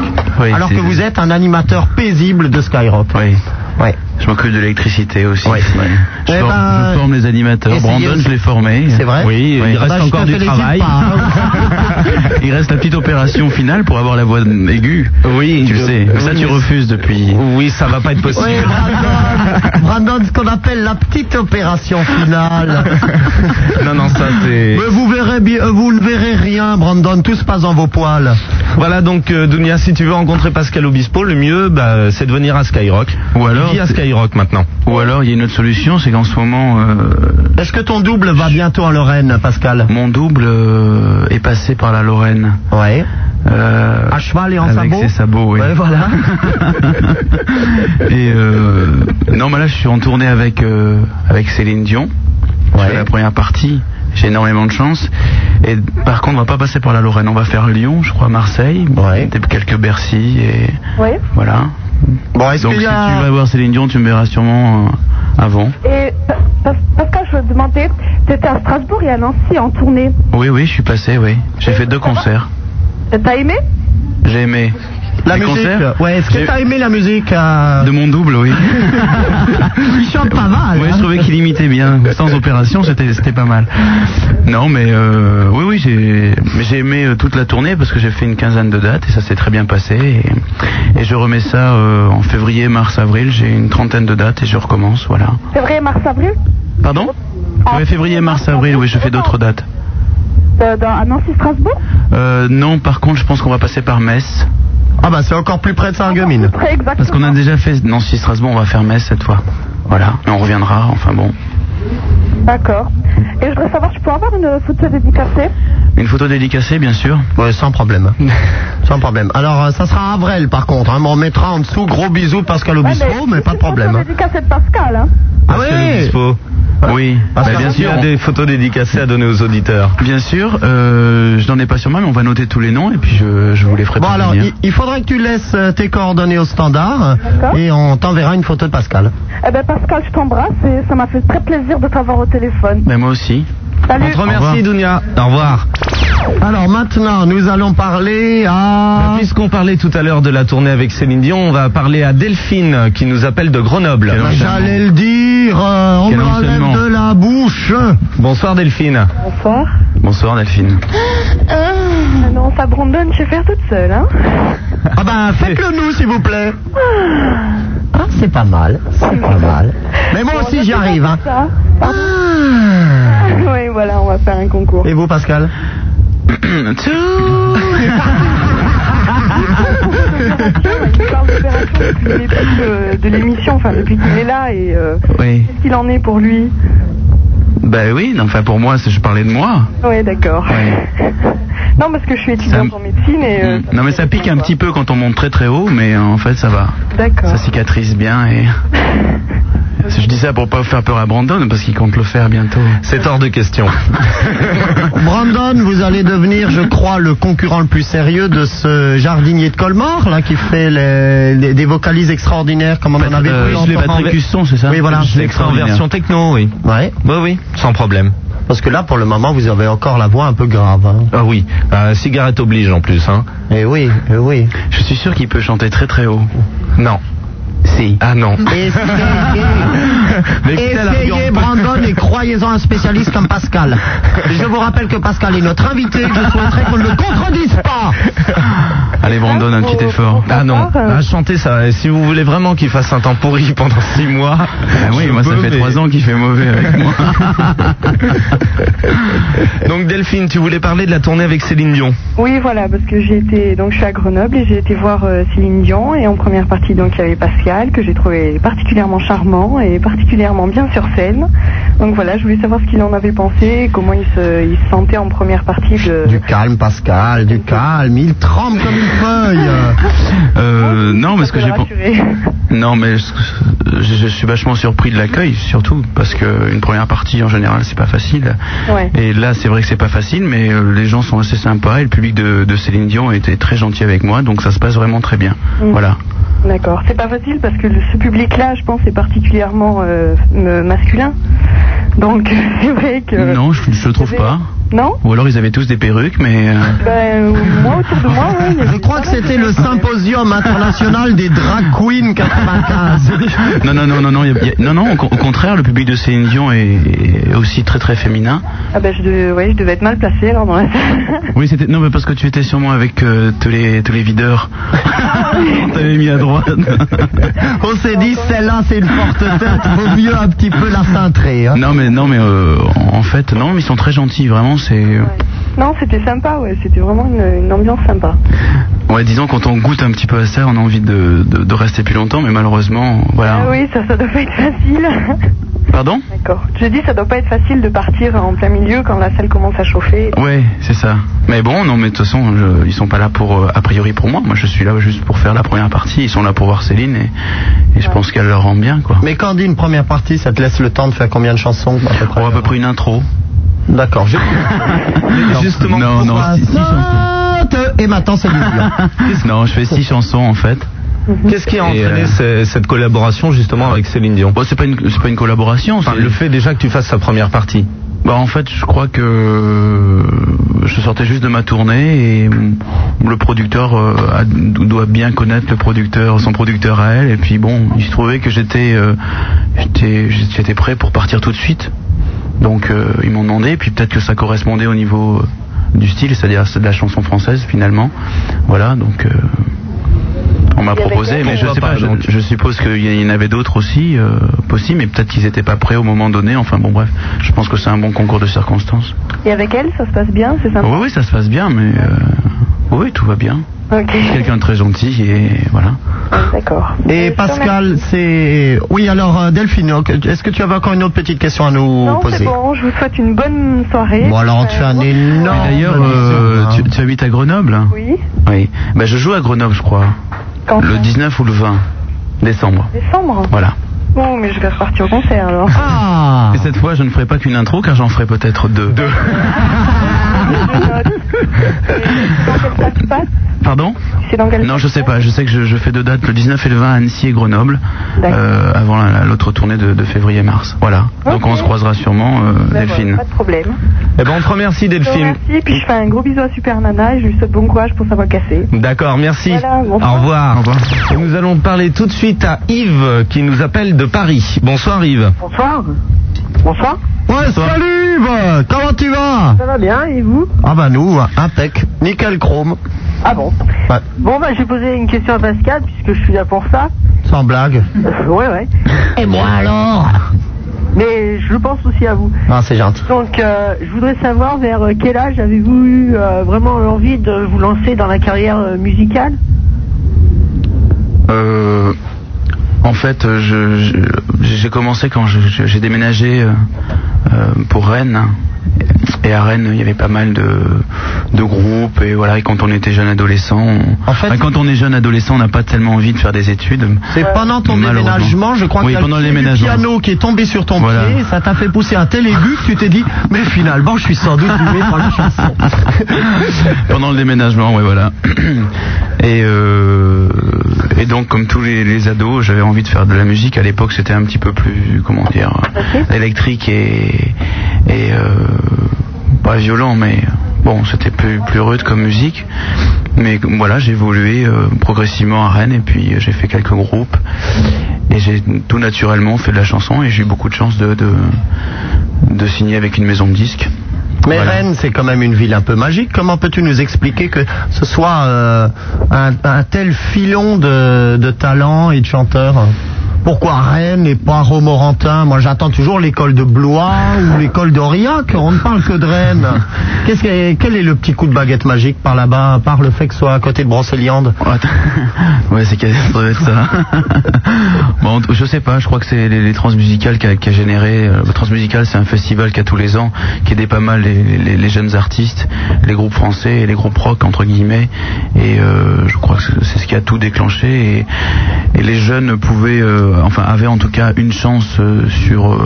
Speaker 1: Alors que vous êtes un animateur paisible de Skyrock.
Speaker 15: Oui.
Speaker 1: Ouais.
Speaker 15: Je m'occupe de l'électricité aussi. Ouais. Je,
Speaker 1: Eh
Speaker 15: forme,
Speaker 1: ben,
Speaker 15: je forme les animateurs.
Speaker 1: essayez
Speaker 15: Brandon,
Speaker 1: aussi.
Speaker 15: je l'ai formé.
Speaker 1: C'est vrai
Speaker 15: Oui,
Speaker 1: Ouais.
Speaker 15: il reste
Speaker 1: Bah, je
Speaker 15: encore
Speaker 1: te
Speaker 15: du
Speaker 1: félicite
Speaker 15: travail.
Speaker 1: pas, hein.
Speaker 15: il reste la petite opération finale pour avoir la voix aiguë.
Speaker 2: Oui.
Speaker 15: Tu le sais. Mais ça,
Speaker 2: oui,
Speaker 15: tu
Speaker 2: mais-
Speaker 15: refuses depuis.
Speaker 2: Oui, ça va pas être possible.
Speaker 1: Oui, Brandon, Brandon, ce qu'on appelle la petite opération finale.
Speaker 2: Non, non, ça c'est...
Speaker 1: Mais vous verrez bien, euh, vous ne verrez rien, Brandon, tout se passe dans vos poils.
Speaker 2: Voilà donc euh, Dounia, si tu veux rencontrer Pascal Obispo, le mieux bah, c'est de venir à Skyrock.
Speaker 15: Ou alors-
Speaker 2: Il vit à Skyrock maintenant.
Speaker 15: Ou alors, il y a une autre solution, c'est qu'en ce moment, euh,
Speaker 1: Est-ce que ton double va bientôt en Lorraine, Pascal
Speaker 15: Mon double euh, est passé par la Lorraine.
Speaker 1: Ouais.
Speaker 15: à
Speaker 1: cheval et en
Speaker 15: avec
Speaker 1: sabot
Speaker 15: ses sabots, oui.
Speaker 1: Ouais, voilà.
Speaker 15: et euh, non, mais là, je suis en tournée avec euh, avec Céline Dion. Je fais la première partie. J'ai énormément de chance. Et par contre, on va pas passer par la Lorraine. On va faire Lyon, je crois, Marseille, peut-être quelques Bercy et
Speaker 13: Oui.
Speaker 15: voilà.
Speaker 1: Bon, est-ce
Speaker 15: Donc,
Speaker 13: qu'il y a-
Speaker 15: si tu vas voir Céline Dion, tu me verras sûrement euh, avant.
Speaker 13: Et Pa- Pa- Pascal, je veux te demander, t'étais à Strasbourg et à Nancy en tournée.
Speaker 15: Oui, oui, je suis passé, oui. J'ai fait deux concerts.
Speaker 13: Euh, T'as aimé
Speaker 15: J'ai aimé.
Speaker 1: La
Speaker 15: les
Speaker 1: musique
Speaker 15: concerts.
Speaker 1: Ouais, est-ce que
Speaker 15: J'ai-
Speaker 1: t'as aimé la musique euh,
Speaker 15: De mon double, oui.
Speaker 1: Il chante pas mal. hein.
Speaker 15: Oui, je trouvais qu'il imitait bien. Euh, Sans opération, c'était c'était pas mal. Non, mais euh, oui, oui, j'ai mais j'ai aimé euh, toute la tournée parce que j'ai fait une quinzaine de dates et ça s'est très bien passé. Et, et je remets ça euh, en février, mars, avril. J'ai une trentaine de dates et je recommence, voilà.
Speaker 13: Février, mars, avril
Speaker 15: Pardon Ouais, Février, mars, avril, oui, je fais d'autres dates.
Speaker 13: Euh, dans- À Nancy, Strasbourg
Speaker 15: Euh, non, par contre, je pense qu'on va passer par Metz.
Speaker 1: Ah bah c'est encore plus près de Sarreguemines.
Speaker 15: Parce qu'on a déjà fait Nancy, Strasbourg, on va faire Metz cette fois. Voilà, mais on reviendra, enfin bon.
Speaker 13: D'accord. Et je voudrais savoir, tu peux avoir une photo dédicacée
Speaker 15: Une photo dédicacée, bien sûr.
Speaker 1: Ouais, sans problème. sans problème. Alors, euh, ça sera avril, par contre. hein, mais on mettra en dessous gros bisous Pascal Obispo, mais, pas de
Speaker 15: Bah.
Speaker 1: problème. hein.
Speaker 13: Dédicacée de Pascal, hein
Speaker 1: Ah
Speaker 2: Pascal
Speaker 1: oui
Speaker 2: Obispo.
Speaker 15: Oui,
Speaker 2: Parce
Speaker 15: bah, bien
Speaker 2: qu'il y
Speaker 15: sûr.
Speaker 2: a des photos dédicacées à donner aux auditeurs.
Speaker 15: Bien sûr, euh, je n'en ai pas sur moi, mais on va noter tous les noms et puis je, je vous les ferai
Speaker 1: Bon alors,
Speaker 15: parvenir.
Speaker 1: il, il faudrait que tu laisses euh, tes coordonnées au standard et on t'enverra une photo de Pascal.
Speaker 13: Eh ben Pascal, je t'embrasse et ça m'a fait très plaisir de t'avoir au téléphone.
Speaker 15: Mais Ben, moi aussi.
Speaker 13: Salut.
Speaker 2: On te remercie Dounia. Au revoir.
Speaker 1: Alors maintenant, nous allons parler à...
Speaker 2: Euh, Puisqu'on parlait tout à l'heure de la tournée avec Céline Dion, on va parler à Delphine qui nous appelle de Grenoble.
Speaker 1: J'allais le dire. dire, euh, on
Speaker 2: Quel
Speaker 1: me l'enlève
Speaker 2: enchaînement.
Speaker 1: de la bouche.
Speaker 2: Bonsoir Delphine.
Speaker 16: Bonsoir.
Speaker 2: Bonsoir Delphine.
Speaker 16: Ah non, ça brandonne, je vais faire toute seule, hein.
Speaker 1: Ah ben, faites-le nous, s'il vous plaît. Ah, c'est pas mal, c'est pas mal. Mais moi aussi, j'y arrive. hein.
Speaker 16: oui, voilà, on va faire un concours.
Speaker 1: Et vous, Pascal
Speaker 16: Il parle d'opération depuis le début de, de l'émission, enfin depuis qu'il est là et euh,
Speaker 15: Oui.
Speaker 16: qu'est-ce qu'il en est pour lui
Speaker 15: Ben oui, non, enfin pour moi, c'est- je parlais de moi.
Speaker 16: Oui, d'accord. Non, parce que je suis étudiante en médecine et euh,
Speaker 15: Non mais ça pique un petit peu quand on monte très très haut, mais euh, en fait ça va.
Speaker 16: D'accord.
Speaker 15: Ça cicatrise bien et... Je dis ça pour pas faire peur à Brandon parce qu'il compte le faire bientôt.
Speaker 2: C'est hors de question.
Speaker 1: Brandon, vous allez devenir, je crois, le concurrent le plus sérieux de ce jardinier de Colmar, là, qui fait les- les- des vocalises extraordinaires, comme on en avait
Speaker 2: Euh,
Speaker 1: plus
Speaker 2: je l'ai
Speaker 1: longtemps.
Speaker 2: Patrick Husson, c'est ça
Speaker 1: Oui, voilà.
Speaker 2: Je l'ai extrait en version techno, oui.
Speaker 1: Ouais.
Speaker 2: Oui, oui, sans problème.
Speaker 1: Parce que là, pour le moment, vous avez encore la voix un peu grave. hein.
Speaker 2: Ah oui, euh, cigarette oblige en plus. Hein.
Speaker 1: Eh oui, eh oui.
Speaker 15: Je suis sûr qu'il peut chanter très très haut. Non.
Speaker 1: Si.
Speaker 15: Ah non.
Speaker 1: Essayez Brandon et croyez-en un spécialiste comme Pascal. Je vous rappelle que Pascal est notre invité, que je souhaiterais qu'on ne le contredise pas.
Speaker 15: Allez Brandon, un petit effort.
Speaker 2: Ah non,
Speaker 15: euh,
Speaker 2: à chanter ça. Si vous voulez vraiment qu'il fasse un temps pourri pendant six mois.
Speaker 15: Ah oui,
Speaker 2: je
Speaker 15: moi ça
Speaker 2: peux,
Speaker 15: fait
Speaker 2: mais-
Speaker 15: trois ans qu'il fait mauvais avec moi.
Speaker 2: Donc Delphine, tu voulais parler de la tournée avec Céline Dion.
Speaker 16: Oui, voilà, parce que j'ai été, donc je suis à Grenoble et j'ai été voir euh, Céline Dion et en première partie donc il y avait Pascal que j'ai trouvé particulièrement charmant et particulièrement bien sur scène. Donc voilà, je voulais savoir ce qu'il en avait pensé, comment il se, il se sentait en première partie de.
Speaker 1: Du calme, Pascal, du calme. Il tremble comme une feuille.
Speaker 15: Euh, non, mais ce que j'ai pour-
Speaker 16: rassuré.
Speaker 15: Non, mais ce- je, je suis vachement surpris de l'accueil, surtout parce que une première partie en général c'est pas facile. Et là, c'est vrai que c'est pas facile, mais euh, les gens sont assez sympas et le public de, de Céline Dion était très gentil avec moi, donc ça se passe vraiment très bien.
Speaker 16: Mm.
Speaker 15: Voilà.
Speaker 16: D'accord. C'est pas facile parce que le- ce public-là, je pense, est particulièrement euh, m- masculin. Donc c'est vrai que.
Speaker 15: Non, je, je trouve pas.
Speaker 16: Non
Speaker 15: Ou alors ils avaient tous des perruques, mais. euh,
Speaker 16: Ben, moi autour de moi, oui.
Speaker 1: Je crois que c'était le symposium international des drag queens 95.
Speaker 16: Bah.
Speaker 15: Non, non, non, non, non, y a- y a- non, non, au, con- au contraire, le public de Céline Dion est, est aussi très très féminin.
Speaker 16: Ah ben, je, devais, ouais, je devais être mal placée alors dans la salle.
Speaker 15: Oui, c'était. Non, mais parce que tu étais sûrement avec euh, tous, les, tous les videurs. On t'avait mis à droite.
Speaker 1: On s'est dit, celle-là, c'est une forte tête. Vaut mieux un petit peu la cintrer. hein.
Speaker 15: Non, mais, non, mais euh, en fait, non, mais ils sont très gentils, vraiment, c'est.
Speaker 16: Non, c'était sympa, ouais. C'était vraiment une, une ambiance sympa.
Speaker 15: Ouais, disons, quand on goûte un petit peu à ça, on a envie de, de, de rester plus longtemps, mais malheureusement, voilà.
Speaker 16: Ah oui, ça, ça doit pas être facile.
Speaker 15: Pardon
Speaker 16: D'accord. Je dis, ça doit pas être facile de partir en plein milieu quand la salle commence à chauffer.
Speaker 15: Ouais, c'est ça. Mais bon, non, mais de toute façon, je- ils sont pas là pour, euh, a priori pour moi. Moi, je suis là juste pour faire la première partie. Ils sont là pour voir Céline et, et je pense qu'elle leur rend bien, quoi.
Speaker 1: Mais quand on dit une première partie, ça te laisse le temps de faire combien de chansons à peu près,
Speaker 15: On va à peu près une intro.
Speaker 1: D'accord. Je...
Speaker 15: Justement, non, non, six- six
Speaker 1: Note Et maintenant, c'est du violon.
Speaker 15: chansons. non, je fais six chansons en fait. Mhm.
Speaker 2: Qu'est-ce qui a entraîné ce- cette collaboration justement avec Céline Dion
Speaker 15: euh, C'est pas une c'est pas une collaboration.
Speaker 2: Enfin, le fait déjà que tu fasses sa première partie.
Speaker 15: Bah en fait, je crois que je sortais juste de ma tournée et mm, le producteur euh, a- doit bien connaître le producteur, son producteur à elle. Et puis bon, il se trouvait que j'étais euh, j'étais j'étais prêt pour partir tout de suite. Donc euh, ils m'ont demandé. Et puis peut-être que ça correspondait au niveau euh, du style, c'est-à-dire c'est de la chanson française finalement. Voilà, donc. euh, on m'a
Speaker 2: Il y avait
Speaker 15: proposé,
Speaker 2: quelqu'un
Speaker 15: mais je
Speaker 2: Pourquoi
Speaker 15: sais
Speaker 2: pas,
Speaker 15: pas, je,
Speaker 2: donc
Speaker 15: je suppose qu'il y en avait d'autres aussi, euh, possibles, mais peut-être qu'ils n'étaient pas prêts au moment donné. Enfin bon, bref, je pense que c'est un bon concours de circonstances.
Speaker 16: Et avec elle, ça se passe bien, c'est sympa.
Speaker 15: Oui, oui, ça se passe bien, mais euh, oui, tout va bien.
Speaker 16: Ok.
Speaker 15: Je suis Quelqu'un de très gentil et voilà.
Speaker 16: D'accord.
Speaker 1: Et Pascal, c'est. Oui, alors euh, Delphine, ok, est-ce que tu avais encore une autre petite question à nous
Speaker 16: Non, c'est
Speaker 1: poser
Speaker 16: bon. Je vous souhaite une bonne soirée.
Speaker 1: Bon, alors on te fait un énorme. hein.
Speaker 15: Et D'ailleurs, euh, tu, tu habites à Grenoble hein
Speaker 16: Oui.
Speaker 15: Oui. Bah, je joue à Grenoble, je crois.
Speaker 16: Quand
Speaker 15: le 19 ou le 20 décembre.
Speaker 16: Décembre.
Speaker 15: Voilà.
Speaker 16: Bon, mais je vais repartir au concert alors.
Speaker 1: Ah
Speaker 15: Et cette fois, je ne ferai pas qu'une intro, car j'en ferai peut-être deux. Deux. Pardon
Speaker 16: C'est dans quel
Speaker 15: Non, je sais pas. Je sais que je, je fais deux dates, le 19 et le 20 à Annecy et Grenoble, euh, avant la- la- l'autre tournée de, de février-mars. Voilà. Donc on se croisera sûrement, euh, Delphine.
Speaker 16: Ben Pas de problème.
Speaker 2: Eh ben, on te remercie, Delphine.
Speaker 16: Merci, puis je fais un gros bisou à Super Nana et je lui souhaite bon courage pour sa voix cassée.
Speaker 2: D'accord, merci.
Speaker 16: Voilà,
Speaker 2: Au
Speaker 16: bonsoir.
Speaker 2: revoir. Et nous allons parler tout de suite à Yves qui nous appelle de Paris. Bonsoir Yves.
Speaker 7: Bonsoir.
Speaker 1: Bonsoir. Ouais, salut Yves Comment tu vas
Speaker 7: Ça va bien, et vous
Speaker 1: Ah bah nous, impec. Nickel chrome.
Speaker 7: Ah bon
Speaker 1: Ouais,
Speaker 7: Bon, bah, j'ai posé une question à Pascal, puisque je suis là pour ça.
Speaker 1: sans blague.
Speaker 7: Euh, ouais, ouais. Et moi alors Mais je pense aussi à vous.
Speaker 1: Ah, c'est gentil.
Speaker 7: Donc, euh, je voudrais savoir vers euh, quel âge avez-vous eu euh, vraiment envie de vous lancer dans la carrière euh, musicale
Speaker 15: Euh, en fait, euh, je- je- j'ai commencé quand je- je- j'ai déménagé euh, euh, pour Rennes. Et à Rennes, il y avait pas mal de, de groupes. Et voilà, et quand on était jeune adolescent, on- enfin, quand on est jeune adolescent, on n'a pas tellement envie de faire des études.
Speaker 1: C'est pendant ton
Speaker 15: Malheureusement.
Speaker 1: déménagement, je crois
Speaker 15: oui,
Speaker 1: qu'il y a
Speaker 15: pendant
Speaker 1: le
Speaker 15: le
Speaker 1: pied du
Speaker 15: déménagement.
Speaker 1: piano qui est tombé sur ton
Speaker 15: Voilà.
Speaker 1: pied, ça t'a fait pousser un tel aigu que tu t'es dit, mais finalement, je suis sans doute doué par la chanson.
Speaker 15: Pendant le déménagement, ouais, voilà. Et, euh, et donc, comme tous les, les ados, j'avais envie de faire de la musique. À l'époque, c'était un petit peu plus, comment dire, électrique et, et euh, pas violent, mais bon, c'était plus, plus rude comme musique. Mais voilà, j'ai évolué euh, progressivement à Rennes et puis euh, j'ai fait quelques groupes. Et j'ai tout naturellement fait de la chanson et j'ai eu beaucoup de chance de, de, de signer avec une maison de disques.
Speaker 1: Mais Rennes, c'est quand même une ville un peu magique. Comment peux-tu nous expliquer que ce soit euh, un, un tel filon de, de talents et de chanteurs Pourquoi Rennes et pas Romorantin Moi, j'attends toujours l'école de Blois ou l'école d'Aurillac. On ne parle que de Rennes. Qu'est-ce que- quel est le petit coup de baguette magique par là-bas, par le fait que ce soit à côté de Brocéliande
Speaker 15: Ouais, c'est quasi- ça doit être ça. bon, en tout- je sais pas, je crois que c'est les, les transmusicales qui a, qui a généré. euh, le transmusical, c'est un festival qui a tous les ans, qui aidait pas mal les, les- les jeunes artistes, les groupes français et les groupes rock, entre guillemets. Et euh, je crois que c'est- c'est ce qui a tout déclenché. Et, et les jeunes pouvaient, euh, enfin, avaient en tout cas une chance euh, sur, euh,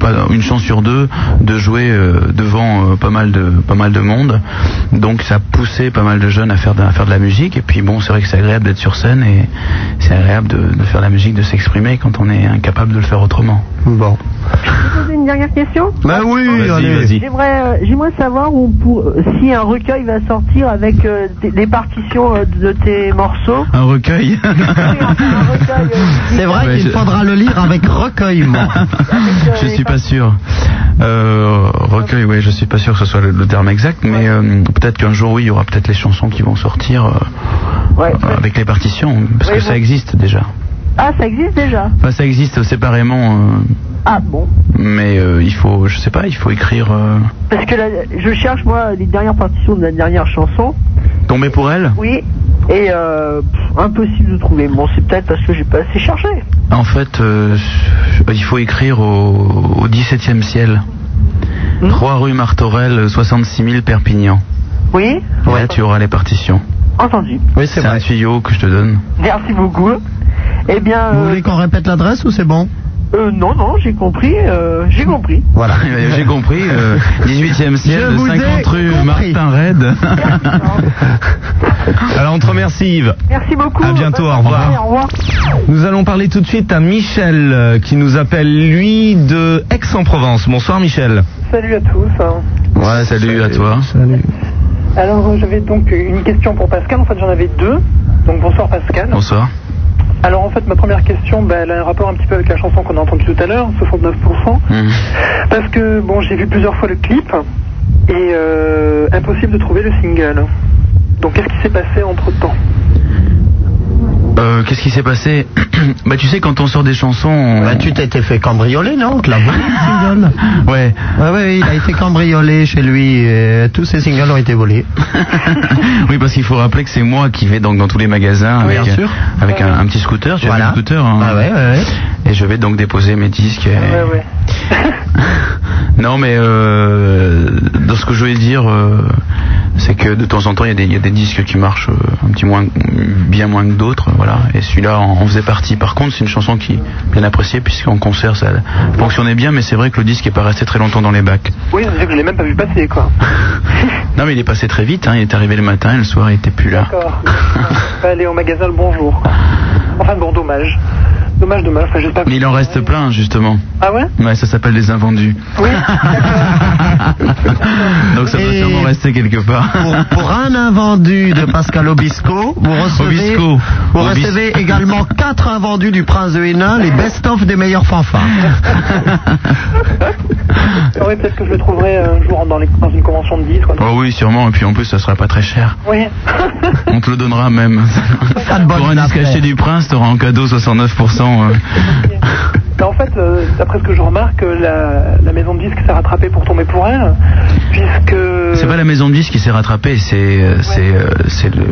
Speaker 15: pas- une chance sur deux de jouer euh, devant euh, pas mal de, pas mal de monde. Donc ça poussait pas mal de jeunes à faire de, à faire de la musique. Et puis bon, c'est vrai que c'est agréable d'être sur scène et c'est agréable de, de faire de la musique, de s'exprimer quand on est incapable de le faire autrement.
Speaker 1: Bon.
Speaker 7: Je vais poser une dernière question
Speaker 1: Ben oui, Vas-y, allez. vas-y.
Speaker 7: J'aimerais, euh, j'aimerais savoir où pour- si un recueil va sortir avec euh, des, des partitions euh, de tes morceaux.
Speaker 15: Un recueil.
Speaker 1: C'est vrai
Speaker 15: Ouais,
Speaker 1: qu'il
Speaker 15: je-
Speaker 1: faudra le lire avec recueillement.
Speaker 15: je suis pas sûr. Euh, recueil, oui, je suis pas sûr que ce soit le, le terme exact, mais euh, peut-être qu'un jour, oui, il y aura peut-être les chansons qui vont sortir euh, euh, avec les partitions, parce que ça existe déjà.
Speaker 7: Ah, ça existe déjà
Speaker 15: Enfin, ça existe séparément, euh,
Speaker 7: Ah bon
Speaker 15: mais euh, il faut, je sais pas, il faut écrire. euh,
Speaker 7: Parce que la- je cherche moi les dernières partitions de la dernière chanson.
Speaker 15: tomber pour elle.
Speaker 7: Oui. Et euh, pff, impossible de trouver. Bon, c'est peut-être parce que j'ai pas assez cherché.
Speaker 15: En fait, euh, il faut écrire au, au 17e ciel.
Speaker 7: Hmm.
Speaker 15: 3 rue Martorell, 66 000 Perpignan.
Speaker 7: Oui
Speaker 15: Ouais. Là, tu auras les partitions.
Speaker 7: Entendu.
Speaker 1: Oui,
Speaker 15: c'est un tuyau que je te donne.
Speaker 7: Merci beaucoup. Eh bien.
Speaker 1: Vous voulez qu'on répète l'adresse ou c'est bon
Speaker 7: Euh, non, non, j'ai compris. euh, j'ai compris.
Speaker 1: Voilà.
Speaker 15: J'ai compris. euh, 18e
Speaker 2: Je
Speaker 15: ciel,
Speaker 2: vous ai
Speaker 15: 50 rue Martin Red.
Speaker 2: Alors on te remercie Yves.
Speaker 7: Merci beaucoup.
Speaker 2: À bientôt, au
Speaker 7: Allez,
Speaker 2: revoir.
Speaker 7: au revoir.
Speaker 2: Nous allons parler tout de suite à Michel euh, qui nous appelle lui de Aix-en-Provence. Bonsoir Michel.
Speaker 17: Salut à tous. hein.
Speaker 15: Ouais, salut à toi.
Speaker 1: Salut.
Speaker 17: Alors euh, j'avais donc une question pour Pascal, en fait j'en avais deux. Donc bonsoir Pascal.
Speaker 15: Bonsoir.
Speaker 17: Alors en fait ma première question, bah, elle a un rapport un petit peu avec la chanson qu'on a entendue tout à l'heure, 69%. Parce que bon j'ai vu plusieurs fois le clip et euh, impossible de trouver le single. Donc qu'est-ce qui s'est passé entre temps
Speaker 15: Euh, Qu'est-ce qui s'est passé Bah tu sais quand on sort des chansons, on... bah
Speaker 1: tu t'étais fait cambrioler non Tu l'as volé le single
Speaker 15: Ouais.
Speaker 1: Ouais, ouais, il a été cambriolé chez lui. et tous ses singles ont été volés.
Speaker 15: oui, parce qu'il faut rappeler que c'est moi qui vais donc dans tous les magasins
Speaker 1: Oui,
Speaker 15: avec,
Speaker 1: bien sûr. Ah
Speaker 15: avec un, un petit scooter. Tu as
Speaker 1: Voilà.
Speaker 15: vu le scooter hein.
Speaker 1: Ah ouais, Ah ouais, ouais.
Speaker 15: Et je vais donc déposer mes disques. et- non, mais euh, dans ce que je voulais dire, euh, c'est que de temps en temps, il y, a des- il y a des disques qui marchent euh, un petit moins, bien moins que d'autres, voilà. Et celui-là en, en faisait partie. Par contre, c'est une chanson qui est bien appréciée puisqu'en concert, ça fonctionnait bien, mais c'est vrai que le disque est pas resté très longtemps dans les bacs.
Speaker 17: Oui, c'est-à-dire que je l'ai même pas vu passer, quoi.
Speaker 15: Non, mais il est passé très vite. hein. Il est arrivé le matin, et le soir, il était plus là.
Speaker 17: D'accord. Pas aller au magasin le bonjour, quoi. Enfin bon, dommage. Dommage, dommage. Enfin, j'espère que...
Speaker 15: Mais il en reste plein, justement.
Speaker 17: Ah ouais
Speaker 15: Ouais, ça s'appelle les invendus.
Speaker 17: Oui,
Speaker 15: Donc ça doit
Speaker 1: Et-
Speaker 15: sûrement rester quelque part.
Speaker 1: Pour, pour un invendu de Pascal Obispo, vous recevez,
Speaker 15: Obispo.
Speaker 1: vous
Speaker 15: Obis-
Speaker 1: recevez également quatre invendus du Prince de Hénin, les best-of des meilleurs fanfares.
Speaker 17: Ah ouais, peut-être que je le trouverai euh, un jour dans, les- dans une convention de 10, quoi.
Speaker 15: Oh oui, sûrement. Et puis en plus, ça sera pas très cher.
Speaker 17: Oui.
Speaker 15: On te le donnera même. Pour un disque acheté du prince, t'auras en cadeau 69%. euh.
Speaker 17: Mais en fait, euh, d'après ce que je remarque, euh, la, la maison de disques s'est rattrapée pour tomber pour elle, puisque...
Speaker 15: C'est pas la maison de disques qui s'est rattrapée, c'est euh, c'est euh, c'est le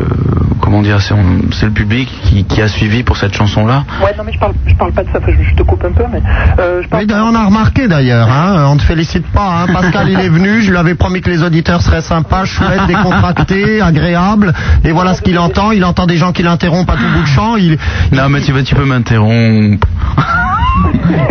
Speaker 15: comment dire, c'est on- c'est le public qui, qui a suivi pour cette chanson là.
Speaker 17: Ouais, non, mais je parle, je parle pas de ça, enfin, je, je te coupe un peu, mais... euh, je parle...
Speaker 1: Oui, d'ailleurs, on a remarqué d'ailleurs, hein, on ne te félicite pas. hein. Pascal, il est venu, je lui avais promis que les auditeurs seraient sympas, chouettes, décontractés, agréables. Et voilà ce qu'il entend. Il entend des gens qui l'interrompent à tout bout de champ. Il...
Speaker 15: Non, mais tu, vas- tu peux m'interrompre.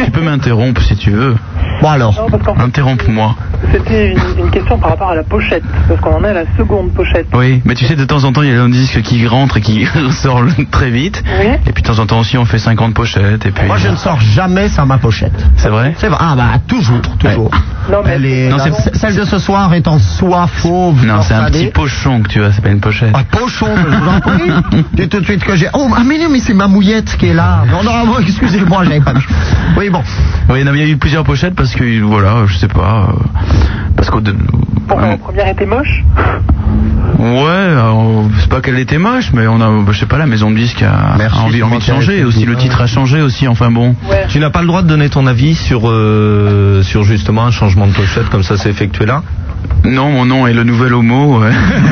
Speaker 15: tu peux m'interrompre si tu veux.
Speaker 1: Bon alors.
Speaker 15: Interromps-moi.
Speaker 17: C'était une, une question par rapport à la pochette, parce qu'on en est à la seconde pochette.
Speaker 15: Oui, mais tu sais, de temps en temps, il y a un disque qui rentre et qui sort le- très vite. Et puis de temps en temps aussi, on fait 50 pochettes. Et puis,
Speaker 1: Moi, je ne sors jamais sans ma pochette.
Speaker 15: C'est vrai
Speaker 1: C'est vrai. Ah bah toujours, toujours. Elle est-
Speaker 15: Non,
Speaker 1: la-
Speaker 15: c'est-
Speaker 1: Celle de ce soir étant soit fauve,
Speaker 15: Non, c'est un
Speaker 1: torsadée.
Speaker 15: petit pochon que tu as, c'est pas une pochette.
Speaker 1: Ah, pochon, je vous en prie. Dis tout de suite que j'ai. Oh, ah, mais non, mais c'est ma mouillette qui est là. Non, non, moi, excusez-moi, j'avais pas vu. Oui, bon.
Speaker 15: Oui, non, mais il y a eu plusieurs pochettes parce que, voilà, je sais pas. euh, parce que.
Speaker 17: Pourquoi la première était moche
Speaker 15: Ouais, alors, c'est pas qu'elle était moche, mais on a, bah, je sais pas, la maison de disque a, a envie, envie de changer aussi. Le titre a changé aussi, enfin bon.
Speaker 2: Tu n'as pas le droit de donner ton avis sur, euh, sur justement un changement de pochette comme ça s'est effectué là
Speaker 15: Non, mon nom est le nouvel homo, ouais.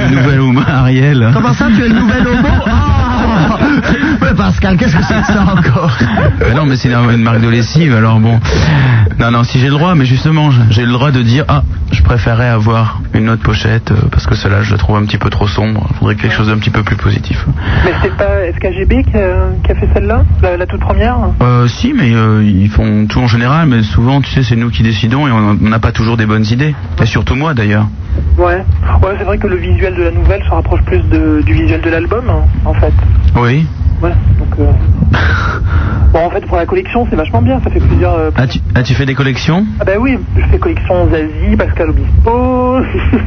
Speaker 15: le nouvel homo Ariel.
Speaker 1: Comment ça, tu es le nouvel homo Ah Mais Pascal, qu'est-ce que c'est que ça encore
Speaker 15: Ben non, mais c'est une, une marque de lessive, alors bon. Non, non, si j'ai le droit, mais justement, j'ai le droit de dire ah, je préférais avoir une autre pochette euh, parce que celle-là, je la trouve un petit peu trop sombre. Il faudrait quelque chose d'un petit peu plus positif.
Speaker 17: Mais c'est pas SKGB qui a, qui a fait celle-là la, la toute première
Speaker 15: Euh, si, mais euh, ils font tout en général, mais souvent, tu sais, c'est nous qui décidons et on on n'a pas toujours des bonnes idées. Et surtout moi, d'ailleurs.
Speaker 17: Ouais. Ouais, c'est vrai que le visuel de la nouvelle se rapproche plus de- du visuel de l'album, hein, en fait.
Speaker 15: Oui.
Speaker 17: Voilà, donc... euh, Bon, en fait, pour la collection, c'est vachement bien, ça fait plusieurs... euh,
Speaker 15: As-tu as-tu fait des collections
Speaker 17: Ah bah oui, je fais collection Zazie, Pascal Obispo...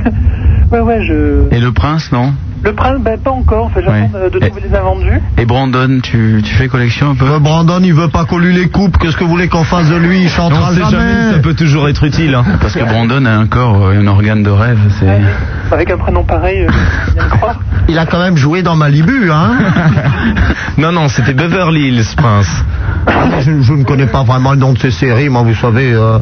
Speaker 17: ouais, ouais, je...
Speaker 15: Et le prince, non
Speaker 17: Le prince, bah pas encore, enfin, j'attends de, de
Speaker 15: Eh.
Speaker 17: trouver les invendus.
Speaker 15: Et Brandon, tu, tu fais collection un peu
Speaker 1: Euh, Brandon, il veut pas qu'on lui les coupe. Qu'est-ce que vous voulez qu'on fasse de lui Il chantera
Speaker 2: On sait jamais, ça
Speaker 1: jamais.
Speaker 2: peut toujours être utile. hein.
Speaker 15: Parce que Brandon a un corps, euh, un organe de rêve, c'est...
Speaker 17: Avec un prénom pareil, euh, bien le croire.
Speaker 1: Il a quand même joué dans Malibu, hein
Speaker 2: Non, non, c'était Beverly Hills, Prince.
Speaker 1: je, je ne connais pas vraiment le nom de ces séries, moi, vous savez, euh,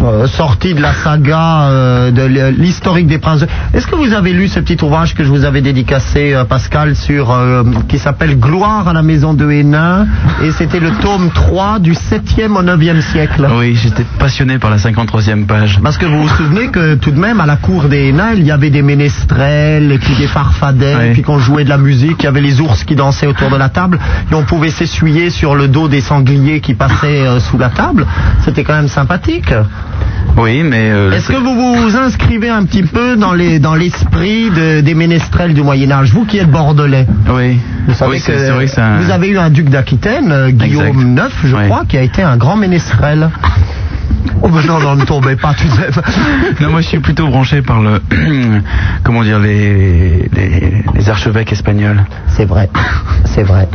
Speaker 1: euh, sorti de la saga euh, de l'historique des princes. Est-ce que vous avez lu ce petit ouvrage que je vous avais dédicacé, euh, Pascal, sur euh, qui s'appelle Gloire à la maison de Hénin Et c'était le tome 3 du 7e au 9e siècle.
Speaker 15: Oui, j'étais passionné par la 53e page.
Speaker 1: Parce que vous vous souvenez que tout de même, à la cour des Hénins, il y avait des ménestrels, et puis des farfadets, et puis qu'on jouait de la musique, il y avait les ours qui dansaient autour de la table, et on pouvait s'essuyer sur le dos des sangliers qui passaient euh, sous la table. C'était quand même sympathique.
Speaker 15: Euh, Oui, mais... euh, la-
Speaker 1: Est-ce que vous vous inscrivez un petit peu dans les dans l'esprit de- des ménestrels du Moyen Âge, vous qui êtes bordelais
Speaker 15: Oui.
Speaker 1: Vous savez
Speaker 15: Oui, c'est-
Speaker 1: que
Speaker 15: c'est vrai que c'est un-
Speaker 1: vous avez eu un duc d'Aquitaine, euh, Guillaume
Speaker 15: Exact.
Speaker 1: IX, je
Speaker 15: Oui.
Speaker 1: crois, qui a été un grand ménestrel. Oh ben non, non, ne tombez pas tout de même.
Speaker 15: Non, moi je suis plutôt branché par le... Comment dire, les, les, les archevêques espagnols.
Speaker 1: C'est vrai, c'est vrai.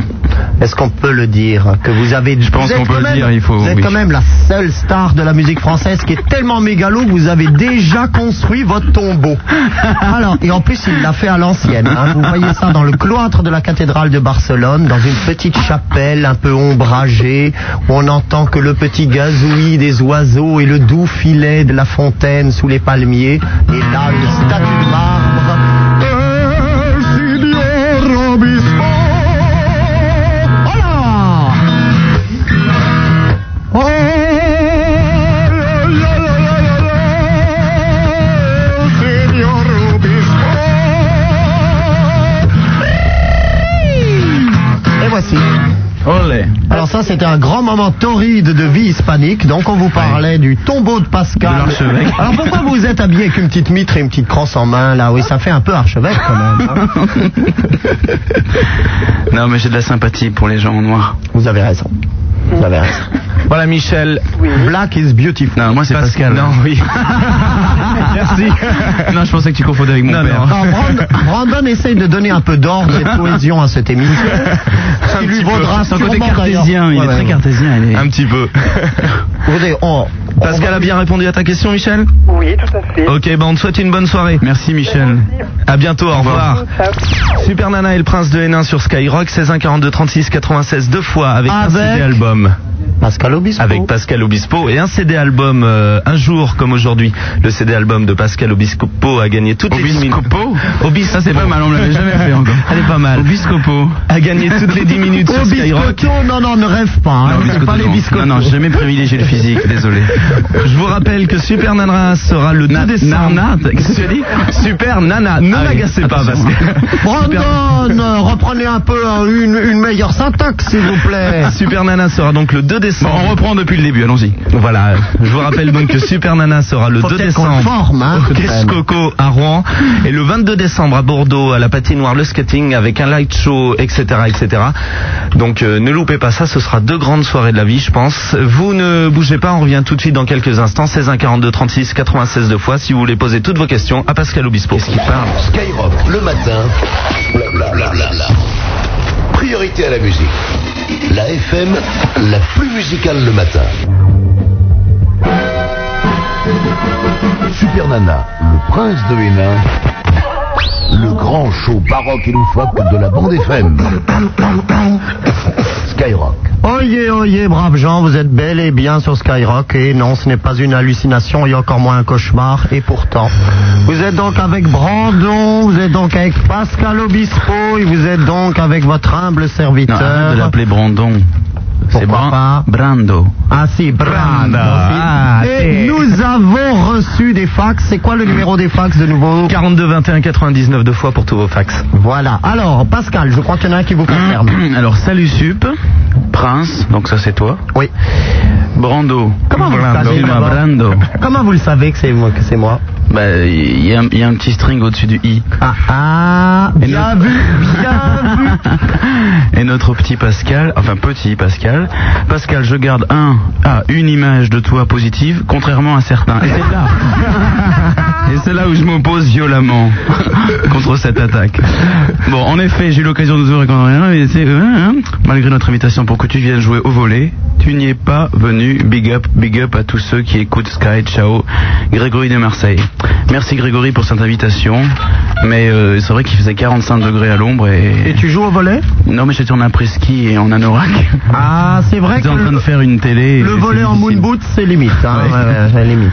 Speaker 1: Est-ce qu'on peut le dire que vous avez Je
Speaker 15: pense qu'on peut le dire, il faut-
Speaker 1: Vous êtes
Speaker 15: oui.
Speaker 1: quand même la seule star de la musique française qui est tellement mégalo que vous avez déjà construit votre tombeau. Alors, et en plus, il l'a fait à l'ancienne. hein. Vous voyez ça dans le cloître de la cathédrale de Barcelone, dans une petite chapelle un peu ombragée, où on entend que le petit gazouillis des oiseaux et le doux filet de la fontaine sous les palmiers. Et là, une statue de marbre. El Señor Obispo. Hola.
Speaker 7: Oh,
Speaker 1: voici.
Speaker 2: Olé.
Speaker 1: Alors ça, c'était un grand moment torride de vie hispanique. Donc on vous parlait du tombeau de Pascal.
Speaker 2: De l'archevêque.
Speaker 1: Alors pourquoi vous êtes habillé avec une petite mitre et une petite crosse en main là Oui, ça fait un peu archevêque quand même. hein.
Speaker 15: Non, mais j'ai de la sympathie pour les gens en noir.
Speaker 1: Vous avez raison. Vous avez raison.
Speaker 2: Voilà, Michel.
Speaker 1: Black is beautiful.
Speaker 15: Non, moi c'est Pascal. Non,
Speaker 2: oui. Merci.
Speaker 15: non, je pensais que tu confondais avec mon père.
Speaker 1: Non, Brand- Brandon essaye de donner un peu d'ordre et de cohésion à cette émission. Ce qui lui vaudra
Speaker 15: Son côté
Speaker 1: sûrement, d'ailleurs.
Speaker 15: cartésien, il
Speaker 1: Ouais,
Speaker 15: est très
Speaker 1: ouais.
Speaker 15: cartésien. il est-
Speaker 2: Un petit peu.
Speaker 1: Écoutez, on- on
Speaker 2: Pascal a bien répondu à ta question, Michel
Speaker 17: Oui, tout à fait.
Speaker 2: Ok, ben on te souhaite une bonne soirée.
Speaker 15: Merci Michel.
Speaker 2: À bientôt, au revoir. Super Nana et le Prince de Hénin sur Skyrock, 16 1 42 36 96 deux fois avec, un
Speaker 1: Avec
Speaker 2: CD album.
Speaker 1: Pascal Obispo.
Speaker 2: Avec Pascal Obispo et un CD album euh, un jour comme aujourd'hui. Le CD album de Pascal Obispo a gagné toutes les 10 minutes.
Speaker 15: Obiscopo
Speaker 2: Obispo.
Speaker 15: Ça c'est pas mal, on l'avait jamais fait encore.
Speaker 2: Elle est pas mal.
Speaker 15: Obiscopo.
Speaker 2: A gagné toutes les 10 minutes sur
Speaker 1: Au
Speaker 2: Skyrock.
Speaker 1: biscotto, non, non, ne rêve pas. hein.
Speaker 15: Non,
Speaker 1: C'est
Speaker 15: biscotte,
Speaker 1: pas les
Speaker 15: non.
Speaker 1: biscottos.
Speaker 15: Non, non, j'ai jamais privilégié le physique, désolé.
Speaker 2: Je vous rappelle que Super Nana sera le 2
Speaker 15: Na-
Speaker 2: décembre.
Speaker 15: Nana, t'as- qu'est-ce que tu as dit
Speaker 2: Super Nana, ne
Speaker 15: Ah oui,
Speaker 2: m'agacez pas
Speaker 15: attention.
Speaker 2: Pascal.
Speaker 1: Brandon, euh, reprenez un peu euh, une, une meilleure syntaxe, s'il vous plaît.
Speaker 2: Eh, Super Nana sera donc le 2
Speaker 15: Bon,
Speaker 2: décembre.
Speaker 15: on reprend depuis le début, allons-y.
Speaker 2: Voilà, je vous rappelle donc que Super Nana sera le
Speaker 1: Faut
Speaker 2: 2
Speaker 1: peut-être qu'on
Speaker 2: décembre
Speaker 1: le forme, hein,
Speaker 2: au
Speaker 1: tout de
Speaker 2: Caisse
Speaker 1: même.
Speaker 2: Coco à Rouen et le 22 décembre à Bordeaux à la patinoire Le Skating avec un light show, etc. etc. Donc euh, ne loupez pas ça, ce sera deux grandes soirées de la vie, je pense. Vous ne bougez pas, on revient tout de suite dans quelques instants, 16 1 42 36 96 deux fois si vous voulez poser toutes vos questions à Pascal Obispo.
Speaker 5: Skyrock, le matin. Bla, bla, bla, bla, bla. Priorité à la musique. La FM, la plus musicale le matin. Super Nana, le prince de Hénin. Le grand show baroque et loufoque de la bande FM. Skyrock.
Speaker 1: Oyez, oyez, braves gens, vous êtes bel et bien sur Skyrock. Et non, ce n'est pas une hallucination et encore moins un cauchemar. Et pourtant, vous êtes donc avec Brandon, vous êtes donc avec Pascal Obispo et vous êtes donc avec votre humble
Speaker 15: Non, arrête
Speaker 1: serviteur.
Speaker 15: de l'appeler Brandon. C'est
Speaker 1: Pourquoi
Speaker 15: Bran-
Speaker 1: pas
Speaker 15: Brando.
Speaker 1: ah si, Brandon.
Speaker 2: Ah,
Speaker 1: et
Speaker 2: c'est-
Speaker 1: nous avons reçu des fax. C'est quoi le numéro des fax de nouveau
Speaker 2: 42 21 99 deux fois pour tous vos fax.
Speaker 1: Voilà. Alors, Pascal, je crois qu'il y en a un qui vous concerne.
Speaker 15: Alors, salut Sup, Prince, donc ça c'est toi.
Speaker 1: Oui.
Speaker 15: Brando.
Speaker 1: Comment vous le
Speaker 15: Brando.
Speaker 1: savez,
Speaker 15: Excuse-moi,
Speaker 1: d'abord
Speaker 15: Brando.
Speaker 1: Comment vous le savez que c'est moi, que c'est moi
Speaker 15: Bah, il y, a un- il y a un petit string au-dessus du i.
Speaker 1: Ah ah, bien
Speaker 15: notre-
Speaker 1: vu, bien vu.
Speaker 15: Et notre petit Pascal, enfin petit Pascal, Pascal, je garde un, ah, une image de toi positive, contrairement à certains. Et c'est là, et c'est là où je m'oppose violemment contre cette attaque. Bon, en effet, j'ai eu l'occasion de nous ouvrir quand rien, mais c'est, euh, hein, malgré notre invitation pour que tu viennes jouer au volet, tu n'y es pas venu. Big up, big up à tous ceux qui écoutent Sky. Ciao, Grégory de Marseille. Merci Grégory pour cette invitation, mais euh, c'est vrai qu'il faisait 45 degrés à l'ombre et,
Speaker 1: Et tu joues au volet
Speaker 15: non, mais j'étais en après-ski et en anorak.
Speaker 1: Ah, c'est vrai que
Speaker 15: J'étais en train de
Speaker 1: le,
Speaker 15: faire une télé. et
Speaker 1: le
Speaker 15: c'est
Speaker 1: volet en moon
Speaker 15: difficile.
Speaker 1: boot, c'est limite. hein,
Speaker 15: Ouais.
Speaker 1: ouais, ouais, c'est limite.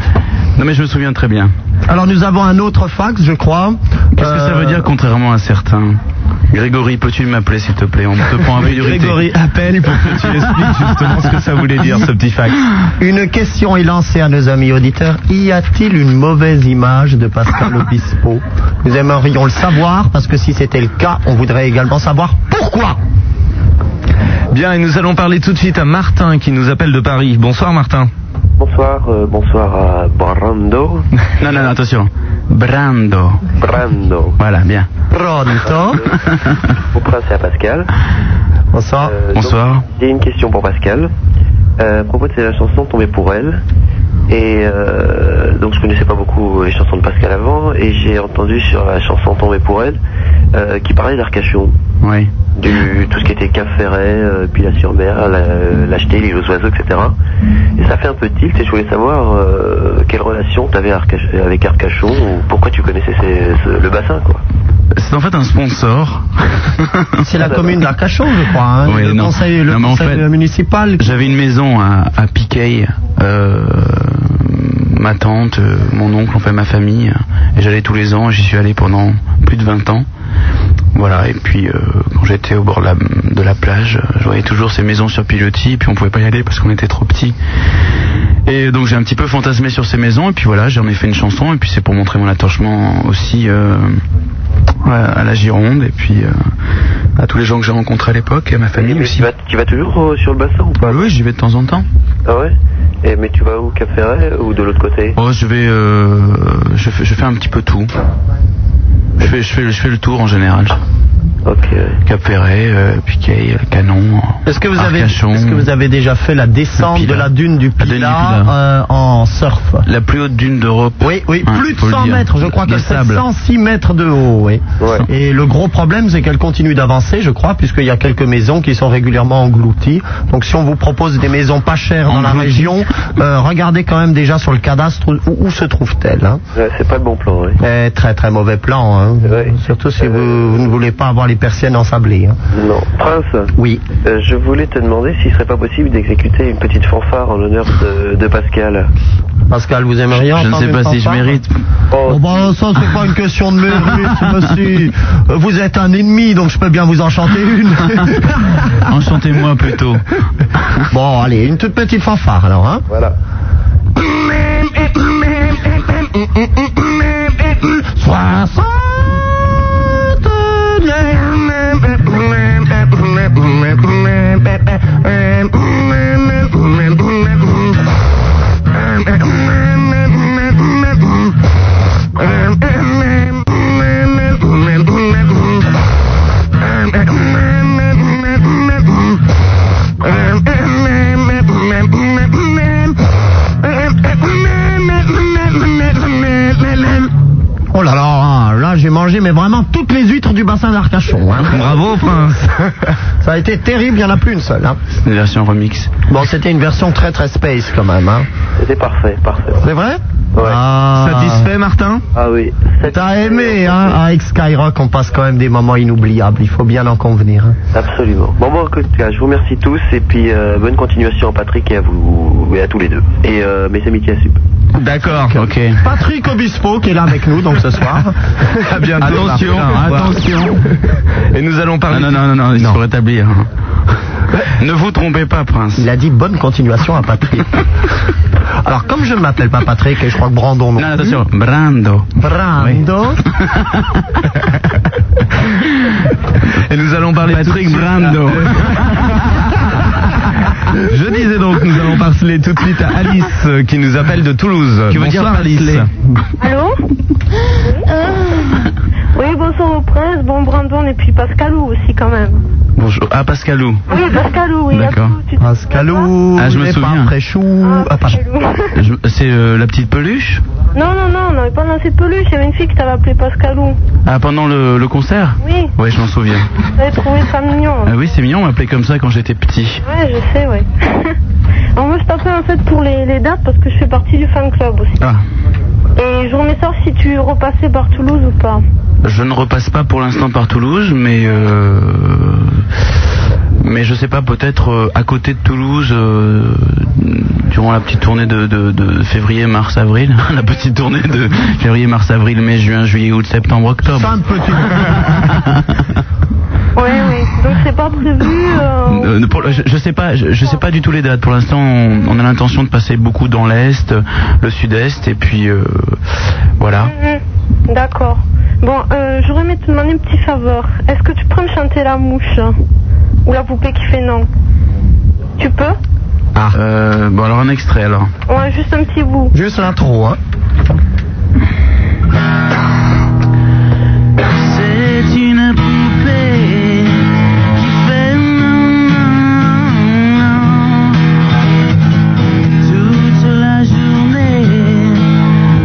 Speaker 15: Non, mais je me souviens très bien.
Speaker 1: Alors nous avons un autre fax, je crois.
Speaker 15: Qu'est-ce que ça
Speaker 1: Euh,
Speaker 15: veut dire contrairement à certains Grégory, peux-tu m'appeler s'il te plaît On te prend en priorité.
Speaker 2: Grégory appelle pour que tu expliques justement ce que ça voulait dire ce petit fax.
Speaker 1: Une question est lancée à nos amis auditeurs. Y a-t-il une mauvaise image de Pascal Obispo Nous aimerions le savoir parce que si c'était le cas, on voudrait également savoir pourquoi.
Speaker 2: Bien, et nous allons parler tout de suite à Martin qui nous appelle de Paris. Bonsoir Martin.
Speaker 12: Bonsoir, euh, bonsoir à Brando.
Speaker 15: Non, non, non, attention. Brando.
Speaker 12: Brando. Euh,
Speaker 15: Voilà, bien.
Speaker 1: Pronto.
Speaker 12: Au prince et à Pascal.
Speaker 1: Bonsoir.
Speaker 12: Euh, donc,
Speaker 15: Bonsoir.
Speaker 12: J'ai une question pour Pascal. Euh, à propos de la chanson Tombée pour elle. Et euh, donc je connaissais pas beaucoup les chansons de Pascal avant et j'ai entendu sur la chanson Tombée pour elle euh, qui parlait d'Arcachon,
Speaker 15: Oui.
Speaker 12: du tout ce qui était Cap Ferret, euh, puis la sur mer, la- l'acheter, l'île aux oiseaux, etc. Et ça fait un peu tilt et je voulais savoir euh, quelle relation tu avais avec Arcachon ou pourquoi tu connaissais ces- ce- le bassin quoi.
Speaker 15: C'est en fait un sponsor.
Speaker 1: C'est la commune d'Arcachon, je crois. hein,
Speaker 15: Oui,
Speaker 1: le
Speaker 15: non.
Speaker 1: conseil, le
Speaker 15: Non, mais en
Speaker 1: conseil
Speaker 15: fait-
Speaker 1: municipal.
Speaker 15: J'avais une maison à, à Piquet. euh, ma tante, euh, mon oncle, enfin ma famille. euh, Et j'allais tous les ans, j'y suis allé pendant plus de 20 ans. Voilà, et puis euh, quand j'étais au bord de la, de la plage, euh, je voyais toujours ces maisons sur pilotis, puis on pouvait pas y aller parce qu'on était trop petit. Et donc j'ai un petit peu fantasmé sur ces maisons, et puis voilà, j'en ai fait une chanson, et puis c'est pour montrer mon attachement aussi euh, à, à la Gironde et puis euh, à tous les gens que j'ai rencontrés à l'époque et à ma famille aussi. Bah
Speaker 12: Tu vas, tu vas toujours euh, sur le bassin ou pas
Speaker 15: Oui, j'y vais de temps en temps.
Speaker 12: Ah ouais Et mais tu vas où Cap Ferret ou de l'autre côté
Speaker 15: Oh, je vais, euh, je, fais, je fais un petit peu tout. Je fais, je fais, je fais le tour en général.
Speaker 12: Ok.
Speaker 15: Cap Ferret, euh, Piquet, euh, Canon.
Speaker 1: Est-ce que, vous avez-
Speaker 15: Arcachon.
Speaker 1: est-ce que vous avez déjà fait la descente
Speaker 15: Le
Speaker 1: de
Speaker 15: Pilat.
Speaker 1: la dune du
Speaker 15: La dune du
Speaker 1: Pilat,
Speaker 15: Pilat.
Speaker 1: euh, en surf
Speaker 15: La plus haute dune d'Europe.
Speaker 1: Oui, oui,
Speaker 15: Ouais,
Speaker 1: plus de
Speaker 15: faut le
Speaker 1: 100
Speaker 15: dire.
Speaker 1: mètres, je crois
Speaker 15: De
Speaker 1: que c'est
Speaker 15: sable.
Speaker 1: 106 mètres de haut, oui. Et le gros problème, c'est qu'elle continue d'avancer, je crois, puisqu'il y a quelques maisons qui sont régulièrement englouties. Donc si on vous propose des maisons pas chères dans la région, euh, regardez quand même déjà sur le cadastre où, où se trouve-t-elle. hein.
Speaker 12: Ouais, c'est pas le bon plan, oui.
Speaker 1: Eh, très très mauvais plan, hein. surtout si vous, vous ne voulez pas avoir les persiennes ensablées. hein.
Speaker 12: Non. Prince Euh,
Speaker 1: Oui.
Speaker 12: je voulais te demander s'il serait pas possible d'exécuter une petite fanfare en l'honneur de, de Pascal.
Speaker 1: Pascal, vous aimeriez
Speaker 12: Je ne
Speaker 1: entendre
Speaker 12: sais
Speaker 1: une
Speaker 12: pas si je
Speaker 1: fanfare
Speaker 12: mérite.
Speaker 1: Oh, bah, ça, c'est pas une question de mérite, monsieur. Euh, Vous êtes un ennemi, donc je peux bien vous en chanter une.
Speaker 15: Enchantez-moi plutôt.
Speaker 1: Bon, allez, une toute petite fanfare alors, hein.
Speaker 12: Voilà.
Speaker 1: Oh là là, hein, là j'ai mangé mais vraiment toutes les huîtres du bassin d'Arcachon. Hein. Bravo Prince Ça a été terrible, il n'y en a plus une seule. Hein.
Speaker 15: C'est une version remix.
Speaker 1: Bon, c'était une version très très space quand même. Hein.
Speaker 12: C'était parfait, parfait.
Speaker 1: C'est vrai Satisfait Martin
Speaker 12: Ah oui.
Speaker 1: T'as aimé, hein Avec Skyrock on passe quand même des moments inoubliables, il faut bien en convenir. hein.
Speaker 12: Absolument. Bon, bon, écoute, je vous remercie tous et puis euh, bonne continuation à Patrick et à vous et à tous les deux. Et euh, mes amis qui assument.
Speaker 15: D'accord, ok.
Speaker 1: euh, Patrick Obispo qui est là avec nous donc ce soir.
Speaker 15: À bientôt,
Speaker 2: Attention,
Speaker 15: Martin. Au revoir.
Speaker 2: attention.
Speaker 15: Et nous allons parler. Non, non, non, non, non, il faut rétablir. hein. ne vous trompez pas, Prince.
Speaker 1: Il a dit bonne continuation à Patrick. Alors comme je ne m'appelle pas Patrick et je crois que Brandon non.
Speaker 15: Non, attention, Brando.
Speaker 1: Brando.
Speaker 2: Et nous allons parler Patrick Brando. Je disais donc, nous allons parler tout de suite à Alice euh, qui nous appelle de Toulouse.
Speaker 15: Qui veut dire
Speaker 2: Bonsoir Alice.
Speaker 8: Allô Ah. Oui, bonsoir au prince, bon Brandon et puis Pascalou aussi quand même.
Speaker 15: Bonjour. Ah, Pascalou.
Speaker 8: Oui, Pascalou, oui. hein.
Speaker 15: D'accord.
Speaker 1: Pascalou.
Speaker 15: Ah, je me
Speaker 1: n'est pas
Speaker 15: souviens.
Speaker 1: après Chou. Ah, pardon.
Speaker 15: Je- C'est euh, la petite peluche
Speaker 8: Non, non, non, on n'avait pas lancé de peluche, il y avait une fille qui t'avait appelé Pascalou.
Speaker 15: Ah, pendant le, le concert
Speaker 8: Oui,
Speaker 15: Ouais, je m'en souviens.
Speaker 8: t'avais trouvé ça mignon.
Speaker 15: Ah oui, c'est mignon, on m'appelait comme ça quand j'étais petit.
Speaker 8: Ouais, je sais, ouais. Alors moi je t'appelle en fait pour les, les dates parce que je fais partie du fan club aussi.
Speaker 15: Ah.
Speaker 8: Et je voulais savoir si tu repassais par Toulouse ou pas.
Speaker 15: Je ne repasse pas pour l'instant par Toulouse, mais euh, mais je sais pas, peut-être euh, à côté de Toulouse, euh, durant la petite tournée de, de- de février, mars, avril, la petite tournée de février, mars, avril, mai, juin, juillet, août, septembre, octobre.
Speaker 8: Ouais, ouais. Donc c'est pas prévu. euh,
Speaker 15: Euh, pour- je, je sais pas, je, je sais pas du tout les dates. Pour l'instant, on, on a l'intention de passer beaucoup dans l'est, le sud-est, et puis euh, voilà.
Speaker 8: Mhm. D'accord. Bon, euh, j'aurais aimé te demander une petite faveur. Est-ce que tu pourrais me chanter la mouche Ou la poupée qui fait non Tu peux
Speaker 1: Ah.
Speaker 15: Euh, bon alors un extrait alors.
Speaker 8: Ouais, juste un petit bout.
Speaker 1: Juste l'intro, hein.
Speaker 7: C'est une poupée qui fait non toute la journée.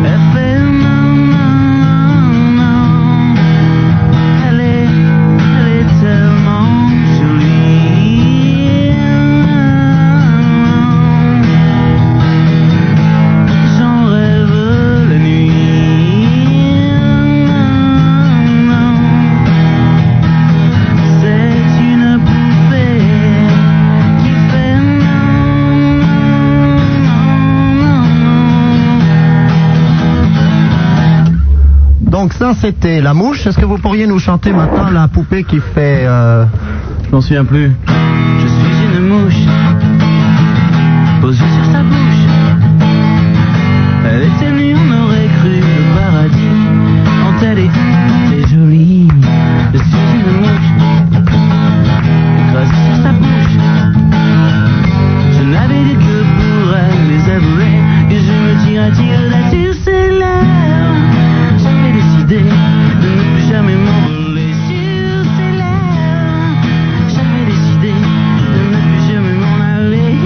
Speaker 7: Elle fait non Elle est, elle est tellement jolie. J'en rêve la nuit. C'est une poupée qui fait
Speaker 1: Donc ça c'était la mouche. Est-ce que vous pourriez nous chanter maintenant la poupée qui fait... euh,
Speaker 15: Je m'en souviens plus.
Speaker 7: Je suis une mouche posée sur sa bouche. Elle était nue, on aurait cru le paradis. En t'aller. T'es jolie, je suis une mouche. Grâce sur sa bouche. Je n'avais dit que pour elle, mais avouer que je me tire à tire là-dessus, c'est là. J'avais décidé de ne plus jamais m'envoler sur ses lèvres. J'avais décidé de ne plus jamais m'en aller.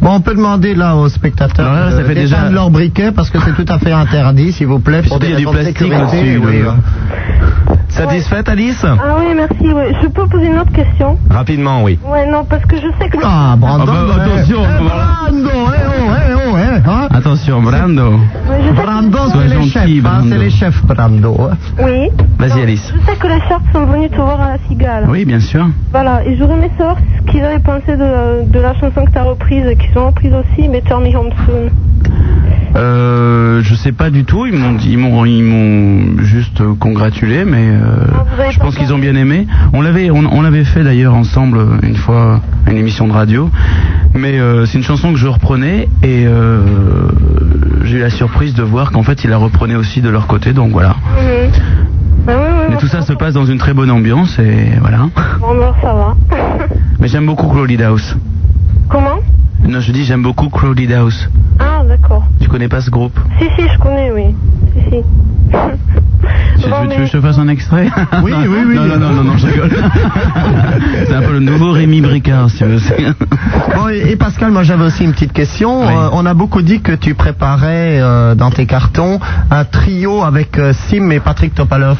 Speaker 1: Bon, on peut demander là aux spectateurs
Speaker 2: Ouais, ça
Speaker 1: euh,
Speaker 2: fait déjà-
Speaker 1: d'éteindre leur briquet parce que c'est tout à fait interdit, s'il vous plaît, pour
Speaker 2: Surtout, il
Speaker 1: des
Speaker 2: y a du
Speaker 1: raisons de
Speaker 2: plastique euh,
Speaker 1: sécurité,
Speaker 2: au-dessus,
Speaker 1: oui,
Speaker 2: là.
Speaker 1: ouais.
Speaker 2: Satisfaite, Alice
Speaker 8: Ah oui, merci. ouais. Je peux poser une autre question
Speaker 2: Ah. Rapidement, oui.
Speaker 8: Ouais, non, parce que je sais que.
Speaker 1: Ah, Brandon,
Speaker 2: Ah bah,
Speaker 1: ouais.
Speaker 2: attention,
Speaker 1: Eh,
Speaker 2: voilà.
Speaker 1: Brando, eh oh, eh oh, eh, hein.
Speaker 2: Attention, Brando.
Speaker 1: Brando,
Speaker 2: Sois
Speaker 1: c'est les
Speaker 2: gentil,
Speaker 1: chefs, hein,
Speaker 2: Brando.
Speaker 1: c'est les chefs, Brando. hein.
Speaker 8: Oui.
Speaker 2: Vas-y, Alice.
Speaker 8: Je sais que les sharks sont venus te voir à la cigale.
Speaker 15: Oui, bien sûr.
Speaker 8: Voilà, et j'aurais aimé savoir ce qu'ils avaient pensé de, de la chanson que t'as reprise, et qu'ils ont reprise aussi, mais Turn Me Home Soon.
Speaker 15: Euh, je sais pas du tout. Ils m'ont, dit- ils m'ont, ils m'ont juste euh, congratulé, mais euh,
Speaker 8: Ah,
Speaker 15: je pense qu'ils ont bien aimé. On l'avait, on, on l'avait fait d'ailleurs ensemble euh, une fois à une émission de radio. Mais euh, c'est une chanson que je reprenais et euh, j'ai eu la surprise de voir qu'en fait ils la reprenaient aussi de leur côté. Donc voilà.
Speaker 8: Bah
Speaker 15: Mais tout ça se passe dans une très bonne ambiance et voilà.
Speaker 8: Bon, alors ça va.
Speaker 15: Mais j'aime beaucoup Crowley House.
Speaker 8: Comment
Speaker 15: Non, je dis j'aime beaucoup Crowley House.
Speaker 8: Ah, d'accord.
Speaker 15: Tu connais pas ce groupe
Speaker 8: Si, si, je connais, oui. Si, si.
Speaker 15: Tu, tu veux que je te fasse un extrait Oui, oui, oui. Non, non, non, non, non, je rigole. C'est un peu le nouveau Rémi Bricard, si tu veux.
Speaker 1: Bon, et, et Pascal, moi j'avais aussi une petite question. Euh, on a beaucoup dit que tu préparais euh, dans tes cartons un trio avec euh, Sim et Patrick Topalov.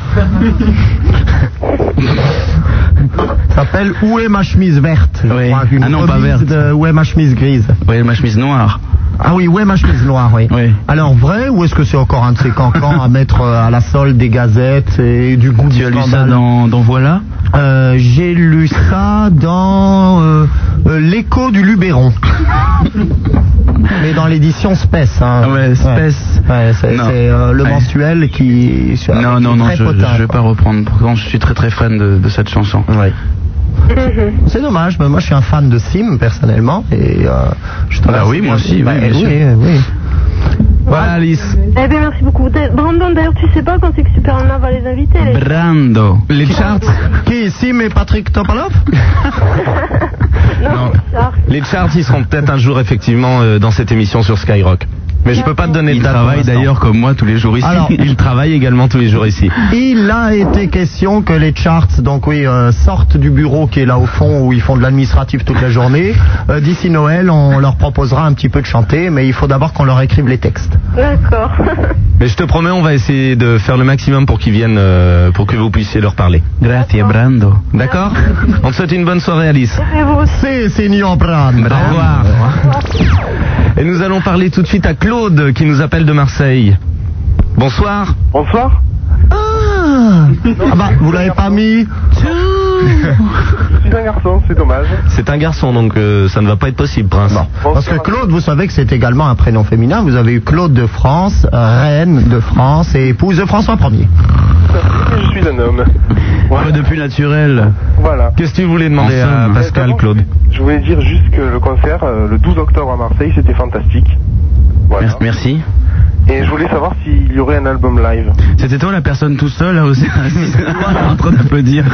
Speaker 1: Ça s'appelle Où est ma chemise verte je crois, une
Speaker 15: Ah non, pas
Speaker 1: reprise
Speaker 15: verte.
Speaker 1: de Où est ma chemise grise
Speaker 15: Oui, ma chemise noire.
Speaker 1: Ah oui, où est ma chemise noire, oui. Alors vrai, ou est-ce que c'est encore un de ces cancans à mettre euh, à la solde des gazettes et du goût
Speaker 15: Tu
Speaker 1: du
Speaker 15: as lu ça
Speaker 1: scandale
Speaker 15: dans, dans Voilà
Speaker 1: euh, J'ai lu ça dans euh, euh, l'écho du Luberon. Mais dans l'édition Spess. Hein.
Speaker 15: Ah ouais, Spess.
Speaker 1: Ouais, c'est
Speaker 15: Non.
Speaker 1: c'est, euh, le
Speaker 15: Ouais.
Speaker 1: mensuel qui. sur-
Speaker 15: Non,
Speaker 1: qui
Speaker 15: non,
Speaker 1: est
Speaker 15: non,
Speaker 1: très
Speaker 15: je
Speaker 1: potin,
Speaker 15: ne vais
Speaker 1: quoi.
Speaker 15: pas reprendre. Pourtant, je suis très très fan de, de cette chanson.
Speaker 1: C'est dommage, mais moi je suis un fan de Sim personnellement et euh, je te
Speaker 15: Bah
Speaker 1: remercie
Speaker 15: oui, moi
Speaker 1: bien.
Speaker 15: aussi, oui,
Speaker 1: Bah,
Speaker 15: bien
Speaker 1: oui,
Speaker 15: sûr.
Speaker 1: euh, oui.
Speaker 15: Voilà, Alice.
Speaker 8: Eh bien, merci beaucoup. D'ailleurs, Brandon, d'ailleurs, tu sais pas quand c'est que Supernova va les inviter. les-
Speaker 15: Brando. Les charts
Speaker 1: Qui Sim et Patrick Topalov
Speaker 8: Non, les Sharks.
Speaker 2: Les charts, ils seront peut-être un jour effectivement euh, dans cette émission sur Skyrock. Mais je peux pas te donner de
Speaker 15: Il
Speaker 2: date. pour
Speaker 15: travaille
Speaker 2: l'instant.
Speaker 15: d'ailleurs comme moi tous les jours ici.
Speaker 2: Alors- il travaille également tous les jours ici.
Speaker 1: Il a été question que les charts, donc oui, euh, sortent du bureau qui est là au fond où ils font de l'administratif toute la journée. Euh, D'ici Noël, on leur proposera un petit peu de chanter, mais il faut d'abord qu'on leur écrive les textes.
Speaker 8: D'accord.
Speaker 2: Mais je te promets, on va essayer de faire le maximum pour qu'ils viennent, euh, pour que vous puissiez leur parler.
Speaker 15: Grazie, Brando.
Speaker 2: D'accord On te souhaite une bonne soirée, Alice.
Speaker 1: C'est Signor Brand.
Speaker 2: Ah. Au revoir. Et nous allons parler tout de suite à Claude qui nous appelle de Marseille. Bonsoir.
Speaker 1: Bonsoir. Ah, Ah bah, vous l'avez pas mis
Speaker 6: Je suis un garçon, c'est dommage.
Speaker 2: C'est un garçon, donc euh, ça ne va pas être possible, Prince.
Speaker 1: Parce que Claude, vous savez que c'est également un prénom féminin. Vous avez eu Claude de France, euh, reine de France et épouse de François Ier.
Speaker 6: Je suis un homme.
Speaker 15: Quoi de plus naturel
Speaker 6: Voilà.
Speaker 2: Qu'est-ce que tu voulais demander
Speaker 15: En
Speaker 2: à
Speaker 15: somme.
Speaker 2: Pascal, Claude
Speaker 6: Je voulais dire juste que le concert, euh, le 12 octobre à Marseille, c'était fantastique.
Speaker 15: Mer- Merci.
Speaker 6: Et je voulais savoir s'il y aurait un album live.
Speaker 15: C'était toi la personne tout seul là aussi, assise, Ah, en train d'applaudir.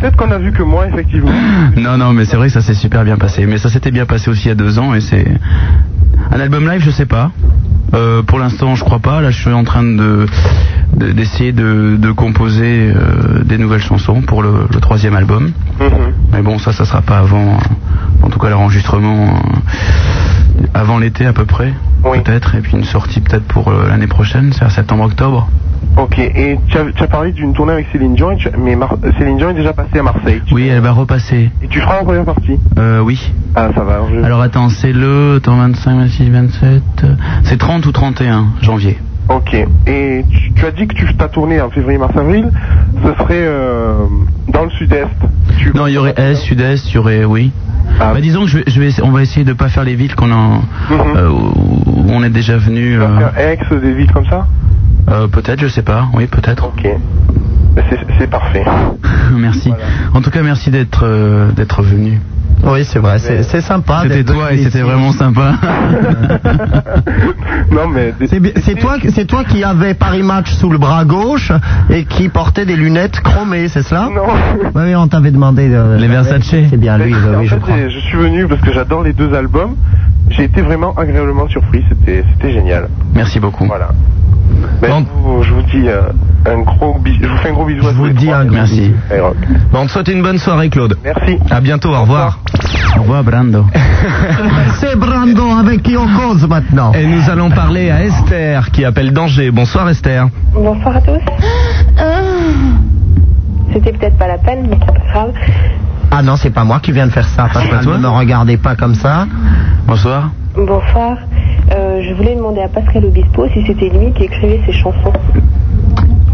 Speaker 6: Peut-être qu'on a vu que moi, effectivement.
Speaker 15: Non, non, mais c'est vrai que ça s'est super bien passé. Mais ça s'était bien passé aussi il y a deux ans et c'est. Un album live, je sais pas. Euh, pour l'instant, je crois pas. Là, je suis en train de de- d'essayer de, de composer euh, des nouvelles chansons pour le, le troisième album. Mais bon, ça, ça sera pas avant. euh, en tout cas, l'enregistrement euh, avant l'été à peu près, peut-être, et puis une sortie peut-être pour euh, l'année prochaine, c'est à septembre-octobre.
Speaker 6: Ok, et tu as, tu as parlé d'une tournée avec Céline Dion, et tu- mais Mar- Céline Dion est déjà passée à Marseille.
Speaker 15: Oui, elle va repasser.
Speaker 6: Et tu feras la première partie
Speaker 15: Euh, oui.
Speaker 6: Ah, ça va. alors je-
Speaker 15: Alors attends, c'est le attends, 25, 26, 27. euh, C'est 30 ou 31 janvier.
Speaker 6: Ok, et tu, tu as dit que tu ta tournée en février, mars, avril, ce serait euh, dans le sud-est.
Speaker 15: non, il y aurait Est, Sud-Est, il y aurait oui.
Speaker 6: Ah.
Speaker 15: Bah, disons que je vais, je vais essa- on va essayer de pas faire les villes qu'on en
Speaker 6: Mhm.
Speaker 15: euh, où où on est déjà venu. euh,
Speaker 6: Aix, des villes comme ça
Speaker 15: euh, peut-être, je sais pas. Oui, peut-être.
Speaker 6: Ok. C'est parfait.
Speaker 15: merci. En tout cas, merci d'être euh, d'être venu.
Speaker 1: Oui, c'est vrai, c'est c'est sympa.
Speaker 15: C'était
Speaker 1: d'être
Speaker 15: toi
Speaker 1: venu
Speaker 15: et c'était
Speaker 1: ici.
Speaker 15: vraiment sympa.
Speaker 1: Non mais c'est bi- c'est toi c'est toi qui avais Paris Match sous le bras gauche et qui portait des lunettes chromées, c'est cela Non. Oui, oui, on t'avait demandé de-
Speaker 2: Les Versace.
Speaker 1: C'est bien lui,
Speaker 18: En
Speaker 1: oui, je
Speaker 18: fait,
Speaker 1: crois.
Speaker 18: j'ai- je suis venu parce que j'adore les deux albums. J'ai été vraiment agréablement surpris. C'était c'était génial.
Speaker 15: Merci beaucoup.
Speaker 18: Voilà. Ben, vous- je vous dis euh, un gros bisou. Je vous fais un gros bisou à tous les trois.
Speaker 15: Merci.
Speaker 18: Skyrock.
Speaker 2: hein, Bon, on te souhaite une bonne soirée, Claude.
Speaker 18: Merci.
Speaker 2: À bientôt, au revoir.
Speaker 15: Au revoir, Brando.
Speaker 1: C'est Brando avec qui on cause maintenant.
Speaker 2: Et nous allons parler à Esther qui appelle Danger. Bonsoir, Esther.
Speaker 8: Bonsoir à tous. C'était peut-être pas la peine, mais c'est pas grave.
Speaker 1: Ah non, c'est pas moi qui viens de faire ça. Parce que ne me regardez pas comme ça.
Speaker 15: Bonsoir.
Speaker 8: Bonsoir. Euh, je voulais demander à Pascal Obispo si c'était lui qui écrivait ses chansons.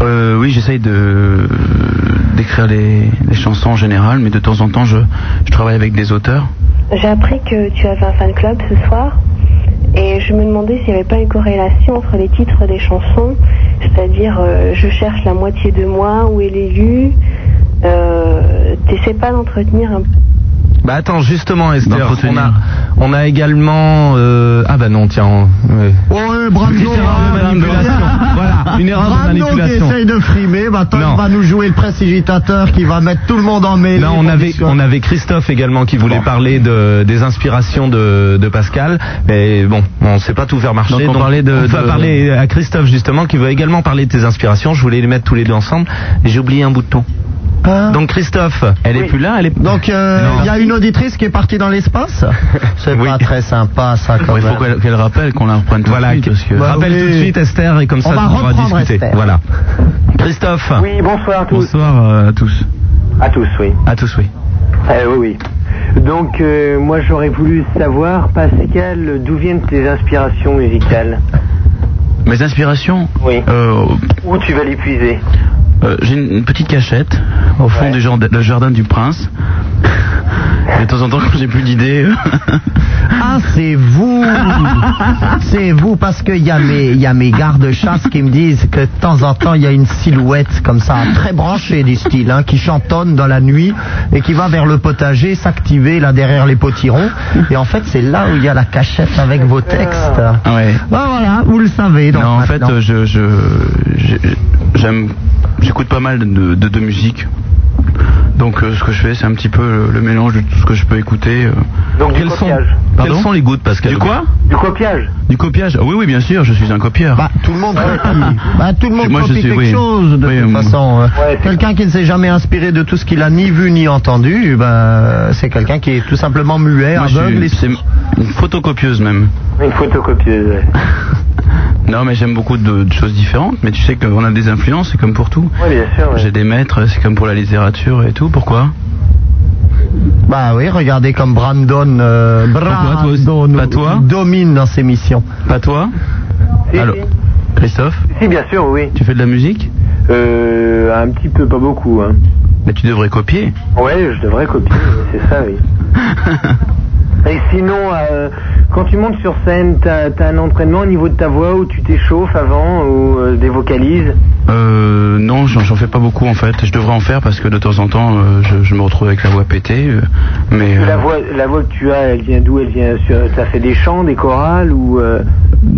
Speaker 15: Euh, oui, j'essaye de d'écrire les, les chansons en général, mais de temps en temps, je, je travaille avec des auteurs.
Speaker 8: J'ai appris que tu avais un fan club ce soir et je me demandais s'il n'y avait pas une corrélation entre les titres des chansons, c'est-à-dire euh, je cherche la moitié de moi, où est l'élu. Euh, T'essaies pas d'entretenir un
Speaker 2: Bah attends, justement, Esther, on a, on a également... euh, ah bah non, tiens. on- ouais. une erreur de manipulation. voilà, une erreur de
Speaker 1: Brando qui
Speaker 2: manipulation.
Speaker 1: essaye de frimer, maintenant il va nous jouer le prestidigitateur qui va mettre tout le monde en mêlée.
Speaker 2: Là, on
Speaker 1: pour
Speaker 2: avait,
Speaker 1: discuter.
Speaker 2: on avait Christophe également qui voulait parler de, des inspirations de, de Pascal. Mais bon, on ne sait pas tout faire marcher.
Speaker 15: Donc, on parlait de-
Speaker 2: on va
Speaker 15: de-
Speaker 2: parler à Christophe justement qui veut également parler de tes inspirations. Je voulais les mettre tous les deux ensemble. et J'ai oublié un bouton. Donc Christophe, elle est plus là, elle est
Speaker 1: Donc euh,
Speaker 2: Non.
Speaker 1: il y a une auditrice qui est partie dans l'espace. C'est pas très sympa ça quand
Speaker 15: il faut
Speaker 1: même.
Speaker 15: qu'elle qu'elle rappelle qu'on la reprenne tout
Speaker 2: Voilà,
Speaker 15: de suite. Parce que...
Speaker 2: Bah, Rappelle oui. tout de suite, Esther, et comme ça,
Speaker 15: on
Speaker 2: on
Speaker 15: va
Speaker 2: pourra
Speaker 15: reprendre
Speaker 2: discuter.
Speaker 15: Esther.
Speaker 2: Voilà. Christophe.
Speaker 15: Oui,
Speaker 12: bonsoir à tous.
Speaker 15: Bonsoir euh, à tous.
Speaker 12: À tous, oui.
Speaker 15: À tous, oui.
Speaker 12: Eh oui, oui. Donc, euh, moi, j'aurais voulu savoir, Pascal, d'où viennent tes inspirations musicales
Speaker 15: Mes inspirations
Speaker 12: Oui.
Speaker 15: Où
Speaker 12: tu vas les puiser
Speaker 15: J'ai une, une petite cachette au fond du jardin, le jardin du prince. Et de temps en temps, quand j'ai plus d'idées.
Speaker 1: Ah, c'est vous C'est vous, parce qu'il y a mes, il y a mes gardes-chasse qui me disent que de temps en temps, il y a une silhouette comme ça, très branchée du style, hein, qui chantonne dans la nuit et qui va vers le potager s'activer là derrière les potirons. Et en fait, c'est là où il y a la cachette avec vos textes.
Speaker 15: Ah ouais.
Speaker 1: Bah voilà, vous le savez. donc,
Speaker 15: non, en fait,
Speaker 1: maintenant.
Speaker 15: euh, je, je, j'ai- j'aime, j'écoute pas mal de, de, de musique. Donc, euh, ce que je fais, c'est un petit peu le, le mélange de tout ce que je peux écouter. euh.
Speaker 12: Donc, du
Speaker 15: Quels sont-
Speaker 12: copiage.
Speaker 15: Quels
Speaker 12: Pardon
Speaker 15: sont les goûts de Pascal Du quoi
Speaker 12: Du copiage
Speaker 15: Du copiage Ah Oui, oui, bien sûr, je suis un copieur. Bah,
Speaker 1: tout le monde copie. Bah, tout le monde
Speaker 15: Moi, je
Speaker 1: copie
Speaker 15: suis-
Speaker 1: quelque
Speaker 15: oui.
Speaker 1: chose de
Speaker 15: Oui,
Speaker 1: toute
Speaker 15: moi-
Speaker 1: façon. euh. quelqu'un qui ne s'est jamais inspiré de tout ce qu'il a ni vu ni entendu, ben, euh, c'est quelqu'un qui est tout simplement muet,
Speaker 15: Moi, je
Speaker 1: aveugle.
Speaker 15: suis-
Speaker 1: et-
Speaker 15: c'est une photocopieuse même.
Speaker 12: Une photocopieuse, ouais.
Speaker 15: Non, mais j'aime beaucoup de, de choses différentes. Mais tu sais qu'on a des influences, c'est comme pour tout. J'ai des maîtres, c'est comme pour la littérature et tout. Pourquoi
Speaker 1: Bah oui, regardez comme Brandon, euh, Brandon domine dans ses missions.
Speaker 15: Pas toi Alors, Christophe
Speaker 12: Si, bien sûr, oui.
Speaker 15: Tu fais de la musique
Speaker 12: Euh, un petit peu, pas beaucoup, hein.
Speaker 15: Mais tu devrais copier.
Speaker 12: Ouais, je devrais copier, c'est ça, oui. Et sinon, euh, quand tu montes sur scène, t'as as un entraînement au niveau de ta voix où tu t'échauffes avant ou euh, des vocalises
Speaker 15: Euh, non, j'en j'en fais pas beaucoup en fait. Je devrais en faire parce que de temps en temps, euh, je, je me retrouve avec la voix pétée. euh, mais euh,
Speaker 12: la, voix, la voix que tu as, elle vient d'où Elle vient sur... T'as fait des chants, des chorales ou... euh,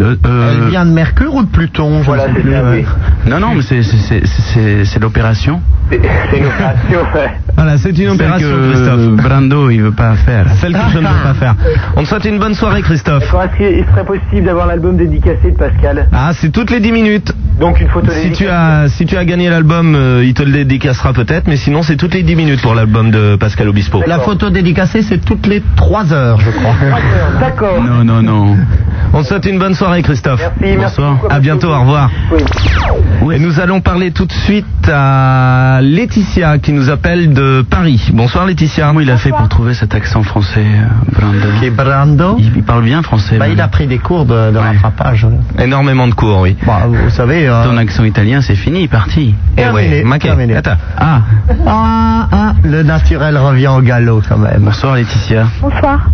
Speaker 15: euh,
Speaker 1: Elle vient de Mercure ou de Pluton
Speaker 12: Voilà, c'est ça, oui.
Speaker 15: non, non, mais c'est- c'est- c'est c'est- c'est l'opération.
Speaker 12: C'est c'est une opération, ouais.
Speaker 2: Voilà, c'est une opération,
Speaker 15: que
Speaker 2: Christophe.
Speaker 15: Brando, il veut pas faire.
Speaker 2: Celle que je ne veux pas faire. On te souhaite une bonne soirée, Christophe.
Speaker 12: D'accord, est-ce qu'il serait possible d'avoir l'album dédicacé de Pascal
Speaker 2: Ah, c'est toutes les 10 minutes.
Speaker 12: Donc une photo
Speaker 2: Si
Speaker 12: dédicacée.
Speaker 2: tu as, si tu as gagné l'album, euh, il te le dédicacera peut-être, mais sinon c'est toutes les 10 minutes pour l'album de Pascal Obispo.
Speaker 1: La photo dédicacée, c'est toutes les 3 heures, je crois.
Speaker 12: D'accord.
Speaker 15: Non, non, non.
Speaker 2: On te souhaite une bonne soirée, Christophe. Bonsoir. à bientôt, au revoir. Et nous allons parler tout de suite à Laetitia qui nous appelle de Paris. Bonsoir, Laetitia.
Speaker 15: Comment il a fait pour trouver cet accent français, euh, Brando
Speaker 1: Et Brando
Speaker 15: il, il parle bien français.
Speaker 1: Bah,
Speaker 15: même.
Speaker 1: il a pris des cours de, de rattrapage.
Speaker 2: Énormément de cours, oui.
Speaker 1: Bah, vous savez. euh,
Speaker 15: Ton accent italien, c'est fini, parti.
Speaker 1: Eh ouais, maquet.
Speaker 15: Attends. Ah.
Speaker 1: Ah, ah, le naturel revient au galop quand même.
Speaker 15: Bonsoir Laetitia.
Speaker 8: Bonsoir.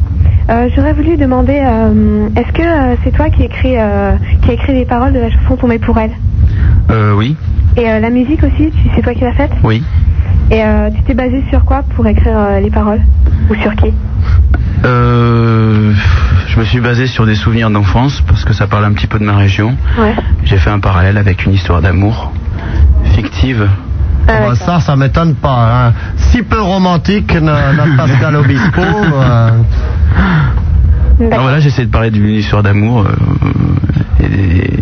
Speaker 8: Euh, J'aurais voulu demander, euh, est-ce que euh, c'est toi qui écris, euh, qui a écrit les paroles de la chanson Tombée pour elle
Speaker 15: Euh, oui,
Speaker 8: Et euh, la musique aussi, tu- c'est toi qui l'as faite
Speaker 15: oui.
Speaker 8: Et euh, tu t'es basé sur quoi pour écrire euh, les paroles Ou sur qui
Speaker 15: Euh, je me suis basé sur des souvenirs d'enfance parce que ça parle un petit peu de ma région.
Speaker 19: Ouais.
Speaker 15: J'ai fait un parallèle avec une histoire d'amour fictive.
Speaker 1: Bon, Ah, bah, ça, ça m'étonne pas. hein. Si peu romantique, no- notre Pascal Obispo. euh,
Speaker 15: Alors Ah, voilà, j'essaie de parler d'une histoire d'amour euh, et, des-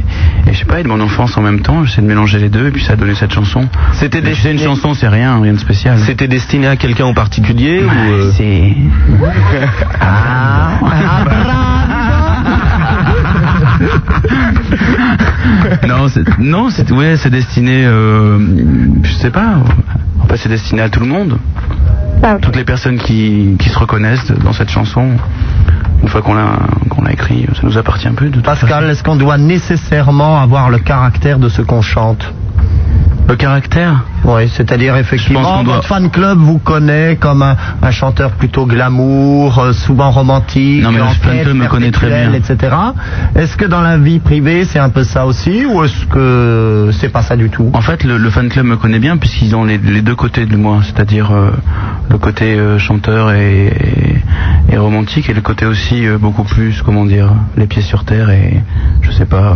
Speaker 15: et je sais pas, et de mon enfance en même temps. J'essaie de mélanger les deux et puis ça a donné cette chanson.
Speaker 2: C'était
Speaker 15: Mais c'est une chanson, c'est rien, rien de spécial.
Speaker 2: C'était destiné à quelqu'un en particulier ou euh,
Speaker 15: C'est non, c'est non, c'est ouais, c'est destiné, euh, je sais pas. En fait, c'est destiné à tout le monde. Toutes les personnes qui, qui se reconnaissent dans cette chanson, une fois qu'on l'a qu'on l'a écrit, ça nous appartient un peu. De toute
Speaker 1: Pascal, est-ce qu'on doit nécessairement avoir le caractère de ce qu'on chante
Speaker 15: Le caractère
Speaker 1: Oui, c'est-à-dire
Speaker 15: Je pense
Speaker 1: effectivement,
Speaker 15: qu'on doit-
Speaker 1: votre fan club vous connaît comme un, un chanteur plutôt glamour, euh, souvent romantique,
Speaker 15: Non, mais le
Speaker 1: en
Speaker 15: fan
Speaker 1: quête
Speaker 15: club me connaît très
Speaker 1: perpétuelle,
Speaker 15: bien.
Speaker 1: etc. Est-ce que dans la vie privée, c'est un peu ça aussi, ou est-ce que c'est pas ça du tout
Speaker 15: En fait, le, le fan club me connaît bien puisqu'ils ont les, les deux côtés de moi, c'est-à-dire euh, le côté euh, chanteur et, et- et romantique et le côté aussi euh, beaucoup plus, comment dire, les pieds sur terre et je sais pas, euh,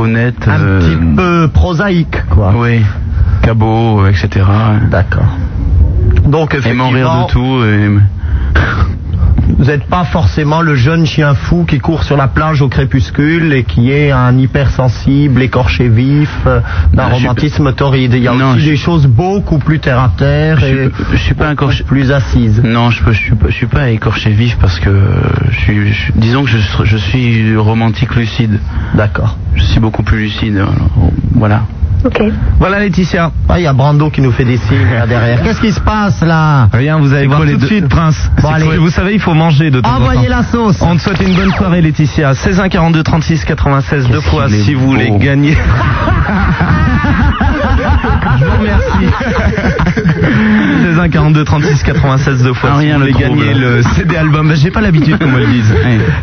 Speaker 15: honnête. Un petit
Speaker 1: peu prosaïque, quoi.
Speaker 15: Oui, cabot, euh, etc.
Speaker 1: D'accord. Donc, effectivement,
Speaker 15: Aimant rire de tout. et-
Speaker 1: Vous n'êtes pas forcément le jeune chien fou qui court sur la plage au crépuscule et qui est un hypersensible, écorché vif, euh, d'un
Speaker 15: Non, je suis-
Speaker 1: romantisme torride. Il y a aussi des choses beaucoup plus terre à terre et
Speaker 15: je suis pas encore
Speaker 1: plus assise.
Speaker 15: Non, je peux- je suis pas, je suis pas écorché vif parce que je suis, je- disons que je, suis- je suis romantique lucide.
Speaker 1: D'accord.
Speaker 15: Je suis beaucoup plus lucide. alors, Voilà.
Speaker 2: Voilà Laetitia.
Speaker 1: Ah, il y a Brando qui nous fait des signes là derrière. Qu'est-ce qui se passe là
Speaker 2: Rien, vous allez voir tout de suite, Prince.
Speaker 1: Bon,
Speaker 2: C'est
Speaker 1: allez.
Speaker 2: que Vous savez, il faut manger de temps en
Speaker 1: Envoyez
Speaker 2: temps.
Speaker 1: la sauce.
Speaker 2: On te souhaite une bonne soirée, Laetitia. 16 1 42 36 96 deux fois
Speaker 15: qu'il est
Speaker 2: si vous voulez gagner.
Speaker 20: Je vous remercie.
Speaker 2: 16 1 42 36 96 deux fois si vous voulez gagner le CD album. Bah, J'ai pas l'habitude qu'on me le dise.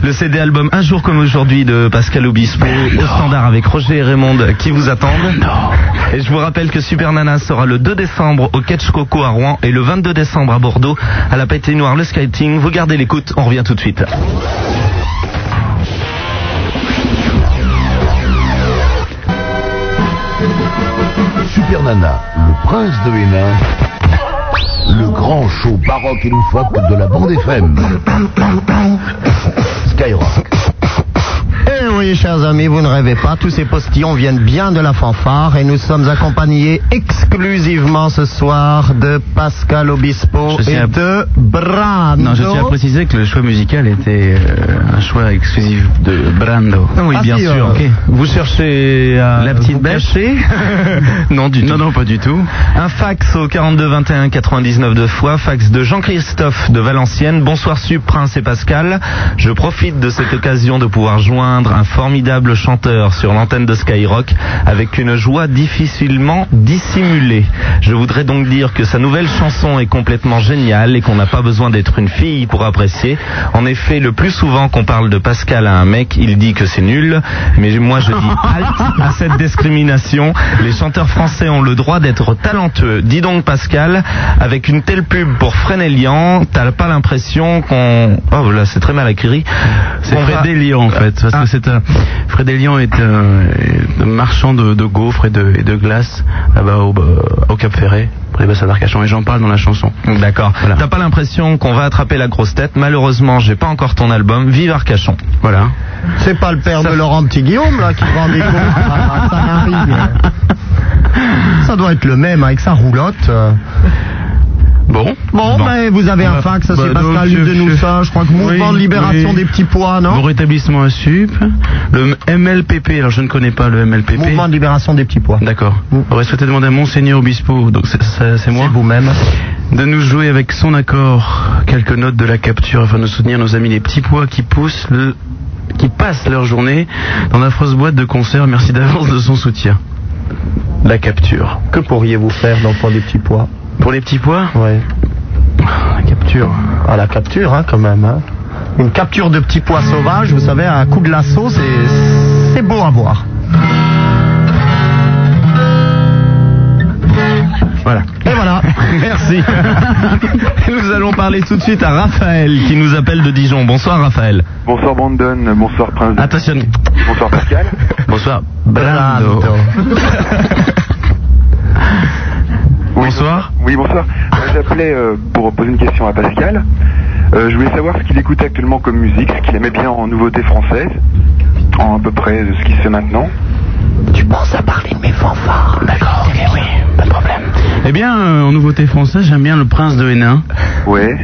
Speaker 2: Le CD album Un jour comme aujourd'hui de Pascal Obispo au standard avec Roger et Raymond qui vous attendent. Et je vous rappelle que Super Nana sera le 2 décembre au Catch Coco à Rouen et le 22 décembre à Bordeaux à la Noire le skating. Vous gardez l'écoute, on revient tout de suite.
Speaker 5: Super Nana, le prince de Hénin, le grand show baroque et loufoque de la bande FM. Skyrock.
Speaker 1: Eh oui, chers amis, vous ne rêvez pas, tous ces postillons viennent bien de la fanfare et nous sommes accompagnés exclusivement ce soir de Pascal Obispo
Speaker 15: Je tiens
Speaker 1: et
Speaker 15: à-
Speaker 1: de Brando.
Speaker 15: Non, je tiens à préciser que le choix musical était euh, un choix exclusif de Brando. euh,
Speaker 2: Ah oui, bien sûr. Vous cherchez à la petite bêche Non, du tout. Non,
Speaker 15: non, pas du tout.
Speaker 2: Un fax au 42 21 99 deux fois, fax de Jean-Christophe de Valenciennes. Bonsoir Sup, Prince et Pascal. Je profite de cette occasion de pouvoir joindre un formidable chanteur sur l'antenne de Skyrock avec une joie difficilement dissimulée. Je voudrais donc dire que sa nouvelle chanson est complètement géniale et qu'on n'a pas besoin d'être une fille pour apprécier. En effet, le plus souvent qu'on parle de Pascal à un mec, il dit que c'est nul. Mais moi, je dis halte à cette discrimination. Les chanteurs français ont le droit d'être talentueux. Dis donc, Pascal, avec une telle pub pour Frénélian, t'as pas l'impression qu'on... Oh là, c'est très mal écrit.
Speaker 15: C'est
Speaker 2: Qu'on va- Ah.
Speaker 15: Frédélian en fait, parce que c'est un Frédélian est un, est un marchand de, de gaufres et de, et de glace là-bas au, euh, au Cap Ferré, près des basses d'Arcachon, et j'en parle dans la chanson.
Speaker 2: D'accord. T'as pas l'impression qu'on va attraper la grosse tête. Malheureusement, j'ai pas encore ton album. Vive Arcachon.
Speaker 15: Voilà.
Speaker 1: C'est pas le père de Laurent Petit Guillaume là qui vend des cours à Saint-Marie. Ça doit être le même avec sa roulotte. euh.
Speaker 15: Bon. Bah,
Speaker 1: Bon, ben, vous avez un fax, ça c'est Pascal Luc de Noussa, je crois que Mouvement de Libération des Petits Pois, non
Speaker 15: Bon rétablissement à SUP. Le MLPP, alors je ne connais pas le MLPP. Mouvement
Speaker 1: de Libération des Petits Pois.
Speaker 15: D'accord. J'aurais souhaité demander à Monseigneur Obispo, donc c'est- c'est c'est moi. C'est
Speaker 1: vous-même.
Speaker 15: De nous jouer avec son accord quelques notes de la capture afin de soutenir nos amis les Petits Pois qui poussent le qui passent leur journée dans d'affreuses boîtes de concert. Merci d'avance de son soutien. La capture.
Speaker 1: Que pourriez-vous faire donc pour des petits pois
Speaker 15: Pour les petits pois
Speaker 1: Ouais.
Speaker 15: La capture.
Speaker 1: Ah, la capture, hein, quand même. hein. Une capture de petits pois sauvages, vous savez, à un coup de lasso, c'est c'est beau à voir.
Speaker 15: Voilà.
Speaker 1: Et voilà.
Speaker 2: Merci. nous allons parler tout de suite à Raphaël qui nous appelle de Dijon. Bonsoir Raphaël.
Speaker 6: Bonsoir Brandon, bonsoir Prince.
Speaker 2: Attention.
Speaker 6: Bonsoir Pascal.
Speaker 2: Bonsoir Brando.
Speaker 6: bonsoir. Oui, bonsoir. Moi, J'appelais euh, pour poser une question à Pascal. Euh, je voulais savoir ce qu'il écoute actuellement comme musique, ce qu'il aimait bien en nouveauté française, en à peu près de ce qui se fait maintenant.
Speaker 1: Tu penses à parler de mes fanfares D'accord, ok, oui, pas de problème.
Speaker 15: Eh bien, euh, en nouveauté française, j'aime bien Le Prince de Hénin.
Speaker 6: Ouais.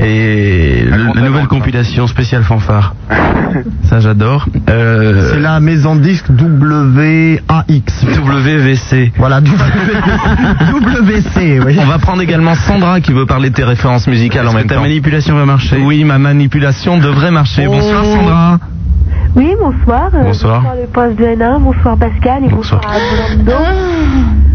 Speaker 15: Et le- la nouvelle compilation spéciale fanfare. Ça, j'adore. Euh,
Speaker 1: C'est la maison de disque WAX.
Speaker 2: WVC.
Speaker 1: Voilà, WC.
Speaker 2: On va prendre également Sandra qui veut parler de tes références musicales en même temps. Ta manipulation va marcher. Oui, ma manipulation devrait marcher.
Speaker 15: Oh.
Speaker 2: Bonsoir Sandra.
Speaker 4: Euh, Oui, bonsoir. Euh,
Speaker 2: Bonsoir.
Speaker 4: le prince de Hénin, bonsoir Pascal et bonsoir, à Rolando.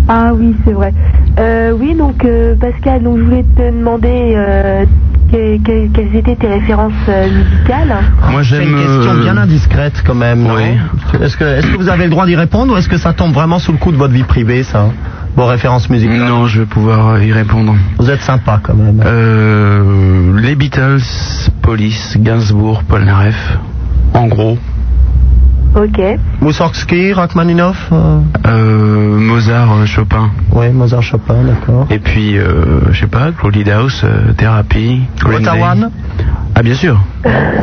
Speaker 4: Ah oui, c'est vrai. Euh, oui, donc euh, Pascal, donc, je voulais te demander euh, que- que- quelles étaient tes références euh, musicales.
Speaker 15: Moi, euh,
Speaker 1: C'est une question bien indiscrète quand même. non Est-ce que, est-ce que vous avez le droit d'y répondre ou est-ce que ça tombe vraiment sous le coup de votre vie privée, ça Vos références musicales
Speaker 15: Non, je vais pouvoir y répondre.
Speaker 1: Vous êtes sympa quand même.
Speaker 15: Euh, les Beatles, Police, Gainsbourg, Polnareff. En gros.
Speaker 4: Ok.
Speaker 1: Moussorgsky, Rachmaninoff euh,
Speaker 15: Euh, Mozart, euh, Chopin.
Speaker 1: Oui, Mozart Chopin, d'accord.
Speaker 15: Et puis, euh, je sais pas, Crowded House, euh, Therapy, Green Day.
Speaker 1: Otawan
Speaker 15: Ah, bien sûr.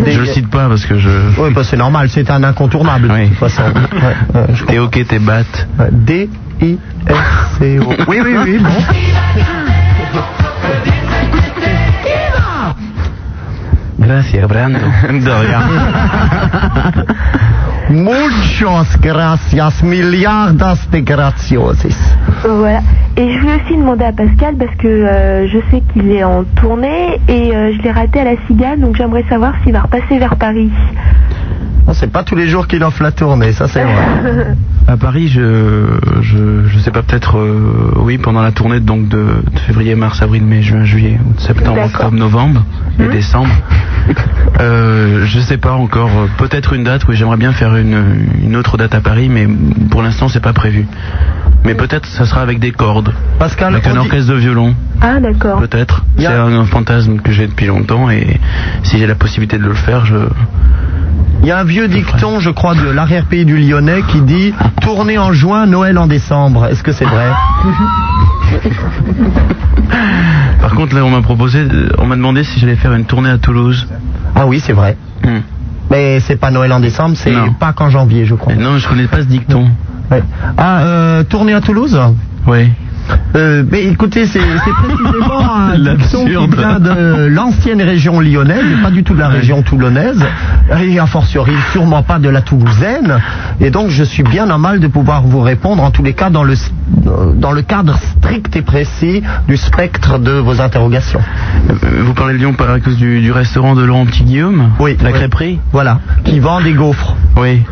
Speaker 1: Des-
Speaker 15: Je le cite pas parce que je.
Speaker 1: Oui, bah, c'est normal, c'est un incontournable de toute façon. Ouais, ouais, je
Speaker 15: T'es ok, t'es batte.
Speaker 1: comprends. E. D-I-S-C-O. Oui, oui, oui, bon.
Speaker 15: Gracias, Brando.
Speaker 2: De rien.
Speaker 1: Muchas gracias, milliardas de graciosis.
Speaker 4: Voilà. Et je voulais aussi demander à Pascal parce que euh, je sais qu'il est en tournée et euh, je l'ai raté à la Cigale, donc j'aimerais savoir s'il va repasser vers Paris.
Speaker 1: Ah, c'est pas tous les jours qu'il offre la tournée, ça c'est vrai.
Speaker 15: À Paris, je, je, je sais pas, peut-être, euh, oui, pendant la tournée donc de, de février, mars, avril, mai, juin, juillet, août, septembre, octobre, novembre et décembre. Euh, je sais pas encore, euh, peut-être une date, oui, j'aimerais bien faire une, une autre date à Paris, mais pour l'instant, c'est pas prévu. Mais peut-être ça sera avec des cordes.
Speaker 1: Pascal,
Speaker 15: avec un orchestre de violon.
Speaker 4: Ah, d'accord.
Speaker 15: Peut-être. C'est un fantasme que j'ai depuis longtemps et si j'ai la possibilité de le faire, je.
Speaker 1: Il y a un vieux dicton, je crois, de l'arrière-pays du Lyonnais qui dit Tournée en juin, Noël en décembre. Est-ce que c'est vrai
Speaker 15: Par contre, là, on m'a proposé, on m'a demandé si j'allais faire une tournée à Toulouse.
Speaker 1: Ah oui, c'est vrai.
Speaker 15: Hmm.
Speaker 1: Mais c'est pas Noël en décembre, c'est pas qu'en janvier, je crois.
Speaker 15: Non, je connais pas ce dicton.
Speaker 1: Ouais. Ah, euh, tournée à Toulouse Euh,
Speaker 15: Oui.
Speaker 1: mais écoutez, c'est c'est précisément un dicton qui
Speaker 15: L'absurde.
Speaker 1: vient de l'ancienne région lyonnaise, mais pas du tout de la région toulonnaise, et a fortiori sûrement pas de la toulousaine. Et donc, je suis bien en mal de pouvoir vous répondre, en tous les cas, dans le, dans le cadre strict et précis du spectre de vos interrogations.
Speaker 15: Euh, Vous parlez de Lyon par- à cause du, du restaurant de Laurent Petit Guillaume
Speaker 1: Oui.
Speaker 15: La
Speaker 1: oui.
Speaker 15: crêperie
Speaker 1: Voilà, qui vend des gaufres.
Speaker 15: Oui.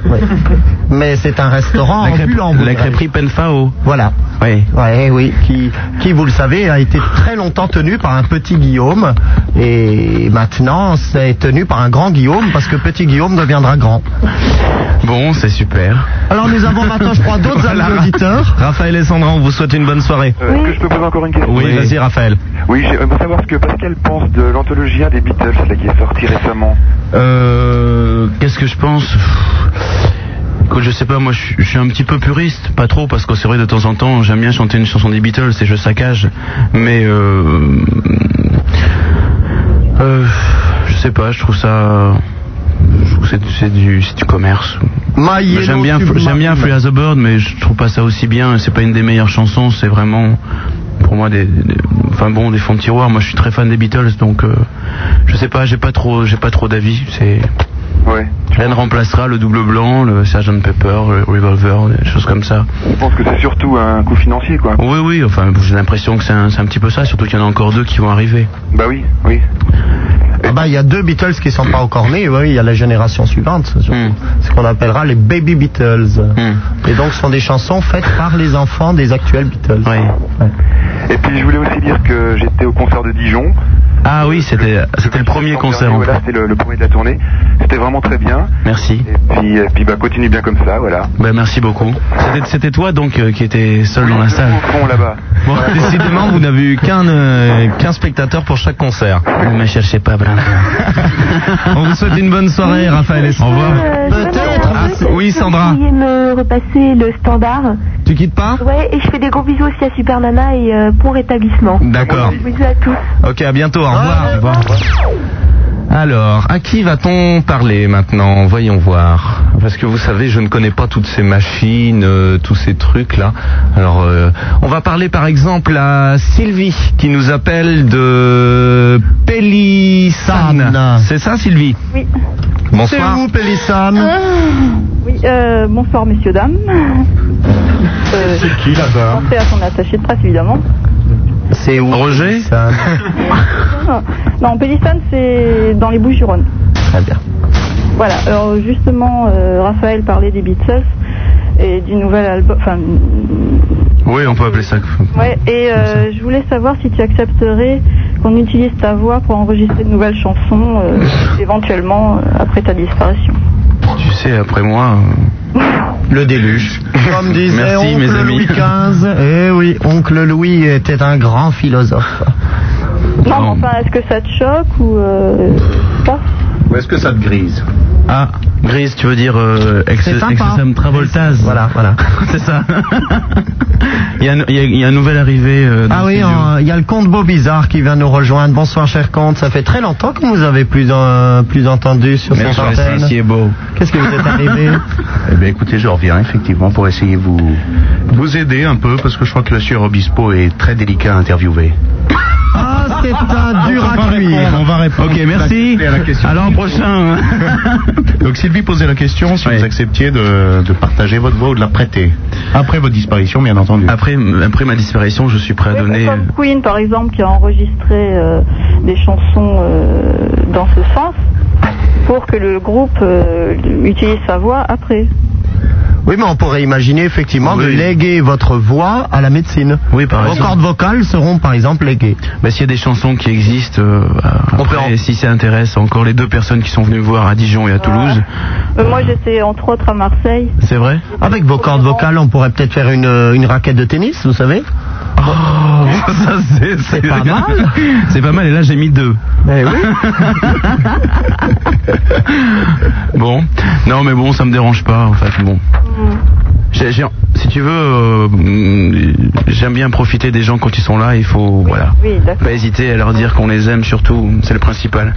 Speaker 1: Mais c'est un restaurant
Speaker 15: La, crêpe-
Speaker 1: ambulant. vous
Speaker 15: la
Speaker 1: direz.
Speaker 15: crêperie Penfao.
Speaker 1: Voilà.
Speaker 15: Oui.
Speaker 1: Ouais, eh oui, qui, qui, vous le savez, a été très longtemps tenu par un petit Guillaume. Et maintenant, c'est tenu par un grand Guillaume parce que petit Guillaume deviendra grand.
Speaker 15: Bon, c'est super.
Speaker 1: Alors, nous avons maintenant, je crois, d'autres
Speaker 2: Voilà.
Speaker 1: amis auditeurs.
Speaker 2: Raphaël et Sandra, on vous souhaite une bonne soirée.
Speaker 6: Euh, Est-ce que je peux poser encore une question
Speaker 2: Oui, vas-y Raphaël.
Speaker 6: Oui, j'aimerais savoir ce que Pascal pense de l'anthologie des Beatles là, qui est sortie récemment.
Speaker 15: Euh, Qu'est-ce que je pense Pff, Écoute, je sais pas, moi je suis- je suis un petit peu puriste, pas trop, parce que c'est vrai de temps en temps j'aime bien chanter une chanson des Beatles et je saccage, mais euh, euh, je sais pas, je trouve ça, je trouve que c'est du- c'est du, c'est du commerce.
Speaker 1: My Yellow
Speaker 15: J'aime bien,
Speaker 1: Submarine.
Speaker 15: j'aime bien Free as a Bird, mais je trouve pas ça aussi bien. C'est pas une des meilleures chansons. C'est vraiment, pour moi, des, des- enfin bon, des fonds de tiroir. Moi, je suis très fan des Beatles, donc euh, je sais pas, j'ai pas trop, j'ai pas trop d'avis. C'est
Speaker 6: Ouais.
Speaker 15: Rien ne remplacera le double blanc, le Sgt Pepper, le Revolver, des choses comme ça.
Speaker 6: Je pense que c'est surtout un coût financier, quoi.
Speaker 15: Oui, oui. Enfin, j'ai l'impression que c'est un, c'est un petit peu ça. Surtout qu'il y en a encore deux qui vont arriver.
Speaker 6: Bah oui, oui.
Speaker 1: Ah bah, il y a deux Beatles qui sont pas encore nés. Oui, il y a la génération suivante, surtout.
Speaker 15: Hmm.
Speaker 1: ce qu'on appellera les Baby Beatles. Et donc, ce sont des chansons faites par les enfants des actuels Beatles.
Speaker 15: Oui.
Speaker 6: Et puis je voulais aussi dire que j'étais au concert de Dijon
Speaker 2: Ah oui, c'était c'était le premier concert. en fait.
Speaker 6: Voilà, c'était le, le premier de la tournée. C'était vraiment très bien.
Speaker 15: Merci.
Speaker 6: Et puis, et puis bah, continue bien comme ça, voilà.
Speaker 2: Bah,
Speaker 15: Ben, merci beaucoup. C'était- C'était toi donc euh, qui étais seul dans la salle.
Speaker 6: Bon, là-bas.
Speaker 2: Bon, décidément, vous n'avez eu qu'un euh, qu'un spectateur pour chaque concert.
Speaker 15: Ne me cherchez pas,
Speaker 2: On vous souhaite une bonne soirée, Raphaël. et Sandra.
Speaker 8: hein,
Speaker 21: Euh,
Speaker 2: Peut-être. Ah, c- oui, Sandra.
Speaker 21: Vous pourriez me repasser le standard.
Speaker 2: Tu quittes pas
Speaker 21: Ouais, et je fais des gros bisous aussi à Super Nana et euh, bon rétablissement.
Speaker 2: D'accord.
Speaker 21: Bisous à tous.
Speaker 2: Ok, à bientôt. Au revoir. Alors, à qui va-t-on parler maintenant Voyons voir. Parce que vous savez, je ne connais pas toutes ces machines, euh, tous ces trucs-là. Alors, euh, on va parler par exemple à Sylvie, qui nous appelle de Pélissane. C'est ça, Sylvie
Speaker 8: Oui.
Speaker 2: Bonsoir.
Speaker 8: C'est où, Ah. Oui, euh, bonsoir messieurs, dames. Euh,
Speaker 2: C'est qui là-bas
Speaker 8: pensez à son attaché de presse évidemment.
Speaker 2: C'est où Roger
Speaker 21: Ah.
Speaker 8: non, Pélissane, c'est dans les Bouches-du-Rhône.
Speaker 2: Très bien.
Speaker 8: Voilà, alors justement, euh, Raphaël parlait des Beatles et du nouvel album. Enfin,
Speaker 15: Oui, on peut appeler ça.
Speaker 8: ouais, et euh, je voulais savoir si tu accepterais qu'on utilise ta voix pour enregistrer de nouvelles chansons, euh, éventuellement euh, après ta disparition.
Speaker 15: Tu sais, après moi, euh,
Speaker 2: le déluge.
Speaker 1: Comme disait
Speaker 15: Merci,
Speaker 1: oncle
Speaker 15: mes amis.
Speaker 1: Louis XV. Eh oui, oncle Louis était un grand philosophe.
Speaker 8: Non, mais enfin, est-ce que ça te choque ou euh, pas
Speaker 15: Ou est-ce que ça te grise Ah, grise, tu veux dire euh, ex,
Speaker 2: C'est sympa.
Speaker 15: Exum Travoltaz Voilà, voilà. C'est ça. Il y, a, un- il y a- il y a un nouvel arrivé. euh, dans
Speaker 1: Ah
Speaker 15: le
Speaker 1: oui,
Speaker 15: studio.
Speaker 1: euh, il y a le comte Beau Bizarre qui vient nous rejoindre. Bonsoir, cher comte. Ça fait très longtemps que vous avez plus, euh, plus entendu sur cette
Speaker 3: Bonsoir,
Speaker 1: antenne.
Speaker 3: c'est beau.
Speaker 1: Qu'est-ce que vous êtes arrivé
Speaker 3: Eh bien, écoutez, je reviens effectivement pour essayer de vous vous aider un peu parce que je crois que Monsieur Robispo est très délicat à interviewer.
Speaker 1: Ah, c'est un dur à cuire.
Speaker 3: On va répondre. Ok, merci. Alors prochain. Donc Sylvie posait la question si vous acceptiez de, de partager votre voix ou de la prêter après votre disparition, bien entendu.
Speaker 15: Après, après ma disparition, je suis prêt à donner. euh,
Speaker 8: Comme Queen, par exemple, qui a enregistré euh, des chansons euh, dans ce sens, pour que le groupe euh, utilise sa voix après.
Speaker 1: Oui, mais on pourrait imaginer effectivement de léguer votre voix à la médecine.
Speaker 15: Oui, par
Speaker 1: Vos
Speaker 15: exemple.
Speaker 1: cordes vocales seront par exemple léguées.
Speaker 15: Bah, s'il y a des chansons qui existent, euh, après, si ça intéresse encore les deux personnes qui sont venues me voir à Dijon et à Toulouse,
Speaker 8: Euh, moi, j'étais entre autres à Marseille.
Speaker 15: c'est vrai
Speaker 1: Avec vos cordes vocales, on pourrait peut-être faire une, une raquette de tennis, vous savez
Speaker 7: Ah.
Speaker 15: ça c'est
Speaker 1: Oh. C'est pas mal. Eh
Speaker 15: C'est pas mal, et là j'ai mis deux. Bon, non mais bon, ça me dérange pas en fait. Bon, J'ai- j'ai- si tu veux, euh, mm, j'aime bien profiter des gens quand ils sont là. Il faut, voilà, pas hésiter à leur dire qu'on les aime surtout. C'est le principal.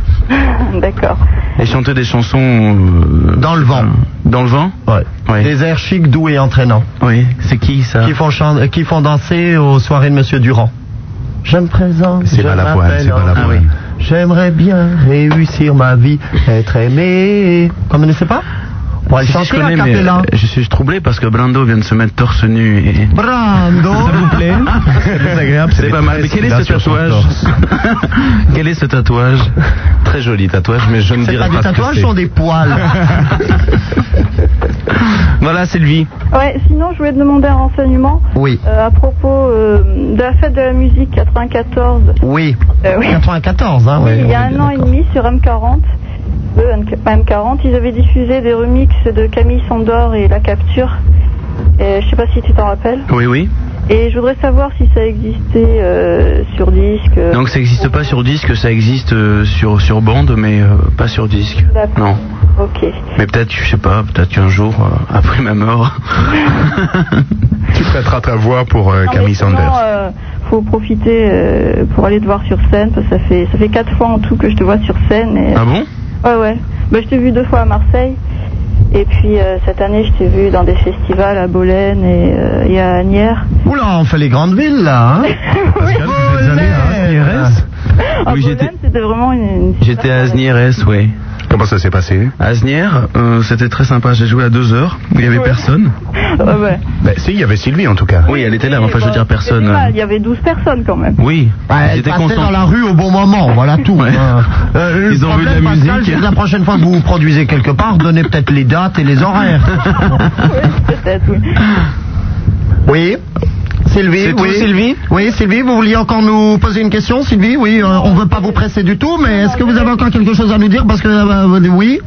Speaker 8: D'accord.
Speaker 15: Et chanter des chansons euh,
Speaker 1: Dans le vent.
Speaker 15: Dans le vent
Speaker 1: Ouais. Des airs chics, doux et entraînants.
Speaker 15: Oui, c'est qui ça
Speaker 1: qui font, chan- euh, qui font danser aux soirées de Monsieur Durand. Je me présente.
Speaker 3: C'est
Speaker 1: je
Speaker 3: pas la voix,
Speaker 1: m'appelle
Speaker 3: c'est pas la
Speaker 1: Henri.
Speaker 3: voix.
Speaker 1: J'aimerais bien réussir ma vie, être aimé. Vous connaissez pas On pourrait le
Speaker 15: Si, si,
Speaker 1: chanter
Speaker 15: je connais,
Speaker 1: à
Speaker 15: mais,
Speaker 1: cappella.
Speaker 15: euh, je suis troublé parce que Brando vient de se mettre torse nu et.
Speaker 1: Brando
Speaker 15: S'il vous plaît.
Speaker 2: c'est
Speaker 15: C'est pas mal. Mais quel est ce tatouage Quel est ce tatouage Très joli tatouage, mais je ne
Speaker 1: C'est
Speaker 15: dirai
Speaker 1: pas des
Speaker 15: pas ce que
Speaker 1: tatouages,
Speaker 15: c'est.
Speaker 1: ce sont des poils.
Speaker 15: Voilà, c'est lui.
Speaker 8: Ouais, sinon, je voulais te demander un renseignement
Speaker 1: Oui.
Speaker 8: euh, à propos euh, de la fête de la musique 94.
Speaker 1: Oui.
Speaker 8: Euh, oui.
Speaker 1: 94,
Speaker 15: Ah
Speaker 1: hein,
Speaker 8: Oui,
Speaker 1: ouais.
Speaker 8: il y a un an et demi sur M40, euh, M40, ils avaient diffusé des remixes de Camille Sandor et La Capture. Et je sais pas si tu t'en rappelles.
Speaker 15: Oui, oui.
Speaker 8: Et je voudrais savoir si ça existait euh, sur disque. euh,
Speaker 15: Donc ça n'existe pas sur disque, ça existe euh, sur, sur bande, mais euh, pas sur disque.
Speaker 8: D'accord.
Speaker 15: Non.
Speaker 8: Ok.
Speaker 15: Mais peut-être, je sais pas, peut-être qu'un jour, euh, après ma mort. tu prêteras ta voix pour
Speaker 8: Non, mais sinon, euh, faut profiter euh, pour aller te voir sur scène parce que ça fait ça fait quatre fois en tout que je te vois sur scène. Et...
Speaker 15: Ah bon
Speaker 8: Ouais ouais. Bah, je t'ai vu deux fois à Marseille. Et puis euh, cette année, je t'ai vu dans des festivals à Bolène et, euh, et à Agnières.
Speaker 1: Oula, on fait les grandes villes là. Hein Pascal, vous êtes allé à CRS
Speaker 3: Ah,
Speaker 8: À Bolène, Ah, c'était vraiment une, une
Speaker 15: J'étais à Asnières, oui. Comment ça s'est passé
Speaker 2: Eh
Speaker 15: À Asnières, euh, c'était très sympa. J'ai joué à deux heures où il y avait personne.
Speaker 8: ouais.
Speaker 15: Bah, si, il y avait Sylvie en tout cas. Oui, elle était là, mais enfin, je veux dire personne.
Speaker 8: Ah, il y avait 12 personnes quand même.
Speaker 15: Oui.
Speaker 1: Bah,
Speaker 15: Ils
Speaker 1: elle
Speaker 15: étaient
Speaker 1: passait
Speaker 15: contents.
Speaker 1: dans la rue au bon moment, voilà tout. Euh, euh, le
Speaker 15: Ils ont vu de la
Speaker 1: problème, Pascal,
Speaker 15: musique.
Speaker 1: c'est que La prochaine fois que vous vous produisez quelque part, donnez peut-être les dates et les horaires. Ah.
Speaker 8: Peut-être, oui.
Speaker 1: Oui. Sylvie,
Speaker 2: C'est tout,
Speaker 1: oui.
Speaker 2: Sylvie
Speaker 1: Oui, Sylvie, vous vouliez encore nous poser une question, Sylvie Oui, euh, on veut pas vous presser du tout, mais est-ce que vous avez encore quelque chose à nous dire Parce que, euh, oui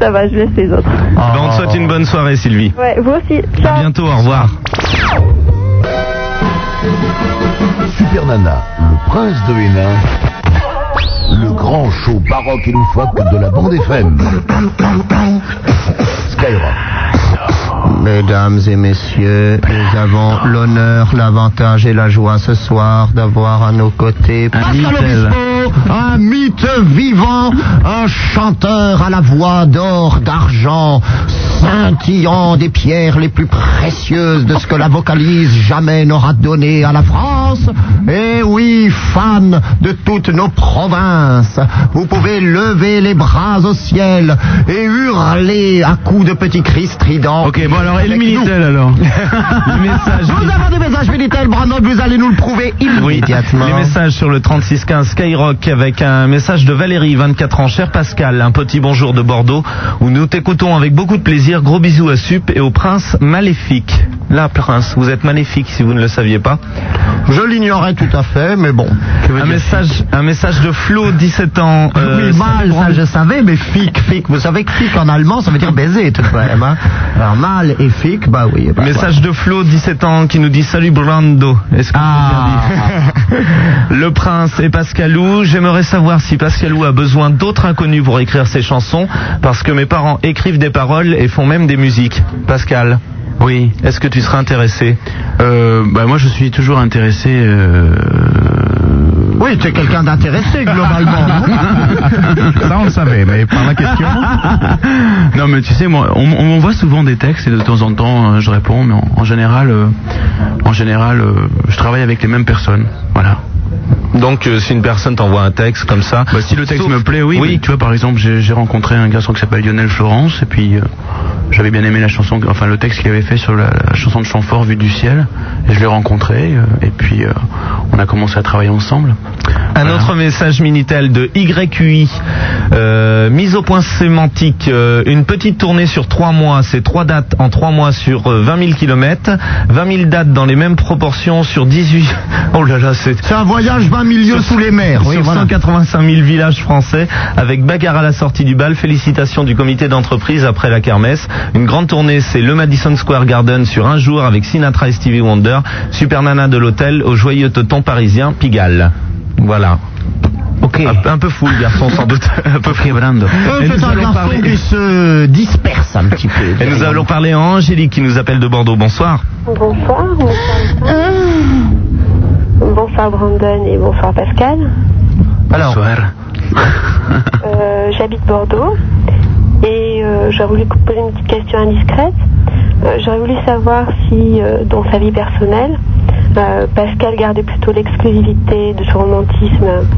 Speaker 7: Ça va, je laisse les autres.
Speaker 2: Ben,
Speaker 1: Oh.
Speaker 2: on te souhaite une bonne soirée, Sylvie.
Speaker 7: Ouais, vous aussi.
Speaker 2: À bientôt, au revoir.
Speaker 5: Super Nana, le prince de Hénin, le grand show baroque et loufoque de la bande FM.
Speaker 1: Mesdames et messieurs, nous avons l'honneur, l'avantage et la joie ce soir d'avoir à nos côtés Pascal
Speaker 3: Mitel.
Speaker 1: Obispo, un mythe vivant, un chanteur à la voix d'or, d'argent, scintillant des pierres les plus précieuses de ce que la vocalise jamais n'aura donné à la France. Et oui, fans de toutes nos provinces, vous pouvez lever les bras au ciel et hurler à coups de petits cris stridents. Ok,
Speaker 2: bon alors, et le Minitel, alors Les messages.
Speaker 1: Nous avons des messages Minitel, Brandon, vous allez nous le prouver immédiatement.
Speaker 2: Les messages sur le 3615 Skyrock avec un message de Valérie, 24 ans, cher Pascal, un petit bonjour de Bordeaux où nous t'écoutons avec beaucoup de plaisir. Gros bisous à Sup et au prince maléfique. Là, prince, vous êtes maléfique si vous ne le saviez pas.
Speaker 1: Je l'ignorais tout à fait, mais bon.
Speaker 2: Un message, un message de Flo, 17 ans. euh,
Speaker 1: oui, mal, ça je savais, mais fic, fic. Vous savez que fic en allemand, ça veut dire baiser tout de même. hein. Alors mal et fic, bah oui. bah,
Speaker 2: Message de Flo, 17 ans, qui nous dit Salut Brando. Est-ce que vous avez envie Le Prince et Pascalou. J'aimerais savoir si Pascalou a besoin d'autres inconnus pour écrire ses chansons, parce que mes parents écrivent des paroles et font même des musiques. Pascal.
Speaker 15: Oui.
Speaker 2: Est-ce que tu serais intéressé
Speaker 15: Euh, bah, moi, je suis toujours intéressé. euh,
Speaker 1: Oui, tu es quelqu'un d'intéressé globalement.
Speaker 15: Ça, Bah, on le savait, mais par la question. non, mais tu sais, moi, on, on m'envoie souvent des textes et de temps en temps, euh, je réponds, mais en, en général, euh, en général, euh, je travaille avec les mêmes personnes. Voilà.
Speaker 2: Donc, euh, si une personne t'envoie un texte comme ça.
Speaker 15: Bah, si le texte
Speaker 2: Sauf-
Speaker 15: me plaît, oui. mais tu vois, par exemple, j'ai j'ai rencontré un garçon qui s'appelle Lionel Florence, et puis euh, j'avais bien aimé la chanson, enfin le texte qu'il avait fait sur la, la chanson de Chamfort, Vue du ciel, et je l'ai rencontré, euh, et puis euh, on a commencé à travailler ensemble.
Speaker 2: Un autre message Minitel de YUI. Euh, mise au point sémantique. euh, une petite tournée sur trois mois. C'est trois dates en trois mois sur euh, 20 000 kilomètres. 20 000 dates dans les mêmes proportions sur 18. Oh là là, c'est.
Speaker 1: C'est un voyage 20 000 lieues sous les mers. Oui,
Speaker 2: sur
Speaker 1: voilà.
Speaker 2: 185 000 villages français, avec bagarre à la sortie du bal, félicitations du comité d'entreprise après la kermesse. Une grande tournée, c'est le Madison Square Garden sur un jour avec Sinatra et Stevie Wonder, Super Nana de l'hôtel au joyeux teuton parisien Pigalle. Voilà. Un, un peu fou le garçon sans doute, un peu fou.
Speaker 1: Euh,
Speaker 2: Et nous
Speaker 1: c'est un
Speaker 2: allons
Speaker 1: garçon
Speaker 2: parler-
Speaker 1: qui se disperse un petit peu.
Speaker 2: et nous allons parler à Angélique qui nous appelle de Bordeaux. Bonsoir.
Speaker 8: Bonsoir, bonsoir. Ah. Bonsoir Brandon et bonsoir Pascal.
Speaker 1: Alors.
Speaker 8: Euh, J'habite Bordeaux et euh, j'aurais voulu poser une petite question indiscrète. Euh, j'aurais voulu savoir si euh, dans sa vie personnelle, euh, Pascal gardait plutôt l'exclusivité de son romantisme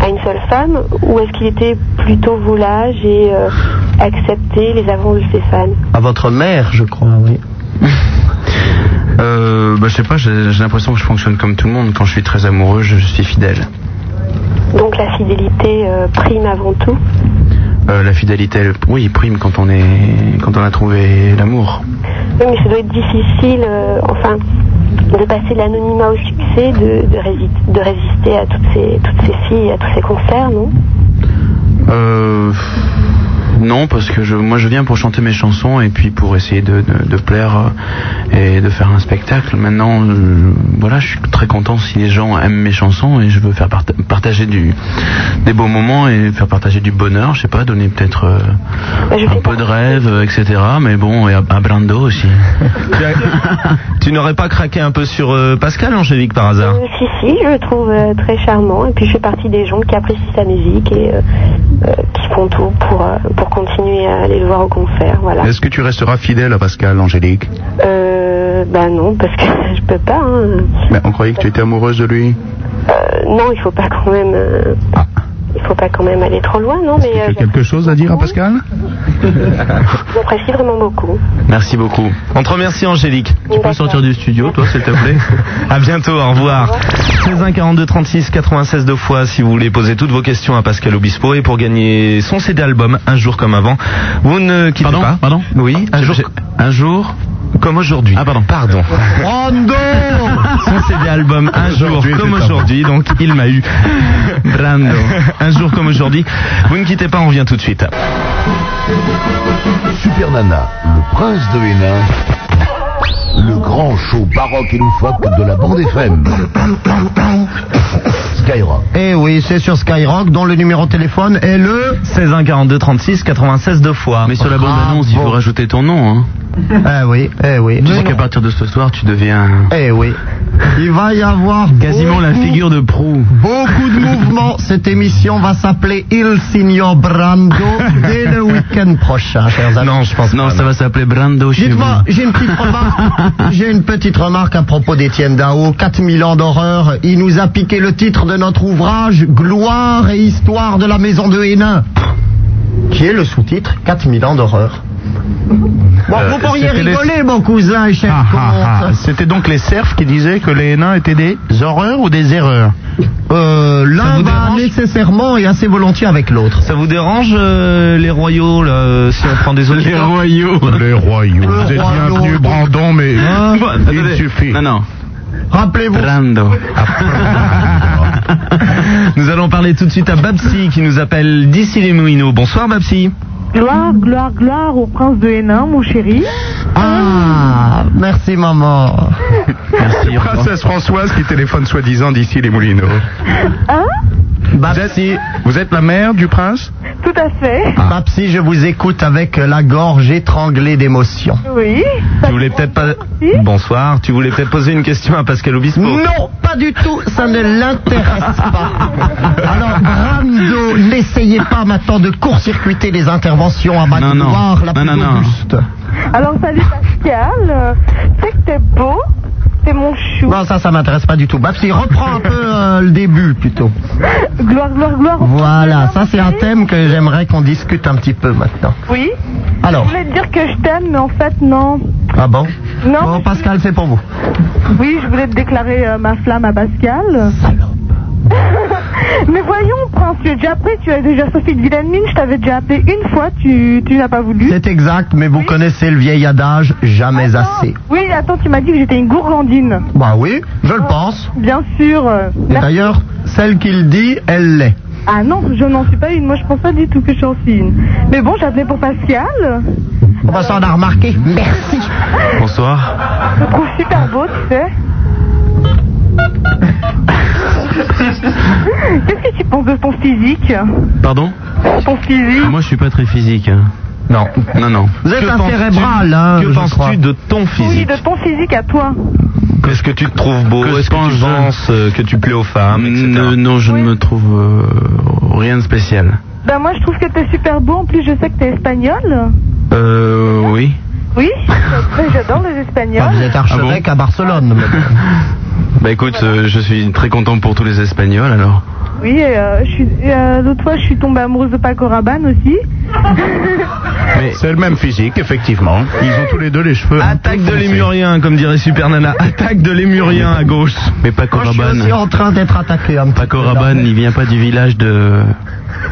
Speaker 8: à une seule femme ou est-ce qu'il était plutôt volage et euh, acceptait les avances de ses fans
Speaker 1: À votre mère, je crois, Ah oui.
Speaker 15: Euh, bah, je sais pas, j'ai j'ai l'impression que je fonctionne comme tout le monde. Quand je suis très amoureux, je, je suis fidèle.
Speaker 8: Donc la fidélité euh, prime avant tout.
Speaker 15: Euh, la fidélité, elle, oui, prime quand on est, quand on a trouvé l'amour.
Speaker 8: Oui, mais ça doit être difficile, euh, enfin, de passer de l'anonymat au succès, de, de, rési- de résister à toutes ces, toutes ces filles, à tous ces concerts, non
Speaker 15: Euh, non, parce que je, moi je viens pour chanter mes chansons et puis pour essayer de, de- de plaire euh, et de faire un spectacle. Maintenant, euh, voilà, je suis très content si les gens aiment mes chansons et je veux faire parta- partager du, des beaux moments et faire partager du bonheur, je sais pas, donner peut-être euh, un peu de rêve, euh, etc. Mais bon, et à, à Brando aussi.
Speaker 2: Tu as- tu n'aurais pas craqué un peu sur euh, Pascal Angélique par hasard
Speaker 8: Euh, Si, si, je le trouve euh, très charmant, et puis je fais partie des gens qui apprécient sa musique et euh, euh, qui font tout pour, euh, pour continuer à aller le voir au concert, voilà.
Speaker 5: Est-ce que tu resteras fidèle à Pascal, Angélique
Speaker 8: Euh, bah non, parce que je peux pas, hein.
Speaker 5: Mais On croyait que tu étais amoureuse de lui.
Speaker 8: Euh, non, il faut pas quand même... euh,
Speaker 5: Ah.
Speaker 8: Il faut pas quand même aller trop loin, non, mais euh,
Speaker 5: Quelque chose à dire à Pascal
Speaker 8: j'apprécie vraiment beaucoup.
Speaker 15: Merci beaucoup.
Speaker 2: On te remercie Angélique. Tu peux sortir du studio, toi, s'il te plaît. à bientôt, au revoir. 16 1 42 36 96 deux fois si vous voulez poser toutes vos questions à Pascal Obispo et pour gagner son CD album Un jour comme avant, vous ne quittez pas. Pardon. Oui. Un jour.
Speaker 15: Un jour
Speaker 2: Comme aujourd'hui. Ah pardon. Pardon.
Speaker 1: Brando
Speaker 2: Son CD album Un jour
Speaker 1: Aujourd'hui,
Speaker 2: comme
Speaker 1: c'est ça.
Speaker 2: aujourd'hui, donc il m'a eu. Brando. Un jour comme aujourd'hui. Vous ne quittez pas, on revient tout de suite.
Speaker 5: Super Nana, le prince de Hénin, le grand show baroque et loufoque de la bande FM. Skyrock.
Speaker 1: Eh oui, c'est sur Skyrock, dont le numéro de téléphone est le
Speaker 2: 16 1 42 36 96 deux fois.
Speaker 15: Mais sur la bande-annonce, il faut rajouter ton nom. Hein.
Speaker 1: Eh oui, eh oui.
Speaker 15: Tu sais qu'à partir de ce soir, tu deviens.
Speaker 1: Eh oui. Il va y avoir
Speaker 15: Quasiment la
Speaker 1: beaucoup-
Speaker 15: figure de proue.
Speaker 1: Beaucoup de mouvements. Cette émission va s'appeler Il Signor Brando dès le week-end prochain, chers amis.
Speaker 2: Non, je pense
Speaker 15: Non, ça va s'appeler Brando chez vous.
Speaker 1: Dites-moi, j'ai une petite remarque. J'ai une petite remarque à propos d'Étienne Dao. 4000 ans d'horreur. Il nous a piqué le titre de notre ouvrage Gloire et histoire de la maison de Hénin. Qui est le sous-titre 4000 ans d'horreur. Bon,
Speaker 7: Euh,
Speaker 1: vous pourriez
Speaker 7: c'était les-
Speaker 1: rigoler, mon cousin et chef
Speaker 7: Ah, ah,
Speaker 1: comte.
Speaker 7: ah. C'était donc les serfs qui disaient que les nains étaient des horreurs ou des erreurs
Speaker 1: Euh,
Speaker 7: Ça
Speaker 1: L'un
Speaker 7: vous
Speaker 1: va nécessairement et assez volontiers avec l'autre.
Speaker 2: Ça vous dérange euh, les royaux là, euh, si on prend des autres
Speaker 15: royaux.
Speaker 7: Les royaux.
Speaker 1: Le
Speaker 7: Vous êtes
Speaker 1: roi
Speaker 7: bienvenue,
Speaker 1: Laurent.
Speaker 7: Brandon, mais
Speaker 2: Ah.
Speaker 1: Hein
Speaker 15: Attendez.
Speaker 7: il suffit.
Speaker 15: Non, non.
Speaker 1: Rappelez-vous.
Speaker 15: Brando.
Speaker 2: Nous allons parler tout de suite à Babsi qui nous appelle d'ici les Moulineaux. Bonsoir Babsi.
Speaker 3: Gloire, gloire, gloire au prince de Hénin, mon chéri.
Speaker 1: Ah, merci maman.
Speaker 15: Merci. au revoir.
Speaker 7: Princesse Françoise qui téléphone soi-disant d'ici les Moulineaux.
Speaker 3: Hein
Speaker 7: Vous êtes, vous êtes la mère du prince
Speaker 3: Tout à fait.
Speaker 1: Papsi, Ah. je vous écoute avec la gorge étranglée d'émotion.
Speaker 3: Oui.
Speaker 2: Tu voulais peut-être pas. Bonsoir. Tu voulais peut-être poser une question à Pascal Obispo.
Speaker 1: Non, pas du tout, ça ne l'intéresse pas. Alors, Brando, n'essayez pas maintenant de court-circuiter les interventions à ma
Speaker 15: Non, non.
Speaker 1: gloire la
Speaker 15: Non,
Speaker 1: plus
Speaker 15: non, non.
Speaker 1: auguste.
Speaker 8: Alors salut Pascal, Euh, tu sais que t'es beau, t'es mon chou.
Speaker 1: Non, ça, ça m'intéresse pas du tout. Babsi, reprends un peu euh, le début plutôt.
Speaker 8: Gloire, gloire, gloire.
Speaker 1: Voilà, ça c'est un thème que j'aimerais qu'on discute un petit peu maintenant.
Speaker 8: Oui.
Speaker 1: Alors,
Speaker 8: Je voulais te dire que je t'aime, mais en fait non.
Speaker 1: ah bon
Speaker 8: Non.
Speaker 1: Bon, Pascal, c'est pour vous.
Speaker 8: Oui, je voulais te déclarer euh, ma flamme à Pascal. mais voyons, Prince, tu es déjà prêt, tu as déjà sorti de vilaine mine, je t'avais déjà appelé une fois, tu, tu n'as pas voulu.
Speaker 1: C'est exact, mais vous connaissez le vieil adage, jamais assez.
Speaker 8: Oui, attends, tu m'as dit que j'étais une gourgandine.
Speaker 1: Bah oui, je le pense.
Speaker 8: Bien sûr. euh,
Speaker 1: Et d'ailleurs, celle qu'il dit, elle l'est.
Speaker 8: Ah non, je n'en suis pas une. Moi, je pense pas du tout que je suis une. Mais bon, j'appelais pour Pascal.
Speaker 1: On va s'en a remarqué. Merci.
Speaker 2: Bonsoir.
Speaker 8: Je le trouve super beau, tu sais. Qu'est-ce que tu penses de ton physique
Speaker 15: Pardon
Speaker 8: Ton physique
Speaker 15: Moi, je suis pas très physique. hein.
Speaker 2: Non.
Speaker 15: Non, non.
Speaker 1: Vous êtes
Speaker 2: Que
Speaker 1: un
Speaker 2: penses-tu-
Speaker 1: cérébral, hein,
Speaker 2: Que
Speaker 1: je crois.
Speaker 2: penses-tu de ton
Speaker 8: Oui,
Speaker 2: physique
Speaker 8: de ton physique à toi.
Speaker 2: Est-ce que tu te trouves beau
Speaker 15: Que
Speaker 2: Est-ce que tu
Speaker 15: pense-je
Speaker 2: penses euh, que tu plais aux femmes, etc.
Speaker 15: Ne- non, je ne me trouve euh, rien de spécial.
Speaker 8: Ben moi, je trouve que t'es super beau. En plus, je sais que t'es espagnol.
Speaker 15: Euh, oui.
Speaker 8: Oui, après, j'adore les espagnols.
Speaker 1: Ah, vous êtes archevêque à Barcelone. maintenant.
Speaker 15: Bah écoute, euh, je suis très content pour tous les Espagnols alors.
Speaker 8: Oui, et, euh, je suis- euh, l'autre fois, je suis tombée amoureuse de Paco Rabanne aussi.
Speaker 7: C'est le même physique, effectivement. Ils ont tous les deux les cheveux. un peu
Speaker 2: Attaque de
Speaker 7: foncés.
Speaker 2: l'émurien, comme dirait Super Nana. Attaque de l'émurien à gauche.
Speaker 15: Mais Paco
Speaker 1: Moi, je suis aussi
Speaker 15: Rabanne,
Speaker 1: en train d'être attaqué. un petit
Speaker 15: Paco
Speaker 1: peu, là.
Speaker 15: Rabanne, il vient pas du village de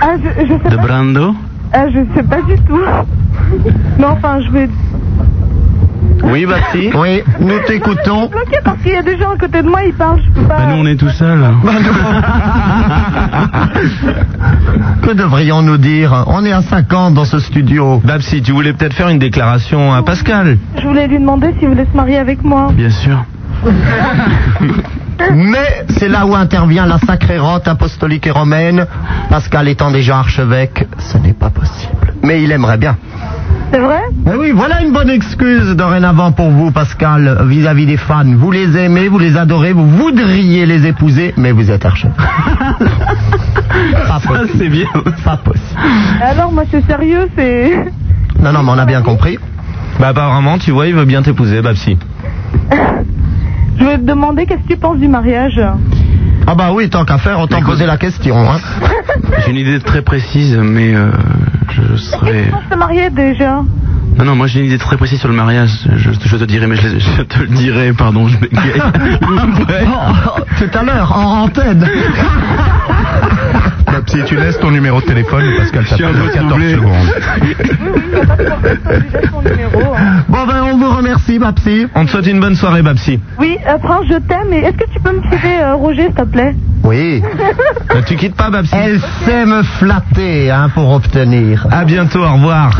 Speaker 8: Ah, je, je sais
Speaker 15: de
Speaker 8: pas.
Speaker 15: Brando
Speaker 8: Ah, je sais pas du tout. Mais enfin, je vais
Speaker 15: Oui, Bapti.
Speaker 1: Oui, nous t'écoutons.
Speaker 8: bloquer parce qu'il y a des gens à côté de moi, ils parlent, je peux pas.
Speaker 15: Bah nous on est tout seuls.
Speaker 1: Que devrions-nous dire On est à 50 dans ce studio.
Speaker 2: Babsi, tu voulais peut-être faire une déclaration à Pascal.
Speaker 8: Je voulais lui demander s'il voulait se marier avec moi.
Speaker 15: Bien sûr.
Speaker 1: Mais c'est là où intervient la sacrée rote apostolique et romaine. Pascal étant déjà archevêque, ce n'est pas possible. Mais il aimerait bien.
Speaker 8: C'est vrai
Speaker 1: Eh oui, voilà une bonne excuse dorénavant pour vous, Pascal, vis-à-vis des fans. Vous les aimez, vous les adorez, vous voudriez les épouser, mais vous êtes archevêque. pas possible.
Speaker 2: C'est bien.
Speaker 1: Pas possible.
Speaker 8: Alors, moi, c'est sérieux, c'est.
Speaker 1: Non, non, mais on a bien compris.
Speaker 2: Bah apparemment, tu vois, il veut bien t'épouser, Babsi.
Speaker 8: Je voulais te demander qu'est-ce que tu penses du mariage
Speaker 1: Ah bah oui, tant qu'à faire, autant poser la question. Hein.
Speaker 15: J'ai une idée très précise, mais euh, je serai.
Speaker 8: On se marier déjà.
Speaker 15: Non, non, moi j'ai une idée très précise sur le mariage. Je, je te dirai, mais je, je te le dirai, pardon, je m'égaye. Après.
Speaker 1: Oh, tout à l'heure, en antenne.
Speaker 7: Bah, si tu laisses ton numéro de téléphone, Pascal t'appelle dans 14 secondes.
Speaker 8: hein.
Speaker 1: Bon ben on vous remercie Babsi.
Speaker 2: On te souhaite une bonne soirée Babsi.
Speaker 8: Oui, euh, Prince, je t'aime, et est-ce que tu peux me filer euh, Roger, s'il te plaît
Speaker 1: Oui.
Speaker 2: tu quittes pas Babsi.
Speaker 1: Elle sait me flatter hein, pour obtenir.
Speaker 2: À bientôt, au revoir.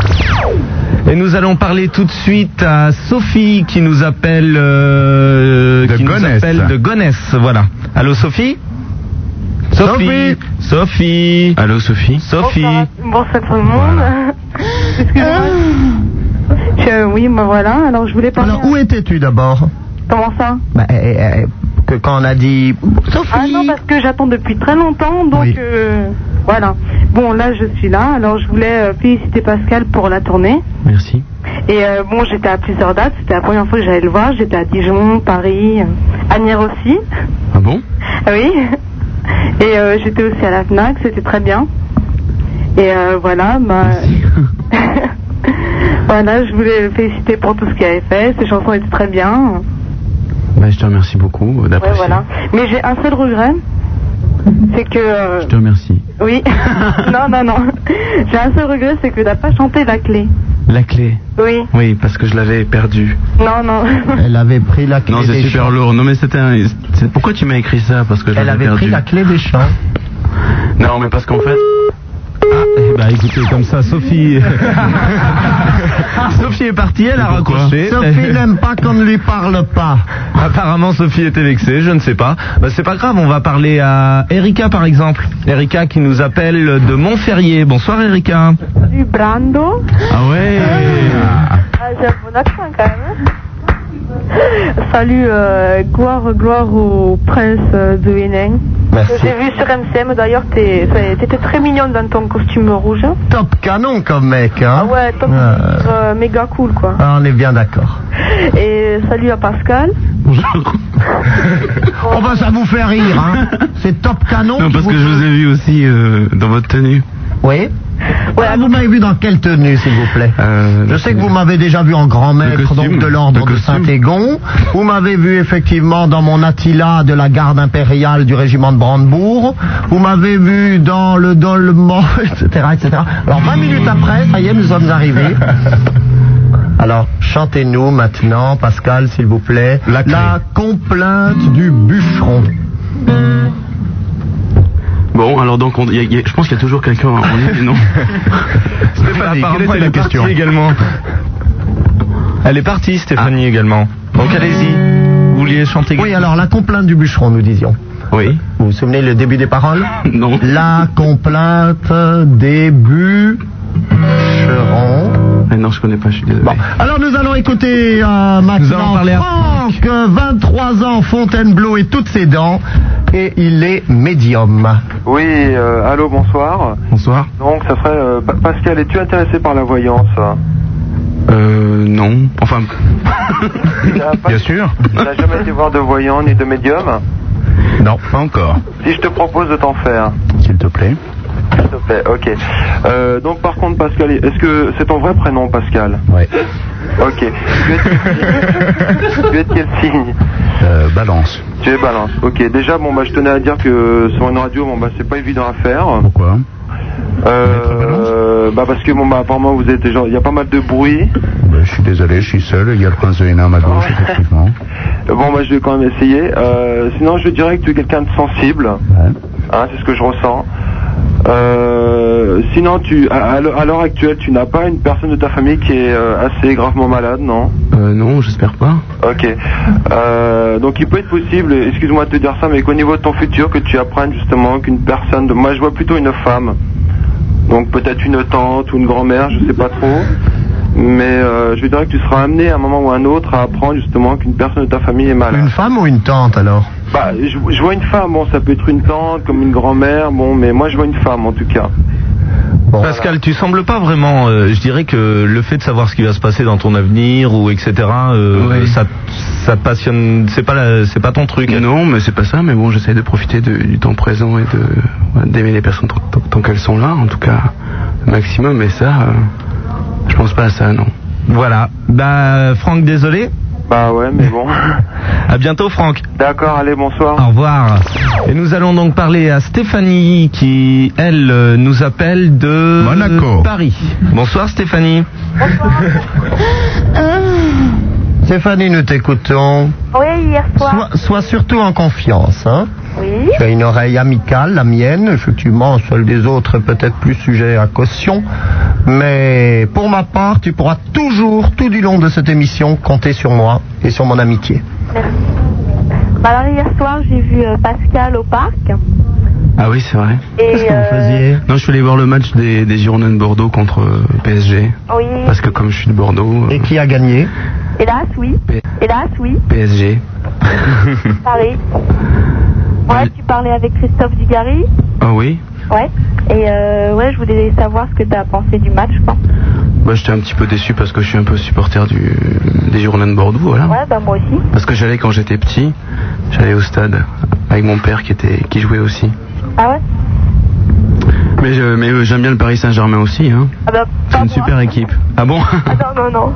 Speaker 2: Et nous allons parler tout de suite à Sophie qui nous appelle euh, qui nous
Speaker 7: Gonesse.
Speaker 2: appelle de Gonesse, voilà. Allô Sophie Sophie Sophie
Speaker 15: Allô Sophie
Speaker 2: Sophie
Speaker 8: Bonsoir tout le monde. Excusez-moi. Je- oui, ben voilà, alors je voulais parler.
Speaker 1: Alors où étais-tu d'abord
Speaker 8: Comment ça
Speaker 1: Ben, eh, eh, que quand on a dit
Speaker 8: Ah non, parce que j'attends depuis très longtemps, donc euh, voilà. Bon, là, je suis là. Alors, je voulais euh, féliciter Pascal pour la tournée.
Speaker 15: Merci.
Speaker 8: Et euh, bon, j'étais à plusieurs dates. C'était la première fois que j'allais le voir. J'étais à Dijon, Paris, euh, à Nières aussi.
Speaker 15: Ah bon
Speaker 8: Ah Oui. Et euh, j'étais aussi à la FNAC. C'était très bien. Et euh, voilà, bah, voilà, je voulais le féliciter pour tout ce qu'il avait fait. Ses chansons étaient très bien.
Speaker 15: Bah, je te remercie beaucoup euh,
Speaker 8: Ouais,
Speaker 15: d'apprécier.
Speaker 8: voilà. Mais j'ai un seul regret. C'est que... euh,
Speaker 15: Je te remercie.
Speaker 8: Oui. non, non, non. J'ai un seul regret, c'est que t'as pas chanté la clé.
Speaker 15: La clé.
Speaker 8: Oui.
Speaker 15: Oui, parce que je l'avais perdue.
Speaker 8: Non, non.
Speaker 1: Elle avait pris la clé
Speaker 15: Non, c'est
Speaker 1: des
Speaker 15: super lourd. Non, mais c'était. un- c'est- Pourquoi tu m'as écrit ça Parce que je
Speaker 1: Elle
Speaker 15: l'avais
Speaker 1: avait
Speaker 15: perdu.
Speaker 1: pris la clé des champs.
Speaker 15: Non, mais parce qu'en fait.
Speaker 2: Bah écoutez, comme ça, Sophie. Sophie est partie, elle a raccroché.
Speaker 1: Sophie n'aime pas qu'on ne lui parle pas.
Speaker 2: Apparemment, Sophie était vexée, je ne sais pas. Bah, c'est pas grave, on va parler à Erika par exemple. Erika qui nous appelle de Montferrier. Bonsoir Erika.
Speaker 8: Du Brando.
Speaker 2: Ah ouais
Speaker 8: Ah, j'aime mon accent quand même. Salut, euh, gloire, gloire au prince euh, de Hénin.
Speaker 1: Merci.
Speaker 8: Que J'ai vu sur MCM d'ailleurs, t'es- t'es- t'étais très mignonne dans ton costume rouge.
Speaker 1: Top canon comme mec, hein
Speaker 8: Ah ouais, top,
Speaker 1: Euh,
Speaker 8: euh, méga cool quoi.
Speaker 1: ah, on est bien d'accord.
Speaker 8: Et salut à Pascal.
Speaker 1: Bonjour. oh ben ça vous fait rire, hein C'est top canon.
Speaker 15: Non,
Speaker 1: qui
Speaker 15: parce
Speaker 1: vous-
Speaker 15: que je vous ai vu aussi euh, dans votre tenue.
Speaker 1: Oui Ah, Vous m'avez vu dans quelle tenue, s'il vous plaît
Speaker 15: Euh,
Speaker 1: Je sais que vous m'avez déjà vu en grand maître donc de l'ordre de Saint-Égon. Vous m'avez vu effectivement dans mon Attila de la garde impériale du régiment de Brandebourg. Vous m'avez vu dans le dolman, etc., etc. Alors 20 minutes après, ça y est, nous sommes arrivés. Alors, chantez-nous maintenant, Pascal, s'il vous plaît, la, complainte du bûcheron.
Speaker 15: Bon, alors donc, on- il y a- il y a- je pense qu'il y a toujours quelqu'un en ligne, non
Speaker 2: Stéphanie, apparemment, elle est partie également. Elle est partie,
Speaker 15: Ah.
Speaker 2: Stéphanie également. Donc allez-y. Vous vouliez chanter
Speaker 1: Oui, alors la complainte du bûcheron, nous disions.
Speaker 15: Oui.
Speaker 1: Vous vous souvenez le début des paroles
Speaker 15: Non.
Speaker 1: La complainte des bûcherons.
Speaker 15: Mais Euh, non, je connais pas, je suis désolé.
Speaker 1: Alors nous allons écouter euh, maintenant Franck, 23 ans, Fontainebleau et toutes ses dents. Et il est médium.
Speaker 6: Oui, euh, allô, bonsoir.
Speaker 15: Bonsoir.
Speaker 6: Donc, ça serait. euh, Pa- Pascal, es-tu intéressé par la voyance hein
Speaker 15: Euh, non. Enfin,
Speaker 6: Bien sûr. Tu n'as jamais été voir de voyant ni de médium
Speaker 7: Non, pas encore.
Speaker 6: Si je te propose de t'en faire.
Speaker 15: S'il te plaît.
Speaker 6: S'il te plaît, ok. Euh, donc, par contre, Pascal, est-ce que c'est ton vrai prénom, Pascal
Speaker 7: Ouais.
Speaker 6: Ok. Tu es, tu es de quel signe
Speaker 7: Euh, balance.
Speaker 6: Tu es balance. Ok, déjà, bon, bah, je tenais à dire que sur une radio, bon, bah, c'est pas évident à faire. Pourquoi euh, bah parce que bon bah apparemment vous êtes genre il y a pas mal de bruit.
Speaker 7: Bah, je suis désolé, je suis seul. Il y a le prince de Hénin à ma gauche, effectivement.
Speaker 6: Euh, Bon bah je vais quand même essayer. Euh, sinon je dirais que tu es quelqu'un de sensible. Hein, c'est ce que je ressens. Euh, sinon tu à, à l'heure à l'heure actuelle tu n'as pas une personne de ta famille qui est euh, assez gravement malade non
Speaker 15: Euh, non, j'espère pas.
Speaker 6: Ok. Euh, donc il peut être possible, excuse-moi de te dire ça, mais qu'au niveau de ton futur, que tu apprennes justement qu'une personne, de... moi je vois plutôt une femme, donc peut-être une tante ou une grand-mère, je sais pas trop, mais euh, je dirais que tu seras amené à un moment ou à un autre à apprendre justement qu'une personne de ta famille est malade.
Speaker 1: Une femme ou une tante alors
Speaker 6: Bah, je, je vois une femme, bon, ça peut être une tante comme une grand-mère, bon, mais moi je vois une femme en tout cas.
Speaker 2: Pascal, tu sembles pas vraiment. euh, je dirais que le fait de savoir ce qui va se passer dans ton avenir ou etc. euh, ça, ça te passionne. C'est pas la- c'est pas ton truc.
Speaker 15: Non, mais c'est pas ça. Mais bon, j'essaie de profiter de- du temps présent et de voilà, d'aimer les personnes tant, tant- tant qu'elles sont là, en tout cas, le maximum. Et ça, euh, je pense pas à ça, non.
Speaker 2: Voilà. Bah Franck, désolé.
Speaker 6: Bah ouais, mais bon.
Speaker 2: À bientôt, Franck.
Speaker 6: D'accord, allez, bonsoir.
Speaker 2: Au revoir. Et nous allons donc parler à Stéphanie qui, elle, euh, nous appelle de
Speaker 22: Monaco.
Speaker 2: Paris. Bonsoir, Stéphanie.
Speaker 1: Stéphanie, nous t'écoutons.
Speaker 3: Oui, hier soir.
Speaker 1: Sois, sois surtout en confiance. Hein
Speaker 3: Oui.
Speaker 1: Tu as une oreille amicale, la mienne, effectivement, celle des autres est peut-être plus sujet à caution. Mais pour ma part, tu pourras toujours, tout du long de cette émission, compter sur moi et sur mon amitié.
Speaker 3: Bah alors hier soir, j'ai vu euh, Pascal au parc.
Speaker 15: Ah oui, c'est vrai.
Speaker 3: Et, Qu'est-ce que vous euh, faisiez
Speaker 15: Non, je suis allé voir le match des, des Girondins de Bordeaux contre euh, PSG.
Speaker 3: Oui.
Speaker 15: Parce que comme je suis de Bordeaux. euh, Et
Speaker 1: qui a gagné
Speaker 3: Hélas, oui. Hélas, oui.
Speaker 15: PSG.
Speaker 3: Pareil. Ouais, tu parlais avec Christophe Dugarry.
Speaker 15: Ah oui
Speaker 3: Ouais. Et euh, ouais, je voulais savoir ce que tu as pensé du match, quoi.
Speaker 15: Bah, j'étais un petit peu déçu parce que je suis un peu supporter du, des Girondins de Bordeaux, voilà.
Speaker 3: Ouais, bah moi aussi.
Speaker 15: Parce que j'allais quand j'étais petit, j'allais au stade avec mon père qui était qui jouait aussi.
Speaker 3: Ah ouais
Speaker 15: Mais je- mais euh, j'aime bien le Paris Saint-Germain aussi, hein.
Speaker 3: Ah bah,
Speaker 15: C'est une super équipe. Ah bon
Speaker 3: ah non, non, non.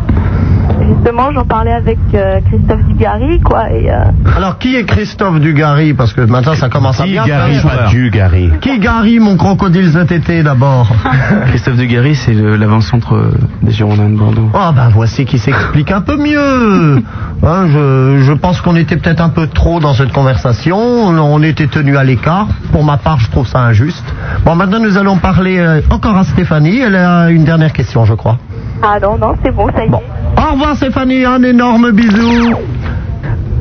Speaker 3: Justement, j'en parlais avec euh, Christophe Dugarry, quoi. Et, euh,
Speaker 1: Alors, qui est Christophe Dugarry Parce que maintenant, ça commence à bien
Speaker 15: Dugarry,
Speaker 1: faire.
Speaker 15: pas Dugarry.
Speaker 1: Qui Gary, mon crocodile ZTT, d'abord
Speaker 15: Christophe Dugarry, c'est le- l'avant-centre euh, des Girondins de Bordeaux.
Speaker 1: Ah ben voici qui s'explique un peu mieux. Hein, je, je pense qu'on était peut-être un peu trop dans cette conversation. On était tenu à l'écart. Pour ma part, je trouve ça injuste. Bon, maintenant nous allons parler euh, encore à Stéphanie. Elle a une dernière question, je crois.
Speaker 3: Ah non, non, c'est bon, ça y est.
Speaker 1: Au revoir Stéphanie, hein, un énorme bisou.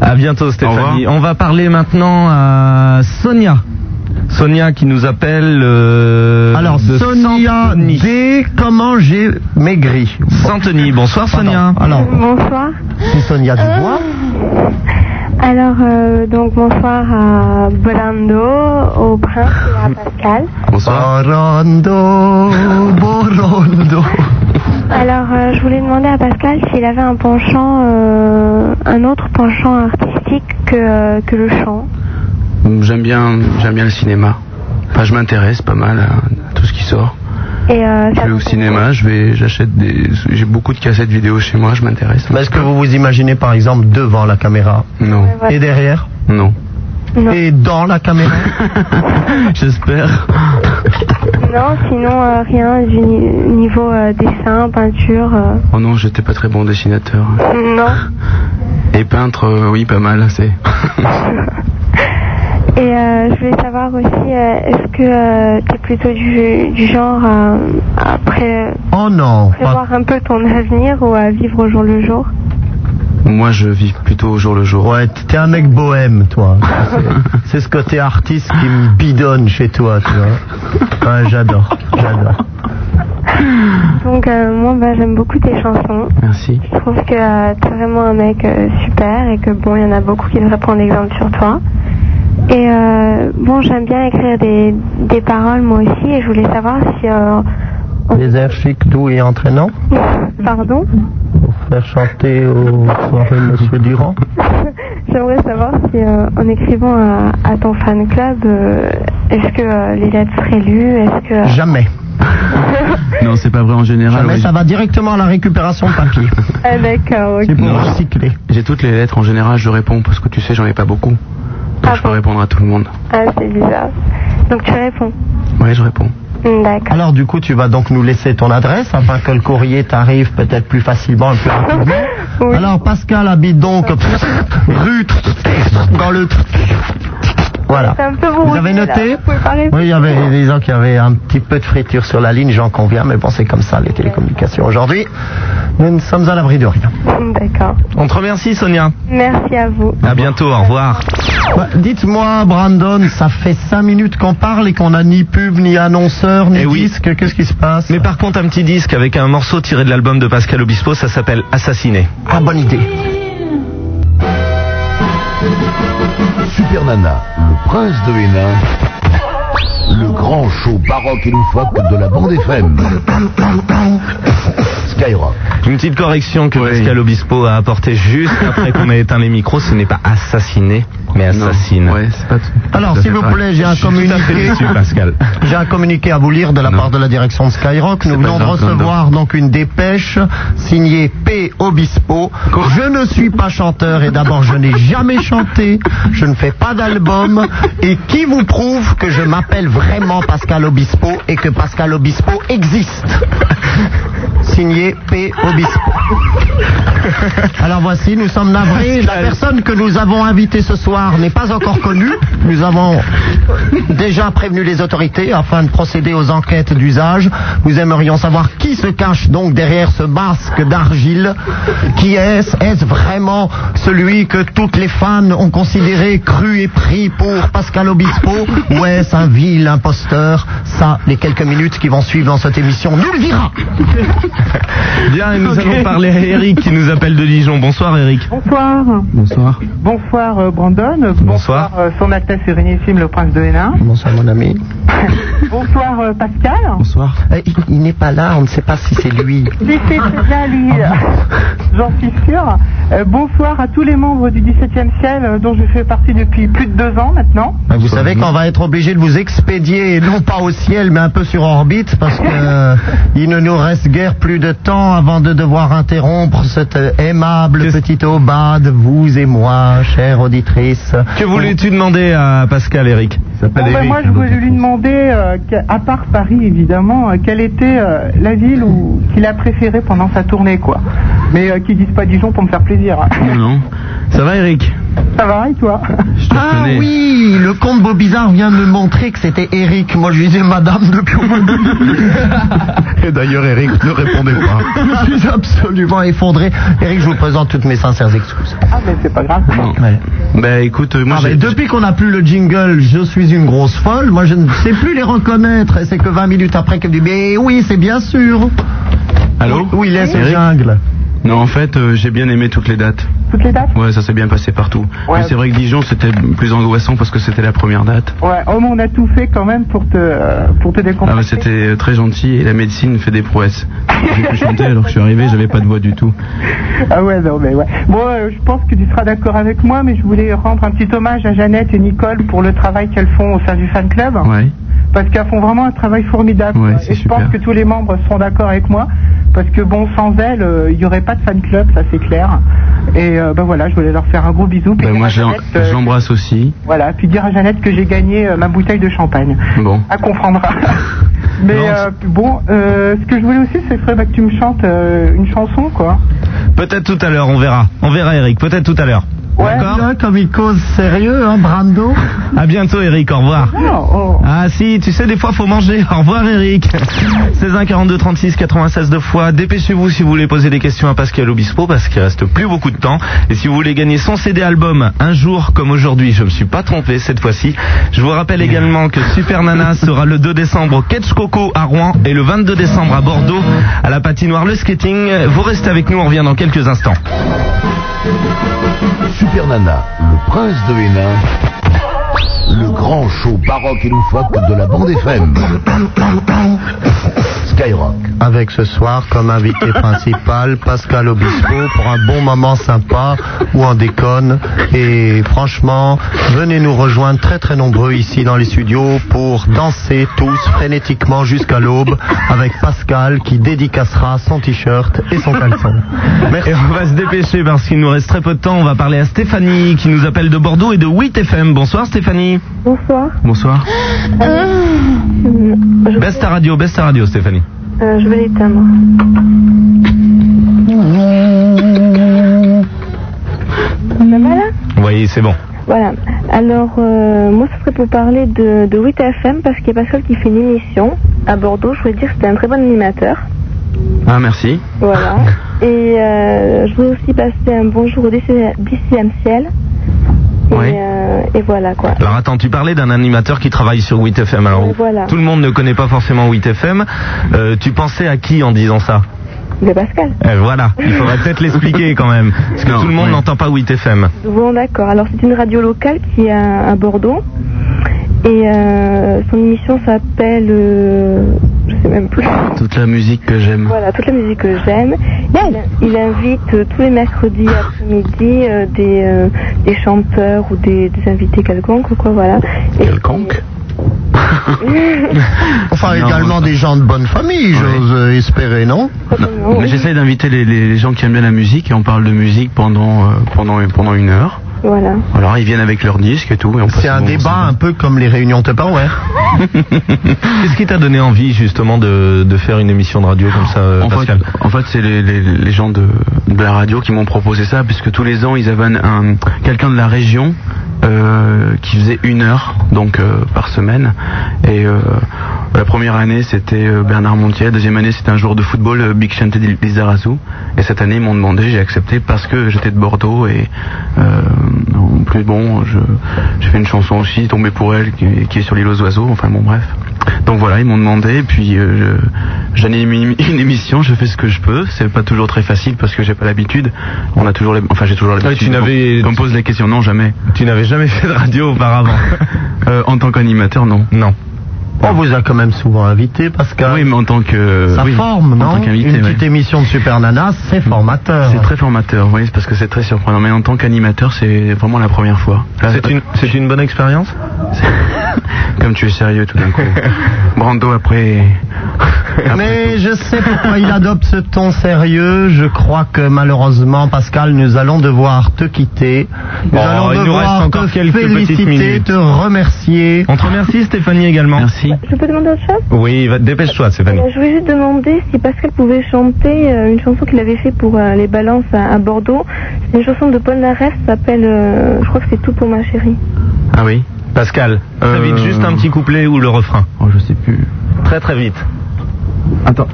Speaker 2: À bientôt, Stéphanie. On va parler maintenant à Sonia. Sonia qui nous appelle. euh,
Speaker 1: Alors
Speaker 2: de
Speaker 1: Sonia D, comment j'ai maigri.
Speaker 2: Santony. Bonsoir, Sonia.
Speaker 1: Alors,
Speaker 8: Bonsoir.
Speaker 1: c'est Sonia Dubois.
Speaker 8: Alors, euh, donc, bonsoir à Brando, au prince et à Pascal.
Speaker 1: Borondo, Borondo.
Speaker 8: Alors, euh, je voulais demander à Pascal s'il avait un penchant, euh, un autre penchant artistique que, euh, que le chant.
Speaker 15: J'aime bien, j'aime bien le cinéma. Enfin, je m'intéresse pas mal à, à tout ce qui sort.
Speaker 8: Et euh,
Speaker 15: Je vais au cinéma, je vais, j'achète des, j'ai beaucoup de cassettes vidéo chez moi, je m'intéresse.
Speaker 1: Mais est-ce que vous vous imaginez par exemple devant la caméra
Speaker 15: Non.
Speaker 1: Et derrière
Speaker 15: Non.
Speaker 1: Et dans la caméra
Speaker 15: J'espère.
Speaker 8: non, sinon euh, rien du ni- niveau euh, dessin, peinture. euh,
Speaker 15: Oh non, j'étais pas très bon dessinateur. hein.
Speaker 8: non.
Speaker 15: Et peintre, euh, oui, pas mal, c'est.
Speaker 8: Et euh, je voulais savoir aussi, euh, est-ce que tu es plutôt du, du genre à, à pré-
Speaker 1: Oh non.
Speaker 8: prévoir un peu ton avenir ou à vivre au jour le jour
Speaker 15: Moi, je vis plutôt au jour le jour.
Speaker 1: Ouais, t'es un mec bohème, toi. C'est- C'est ce côté artiste qui me bidonne chez toi, tu vois. Ouais, j'adore, j'adore. Hmm.
Speaker 8: Donc euh, moi, bah, j'aime beaucoup tes chansons.
Speaker 15: Merci.
Speaker 8: Je trouve que euh, t'es vraiment un mec euh, super et que bon, il y en a beaucoup qui devraient prendre exemple sur toi. Et euh, bon, j'aime bien écrire des, des paroles moi aussi et je voulais savoir si... euh,
Speaker 1: Les airs chics, doux et entraînants,
Speaker 8: Pardon
Speaker 1: pour faire chanter au soirées Monsieur Durand.
Speaker 8: J'aimerais savoir si, euh, en écrivant à, à ton fan club, euh, est-ce que euh, les lettres seraient lues Est-ce que euh,
Speaker 1: jamais
Speaker 15: Non, c'est pas vrai en général.
Speaker 1: Jamais,
Speaker 15: Ah oui.
Speaker 1: Ah, ça va directement à la récupération de papier.
Speaker 8: Ah, D'accord. ok.
Speaker 1: Pour
Speaker 15: Non.
Speaker 1: recycler.
Speaker 15: J'ai toutes les lettres en général, je réponds parce que tu sais, j'en ai pas beaucoup. Donc
Speaker 13: Ah
Speaker 15: je peux répondre à tout le monde.
Speaker 8: Ah, c'est bizarre. Donc tu réponds.
Speaker 15: Ouais, je réponds.
Speaker 8: Hmm, D'accord.
Speaker 1: Alors du coup, tu vas donc nous laisser ton adresse afin que le courrier t'arrive peut-être plus facilement et plus rapidement. Alors Pascal habite donc rue dans le voilà.
Speaker 8: C'est un peu
Speaker 1: Vous
Speaker 8: brouillé,
Speaker 1: avez
Speaker 8: là.
Speaker 1: noté
Speaker 8: Vous pouvez pas répondre.
Speaker 1: Oui, il y avait des gens qui avaient un petit peu de friture sur la ligne, j'en conviens, mais bon, c'est comme ça les télécommunications aujourd'hui. Nous ne sommes à l'abri de rien.
Speaker 8: Hmm, D'accord.
Speaker 2: On te remercie, Sonia.
Speaker 8: Merci à vous.
Speaker 2: À bientôt, au revoir.
Speaker 1: Bah, Dites-moi, Brandon, ça fait cinq minutes qu'on parle et qu'on a ni pub, ni annonceur,
Speaker 2: Eh
Speaker 1: ni disque. Qu'est-ce qui se passe
Speaker 2: Mais par contre, un petit disque avec un morceau tiré de l'album de Pascal Obispo, ça s'appelle Assassiné.
Speaker 1: Ah, bonne idée.
Speaker 5: Super Nana, le prince de Hénin, le grand show baroque et loufoque de la bande FM. Skyrock.
Speaker 2: Une petite correction que Pascal Obispo a apportée juste après qu'on ait éteint les micros, ce n'est pas assassiné, mais assassine.
Speaker 1: Alors, Ah s'il vous plaît, j'ai un communiqué.
Speaker 2: Pascal.
Speaker 1: J'ai un communiqué à vous lire de la part de la direction de Skyrock. Nous venons de
Speaker 2: gentil,
Speaker 1: recevoir donc une dépêche signée P. Obispo. je ne suis pas chanteur et d'abord je n'ai jamais chanté. Je ne fais pas d'album. Et qui vous prouve que je m'appelle vraiment Pascal Obispo et que Pascal Obispo existe Signé P. Obispo. Alors voici, nous sommes navrés. La personne que nous avons invitée ce soir n'est pas encore connue. Nous avons déjà prévenu les autorités afin de procéder aux enquêtes d'usage. Nous aimerions savoir qui se cache donc derrière ce masque d'argile. Qui est-ce Est-ce vraiment celui que toutes les fans ont considéré cru et pris pour Pascal Obispo Ou est-ce un vil imposteur Ça, les quelques minutes qui vont suivre dans cette émission, nous le dira.
Speaker 2: Bien, et nous allons parler à Eric qui nous appelle de Dijon. Bonsoir Eric.
Speaker 13: Bonsoir.
Speaker 2: Bonsoir.
Speaker 13: Bonsoir euh, Brandon.
Speaker 2: Bonsoir.
Speaker 13: Euh, Son Altesse Sérénissime, le Prince de Hénin.
Speaker 1: Bonsoir mon ami.
Speaker 13: Bonsoir euh, Pascal.
Speaker 1: Bonsoir. Euh, il il n'est pas là, on ne sait pas si c'est lui.
Speaker 13: Si, si, c'est bien lui. euh, J'en suis sûre. Euh, bonsoir à tous les membres du 17e ciel euh, dont je fais partie depuis plus de deux ans maintenant.
Speaker 1: Ah, Vous savez qu'on va être obligé de vous expédier, non pas au ciel, mais un peu sur orbite, parce que euh, il ne nous reste guère plus de temps avant de devoir interrompre cette euh, aimable petite aubade, vous et moi, chère auditrice.
Speaker 2: Que voulais-tu demander à Pascal Eric
Speaker 13: Bon, ben, moi, je voulais lui demander, euh, que- à part Paris évidemment, euh, quelle était euh, la ville où- qu'il a préférée pendant sa tournée, quoi. Mais euh, qu'il dise pas Dijon pour me faire plaisir.
Speaker 15: Non.
Speaker 2: Ça va Eric
Speaker 13: Ça va et toi
Speaker 1: Ah oui, le comte Bobizard vient de me montrer que c'était Eric. Moi, je lui disais madame depuis au début.
Speaker 22: Et d'ailleurs, Eric ne répondait pas.
Speaker 1: je suis absolument effondré. Eric, je vous présente toutes mes sincères excuses.
Speaker 13: Ah, mais c'est pas grave.
Speaker 15: Bah écoute, euh, moi
Speaker 1: Ah, mais
Speaker 15: j'ai-
Speaker 1: depuis qu'on n'a plus le jingle, je suis une grosse folle. Moi, je ne sais plus les reconnaître. Et c'est que 20 minutes après qu'elle me dit, mais oui, c'est bien sûr.
Speaker 15: Allô
Speaker 1: Oui, il est
Speaker 15: Eric
Speaker 1: jungle.
Speaker 15: Non, en fait, euh, j'ai bien aimé toutes les dates.
Speaker 13: Toutes les dates
Speaker 15: Ouais, ça s'est bien passé partout. Mais c'est vrai que Dijon, c'était plus angoissant parce que c'était la première date.
Speaker 13: Ouais, oh, mais on a tout fait quand même pour te, euh, pour te
Speaker 15: Ah,
Speaker 13: décontracter.
Speaker 15: bah, c'était euh, très gentil et la médecine fait des prouesses. J'ai pu chanter alors que je suis arrivé, j'avais pas de voix du tout.
Speaker 13: Ah ouais, non, mais ouais. Bon, euh, je pense que tu seras d'accord avec moi, mais je voulais rendre un petit hommage à Jeannette et Nicole pour le travail qu'elles font au sein du fan club.
Speaker 15: Ouais.
Speaker 13: Parce qu'elles font vraiment un travail formidable.
Speaker 15: Ouais,
Speaker 13: quoi.
Speaker 15: c'est
Speaker 13: et je pense que tous les membres seront d'accord avec moi. Parce que bon, sans elles, euh, il n'y aurait pas de fan club, ça c'est clair. Et euh, ben voilà, je voulais leur faire un gros bisou. Puis
Speaker 15: Bah,
Speaker 13: dire
Speaker 15: moi,
Speaker 13: à
Speaker 15: je l'en-
Speaker 13: Jeannette, euh,
Speaker 15: je l'embrasse aussi.
Speaker 13: voilà, puis dire à Jeannette que j'ai gagné euh, ma bouteille de champagne.
Speaker 15: Bon.
Speaker 13: À comprendre. Mais euh, bon, euh, ce que je voulais aussi, c'est serait bah, que tu me chantes euh, une chanson, quoi.
Speaker 1: ben-
Speaker 2: Peut-être tout à l'heure, on verra. On verra Eric, peut-être tout à l'heure.
Speaker 1: Ouais, là, comme il cause sérieux, hein, Brando.
Speaker 2: À bientôt Eric, au revoir. Ah si, tu sais des fois faut manger. Au revoir Eric. 16 1 42 36 96 deux fois. Dépêchez-vous si vous voulez poser des questions à Pascal Obispo parce qu'il reste plus beaucoup de temps et si vous voulez gagner son CD album un jour comme aujourd'hui, je me suis pas trompé cette fois-ci. Je vous rappelle également que Super Nana sera le 2 décembre au Catch Coco à Rouen et le 22 décembre à Bordeaux à la patinoire Le Skating. Vous restez avec nous, on revient dans quelques instants.
Speaker 5: Super Nana, le prince de Hénin, le grand show baroque et loufoque de la bande FM. Skyrock.
Speaker 1: Avec ce soir comme invité principal Pascal Obispo pour un bon moment sympa où on déconne. Et franchement, venez nous rejoindre très très nombreux ici dans les studios pour danser tous frénétiquement jusqu'à l'aube avec Pascal qui dédicacera son t-shirt et son caleçon.
Speaker 2: Et on va se dépêcher parce qu'il nous reste très peu de temps. On va parler à Stéphanie qui nous appelle de Bordeaux et de 8FM. Bonsoir Stéphanie.
Speaker 16: Bonsoir. Ah.
Speaker 2: Bonsoir.
Speaker 16: Euh,
Speaker 2: Baisse ta radio, baisse ta radio Stéphanie.
Speaker 16: euh, je vais l'éteindre. Ça va, là
Speaker 2: Oui, c'est bon.
Speaker 16: Voilà. Alors, euh, moi, ce serait pour parler de, de 8FM parce qu'il y a Pascal qui fait une émission à Bordeaux. Je voulais dire que c'était un très bon animateur.
Speaker 15: Ah, merci.
Speaker 16: Voilà. Et euh, je voulais aussi passer un bonjour au 10e ciel. Et, euh, et voilà quoi.
Speaker 2: Alors attends, tu parlais d'un animateur qui travaille sur 8FM. Alors
Speaker 16: Voilà.
Speaker 2: tout le monde ne connaît pas forcément 8FM. Euh, tu pensais à qui en disant ça
Speaker 16: De Pascal.
Speaker 2: Eh, Voilà, il faudrait peut-être l'expliquer quand même. Parce que tout le monde n'entend pas 8FM.
Speaker 16: Bon, d'accord. Alors, c'est une radio locale qui est à, à Bordeaux. Et euh, son émission s'appelle. euh, je sais même plus.
Speaker 15: Toute la musique que j'aime.
Speaker 16: Voilà, toute la musique que j'aime. Il, il invite euh, tous les mercredis après-midi euh, des, euh, des chanteurs ou des, des invités quelconques, quoi, voilà.
Speaker 22: Quelconque
Speaker 1: Enfin, également des gens de bonne famille, j'ose euh, espérer, non
Speaker 15: Mais j'essaye d'inviter les, les- les gens qui aiment bien la musique et on parle de musique pendant, euh, pendant, pendant une heure.
Speaker 16: Voilà.
Speaker 15: Alors ils viennent avec leur disque et tout.
Speaker 1: C'est un débat un peu comme les réunions Tupperware.
Speaker 2: Qu'est-ce qui t'a donné envie justement de, de faire une émission de radio comme ça, euh,
Speaker 15: En fait,
Speaker 2: Pascal
Speaker 15: en fait, c'est les, les- les gens de, de la radio qui m'ont proposé ça, puisque tous les ans, ils avaient un, un- quelqu'un de la région euh, qui faisait une heure donc euh, par semaine. Et euh, la première année, c'était euh, Bernard Montier. La deuxième année, c'était un jour de football, euh, Big Chante Lizarazu. Et cette année, ils m'ont demandé, j'ai accepté parce que j'étais de Bordeaux et euh, en plus, bon, je- j'ai fait une chanson aussi, Tombée pour elle, qui, qui est sur l'île aux oiseaux. Enfin bon, bref. Donc voilà, ils m'ont demandé, puis euh, je- j'anime une, une émission, je fais ce que je peux. C'est pas toujours très facile parce que j'ai pas l'habitude. On a toujours, les- enfin j'ai toujours l'habitude.
Speaker 2: tu n'avais-
Speaker 15: On me pose la question, non jamais.
Speaker 2: Tu n'avais jamais fait de radio auparavant.
Speaker 15: Euh, en tant qu'animateur, non.
Speaker 2: Non.
Speaker 1: On vous a quand même souvent invité, Pascal.
Speaker 15: Oui, mais en tant
Speaker 2: Euh,
Speaker 15: que. euh,
Speaker 1: Ça
Speaker 15: oui,
Speaker 1: forme,
Speaker 15: en
Speaker 1: non
Speaker 15: tant qu'invité,
Speaker 1: Une
Speaker 15: ouais.
Speaker 1: petite émission de Super Nana, c'est
Speaker 2: Mm.
Speaker 1: formateur.
Speaker 15: C'est très formateur, oui, c'est parce que c'est très surprenant. Mais en tant qu'animateur, c'est vraiment la première fois. Là,
Speaker 2: C'est une, c'est une bonne expérience
Speaker 15: Comme tu es sérieux tout d'un coup. Brando après.
Speaker 1: Mais je sais pourquoi il adopte ce ton sérieux. Je crois que malheureusement, Pascal, nous allons devoir te quitter. Nous
Speaker 2: Bon,
Speaker 1: allons
Speaker 2: il nous
Speaker 1: devoir
Speaker 2: reste encore
Speaker 1: te
Speaker 2: quelques petites
Speaker 1: féliciter,
Speaker 2: minutes.
Speaker 1: te remercier.
Speaker 2: On te remercie Stéphanie également.
Speaker 15: Merci.
Speaker 16: Je peux demander autre chose
Speaker 2: Oui, va- dépêche-toi Stéphanie.
Speaker 16: Euh, Je voulais juste demander si Pascal pouvait chanter euh, une chanson qu'il avait fait pour euh, les balances à, à Bordeaux. C'est une chanson de Paul Naref, ça s'appelle euh, Je crois que c'est tout pour ma chérie.
Speaker 15: Ah oui.
Speaker 2: Pascal, très vite, juste un petit couplet ou le refrain.
Speaker 15: Oh, je sais plus.
Speaker 2: Très très vite.
Speaker 15: Attends.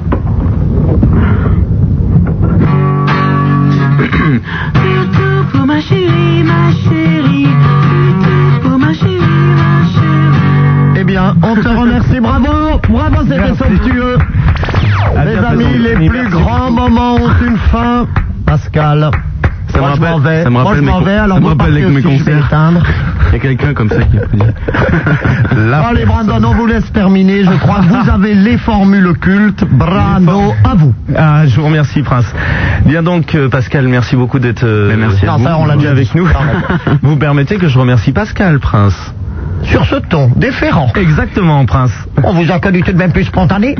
Speaker 20: Surtout pour ma chérie, ma chérie. Surtout pour ma chérie, ma chérie.
Speaker 1: Eh bien, on te remercie. Bravo, bravo, c'est respectueux. Les amis, les plus grands moments ont une fin. Pascal.
Speaker 15: Ça me
Speaker 1: moi, je
Speaker 15: rappelle-
Speaker 1: m'en vais.
Speaker 15: ça me
Speaker 1: Moi,
Speaker 15: rappelle
Speaker 1: je
Speaker 15: mes
Speaker 1: m'en
Speaker 15: con-
Speaker 1: vais. Alors,
Speaker 15: ça me
Speaker 1: vous
Speaker 15: rappelle
Speaker 1: partez
Speaker 15: avec mes
Speaker 1: aussi, je vais
Speaker 15: concerts.
Speaker 1: éteindre.
Speaker 15: Il y a quelqu'un comme ça qui a pris.
Speaker 1: Allez, Brandon, on vous laisse terminer. Je crois que vous avez les formules cultes. Brando, à vous.
Speaker 2: Ah, je vous remercie, Prince. Bien donc, euh, Pascal, merci beaucoup d'être euh,
Speaker 15: merci
Speaker 1: à Non, vous. ça, on l'a
Speaker 2: venu
Speaker 1: déjà
Speaker 2: avec
Speaker 1: dit.
Speaker 2: nous.
Speaker 1: Pardon.
Speaker 2: vous permettez que je remercie Pascal, Prince.
Speaker 1: Sur ce ton, déférent.
Speaker 2: Exactement, Prince.
Speaker 1: On vous a connu tout de même plus spontané.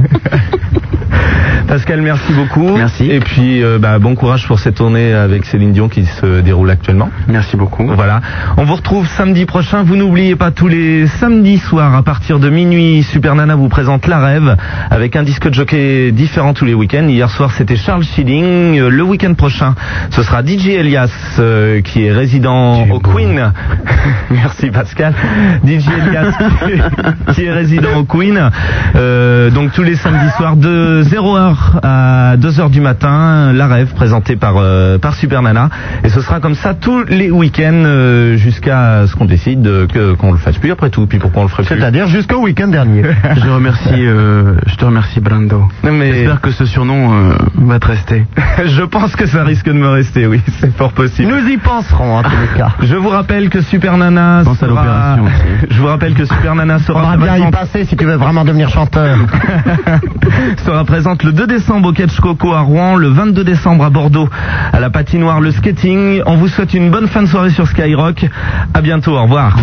Speaker 2: Pascal, merci beaucoup. Merci. Et puis, euh, bah, bon courage pour cette tournée avec Céline Dion qui se déroule actuellement.
Speaker 15: Merci beaucoup.
Speaker 2: Voilà. On vous retrouve samedi prochain. Vous n'oubliez pas tous les samedis soirs à partir de minuit. Super Nana vous présente La Rêve avec un disque de jockey différent tous les week-ends. Hier soir, c'était Charles Schilling. Euh, Le week-end prochain, ce sera DJ Elias euh, qui est résident au Queen. Merci Pascal. DJ Elias qui- qui est résident au Queen. Euh, donc tous les samedis soirs de 0h à 2h du matin, La Rêve présentée par, euh, par Super Nana. Et ce sera comme ça tous les week-ends euh, jusqu'à ce qu'on décide euh, que qu'on le fasse plus après tout. Puis pourquoi on le ferait plus
Speaker 1: C'est-à-dire jusqu'au week-end dernier.
Speaker 15: Je remercie, euh, je te remercie Brando. J'espère que ce surnom euh, va te rester.
Speaker 2: Je pense que ça risque de me rester, oui, c'est fort possible.
Speaker 1: Nous y penserons, en tous les cas.
Speaker 2: Je vous rappelle que Super Nana
Speaker 15: Pense à
Speaker 2: sera...
Speaker 15: l'opération
Speaker 2: Je vous rappelle que Super Nana sera...
Speaker 1: Faudra bien y passer si tu veux vraiment devenir chanteur.
Speaker 2: sera présente le 2 décembre au Catch Coco à Rouen, le 22 décembre à Bordeaux, à la patinoire Le Skating. On vous souhaite une bonne fin de soirée sur Skyrock. À bientôt, au revoir.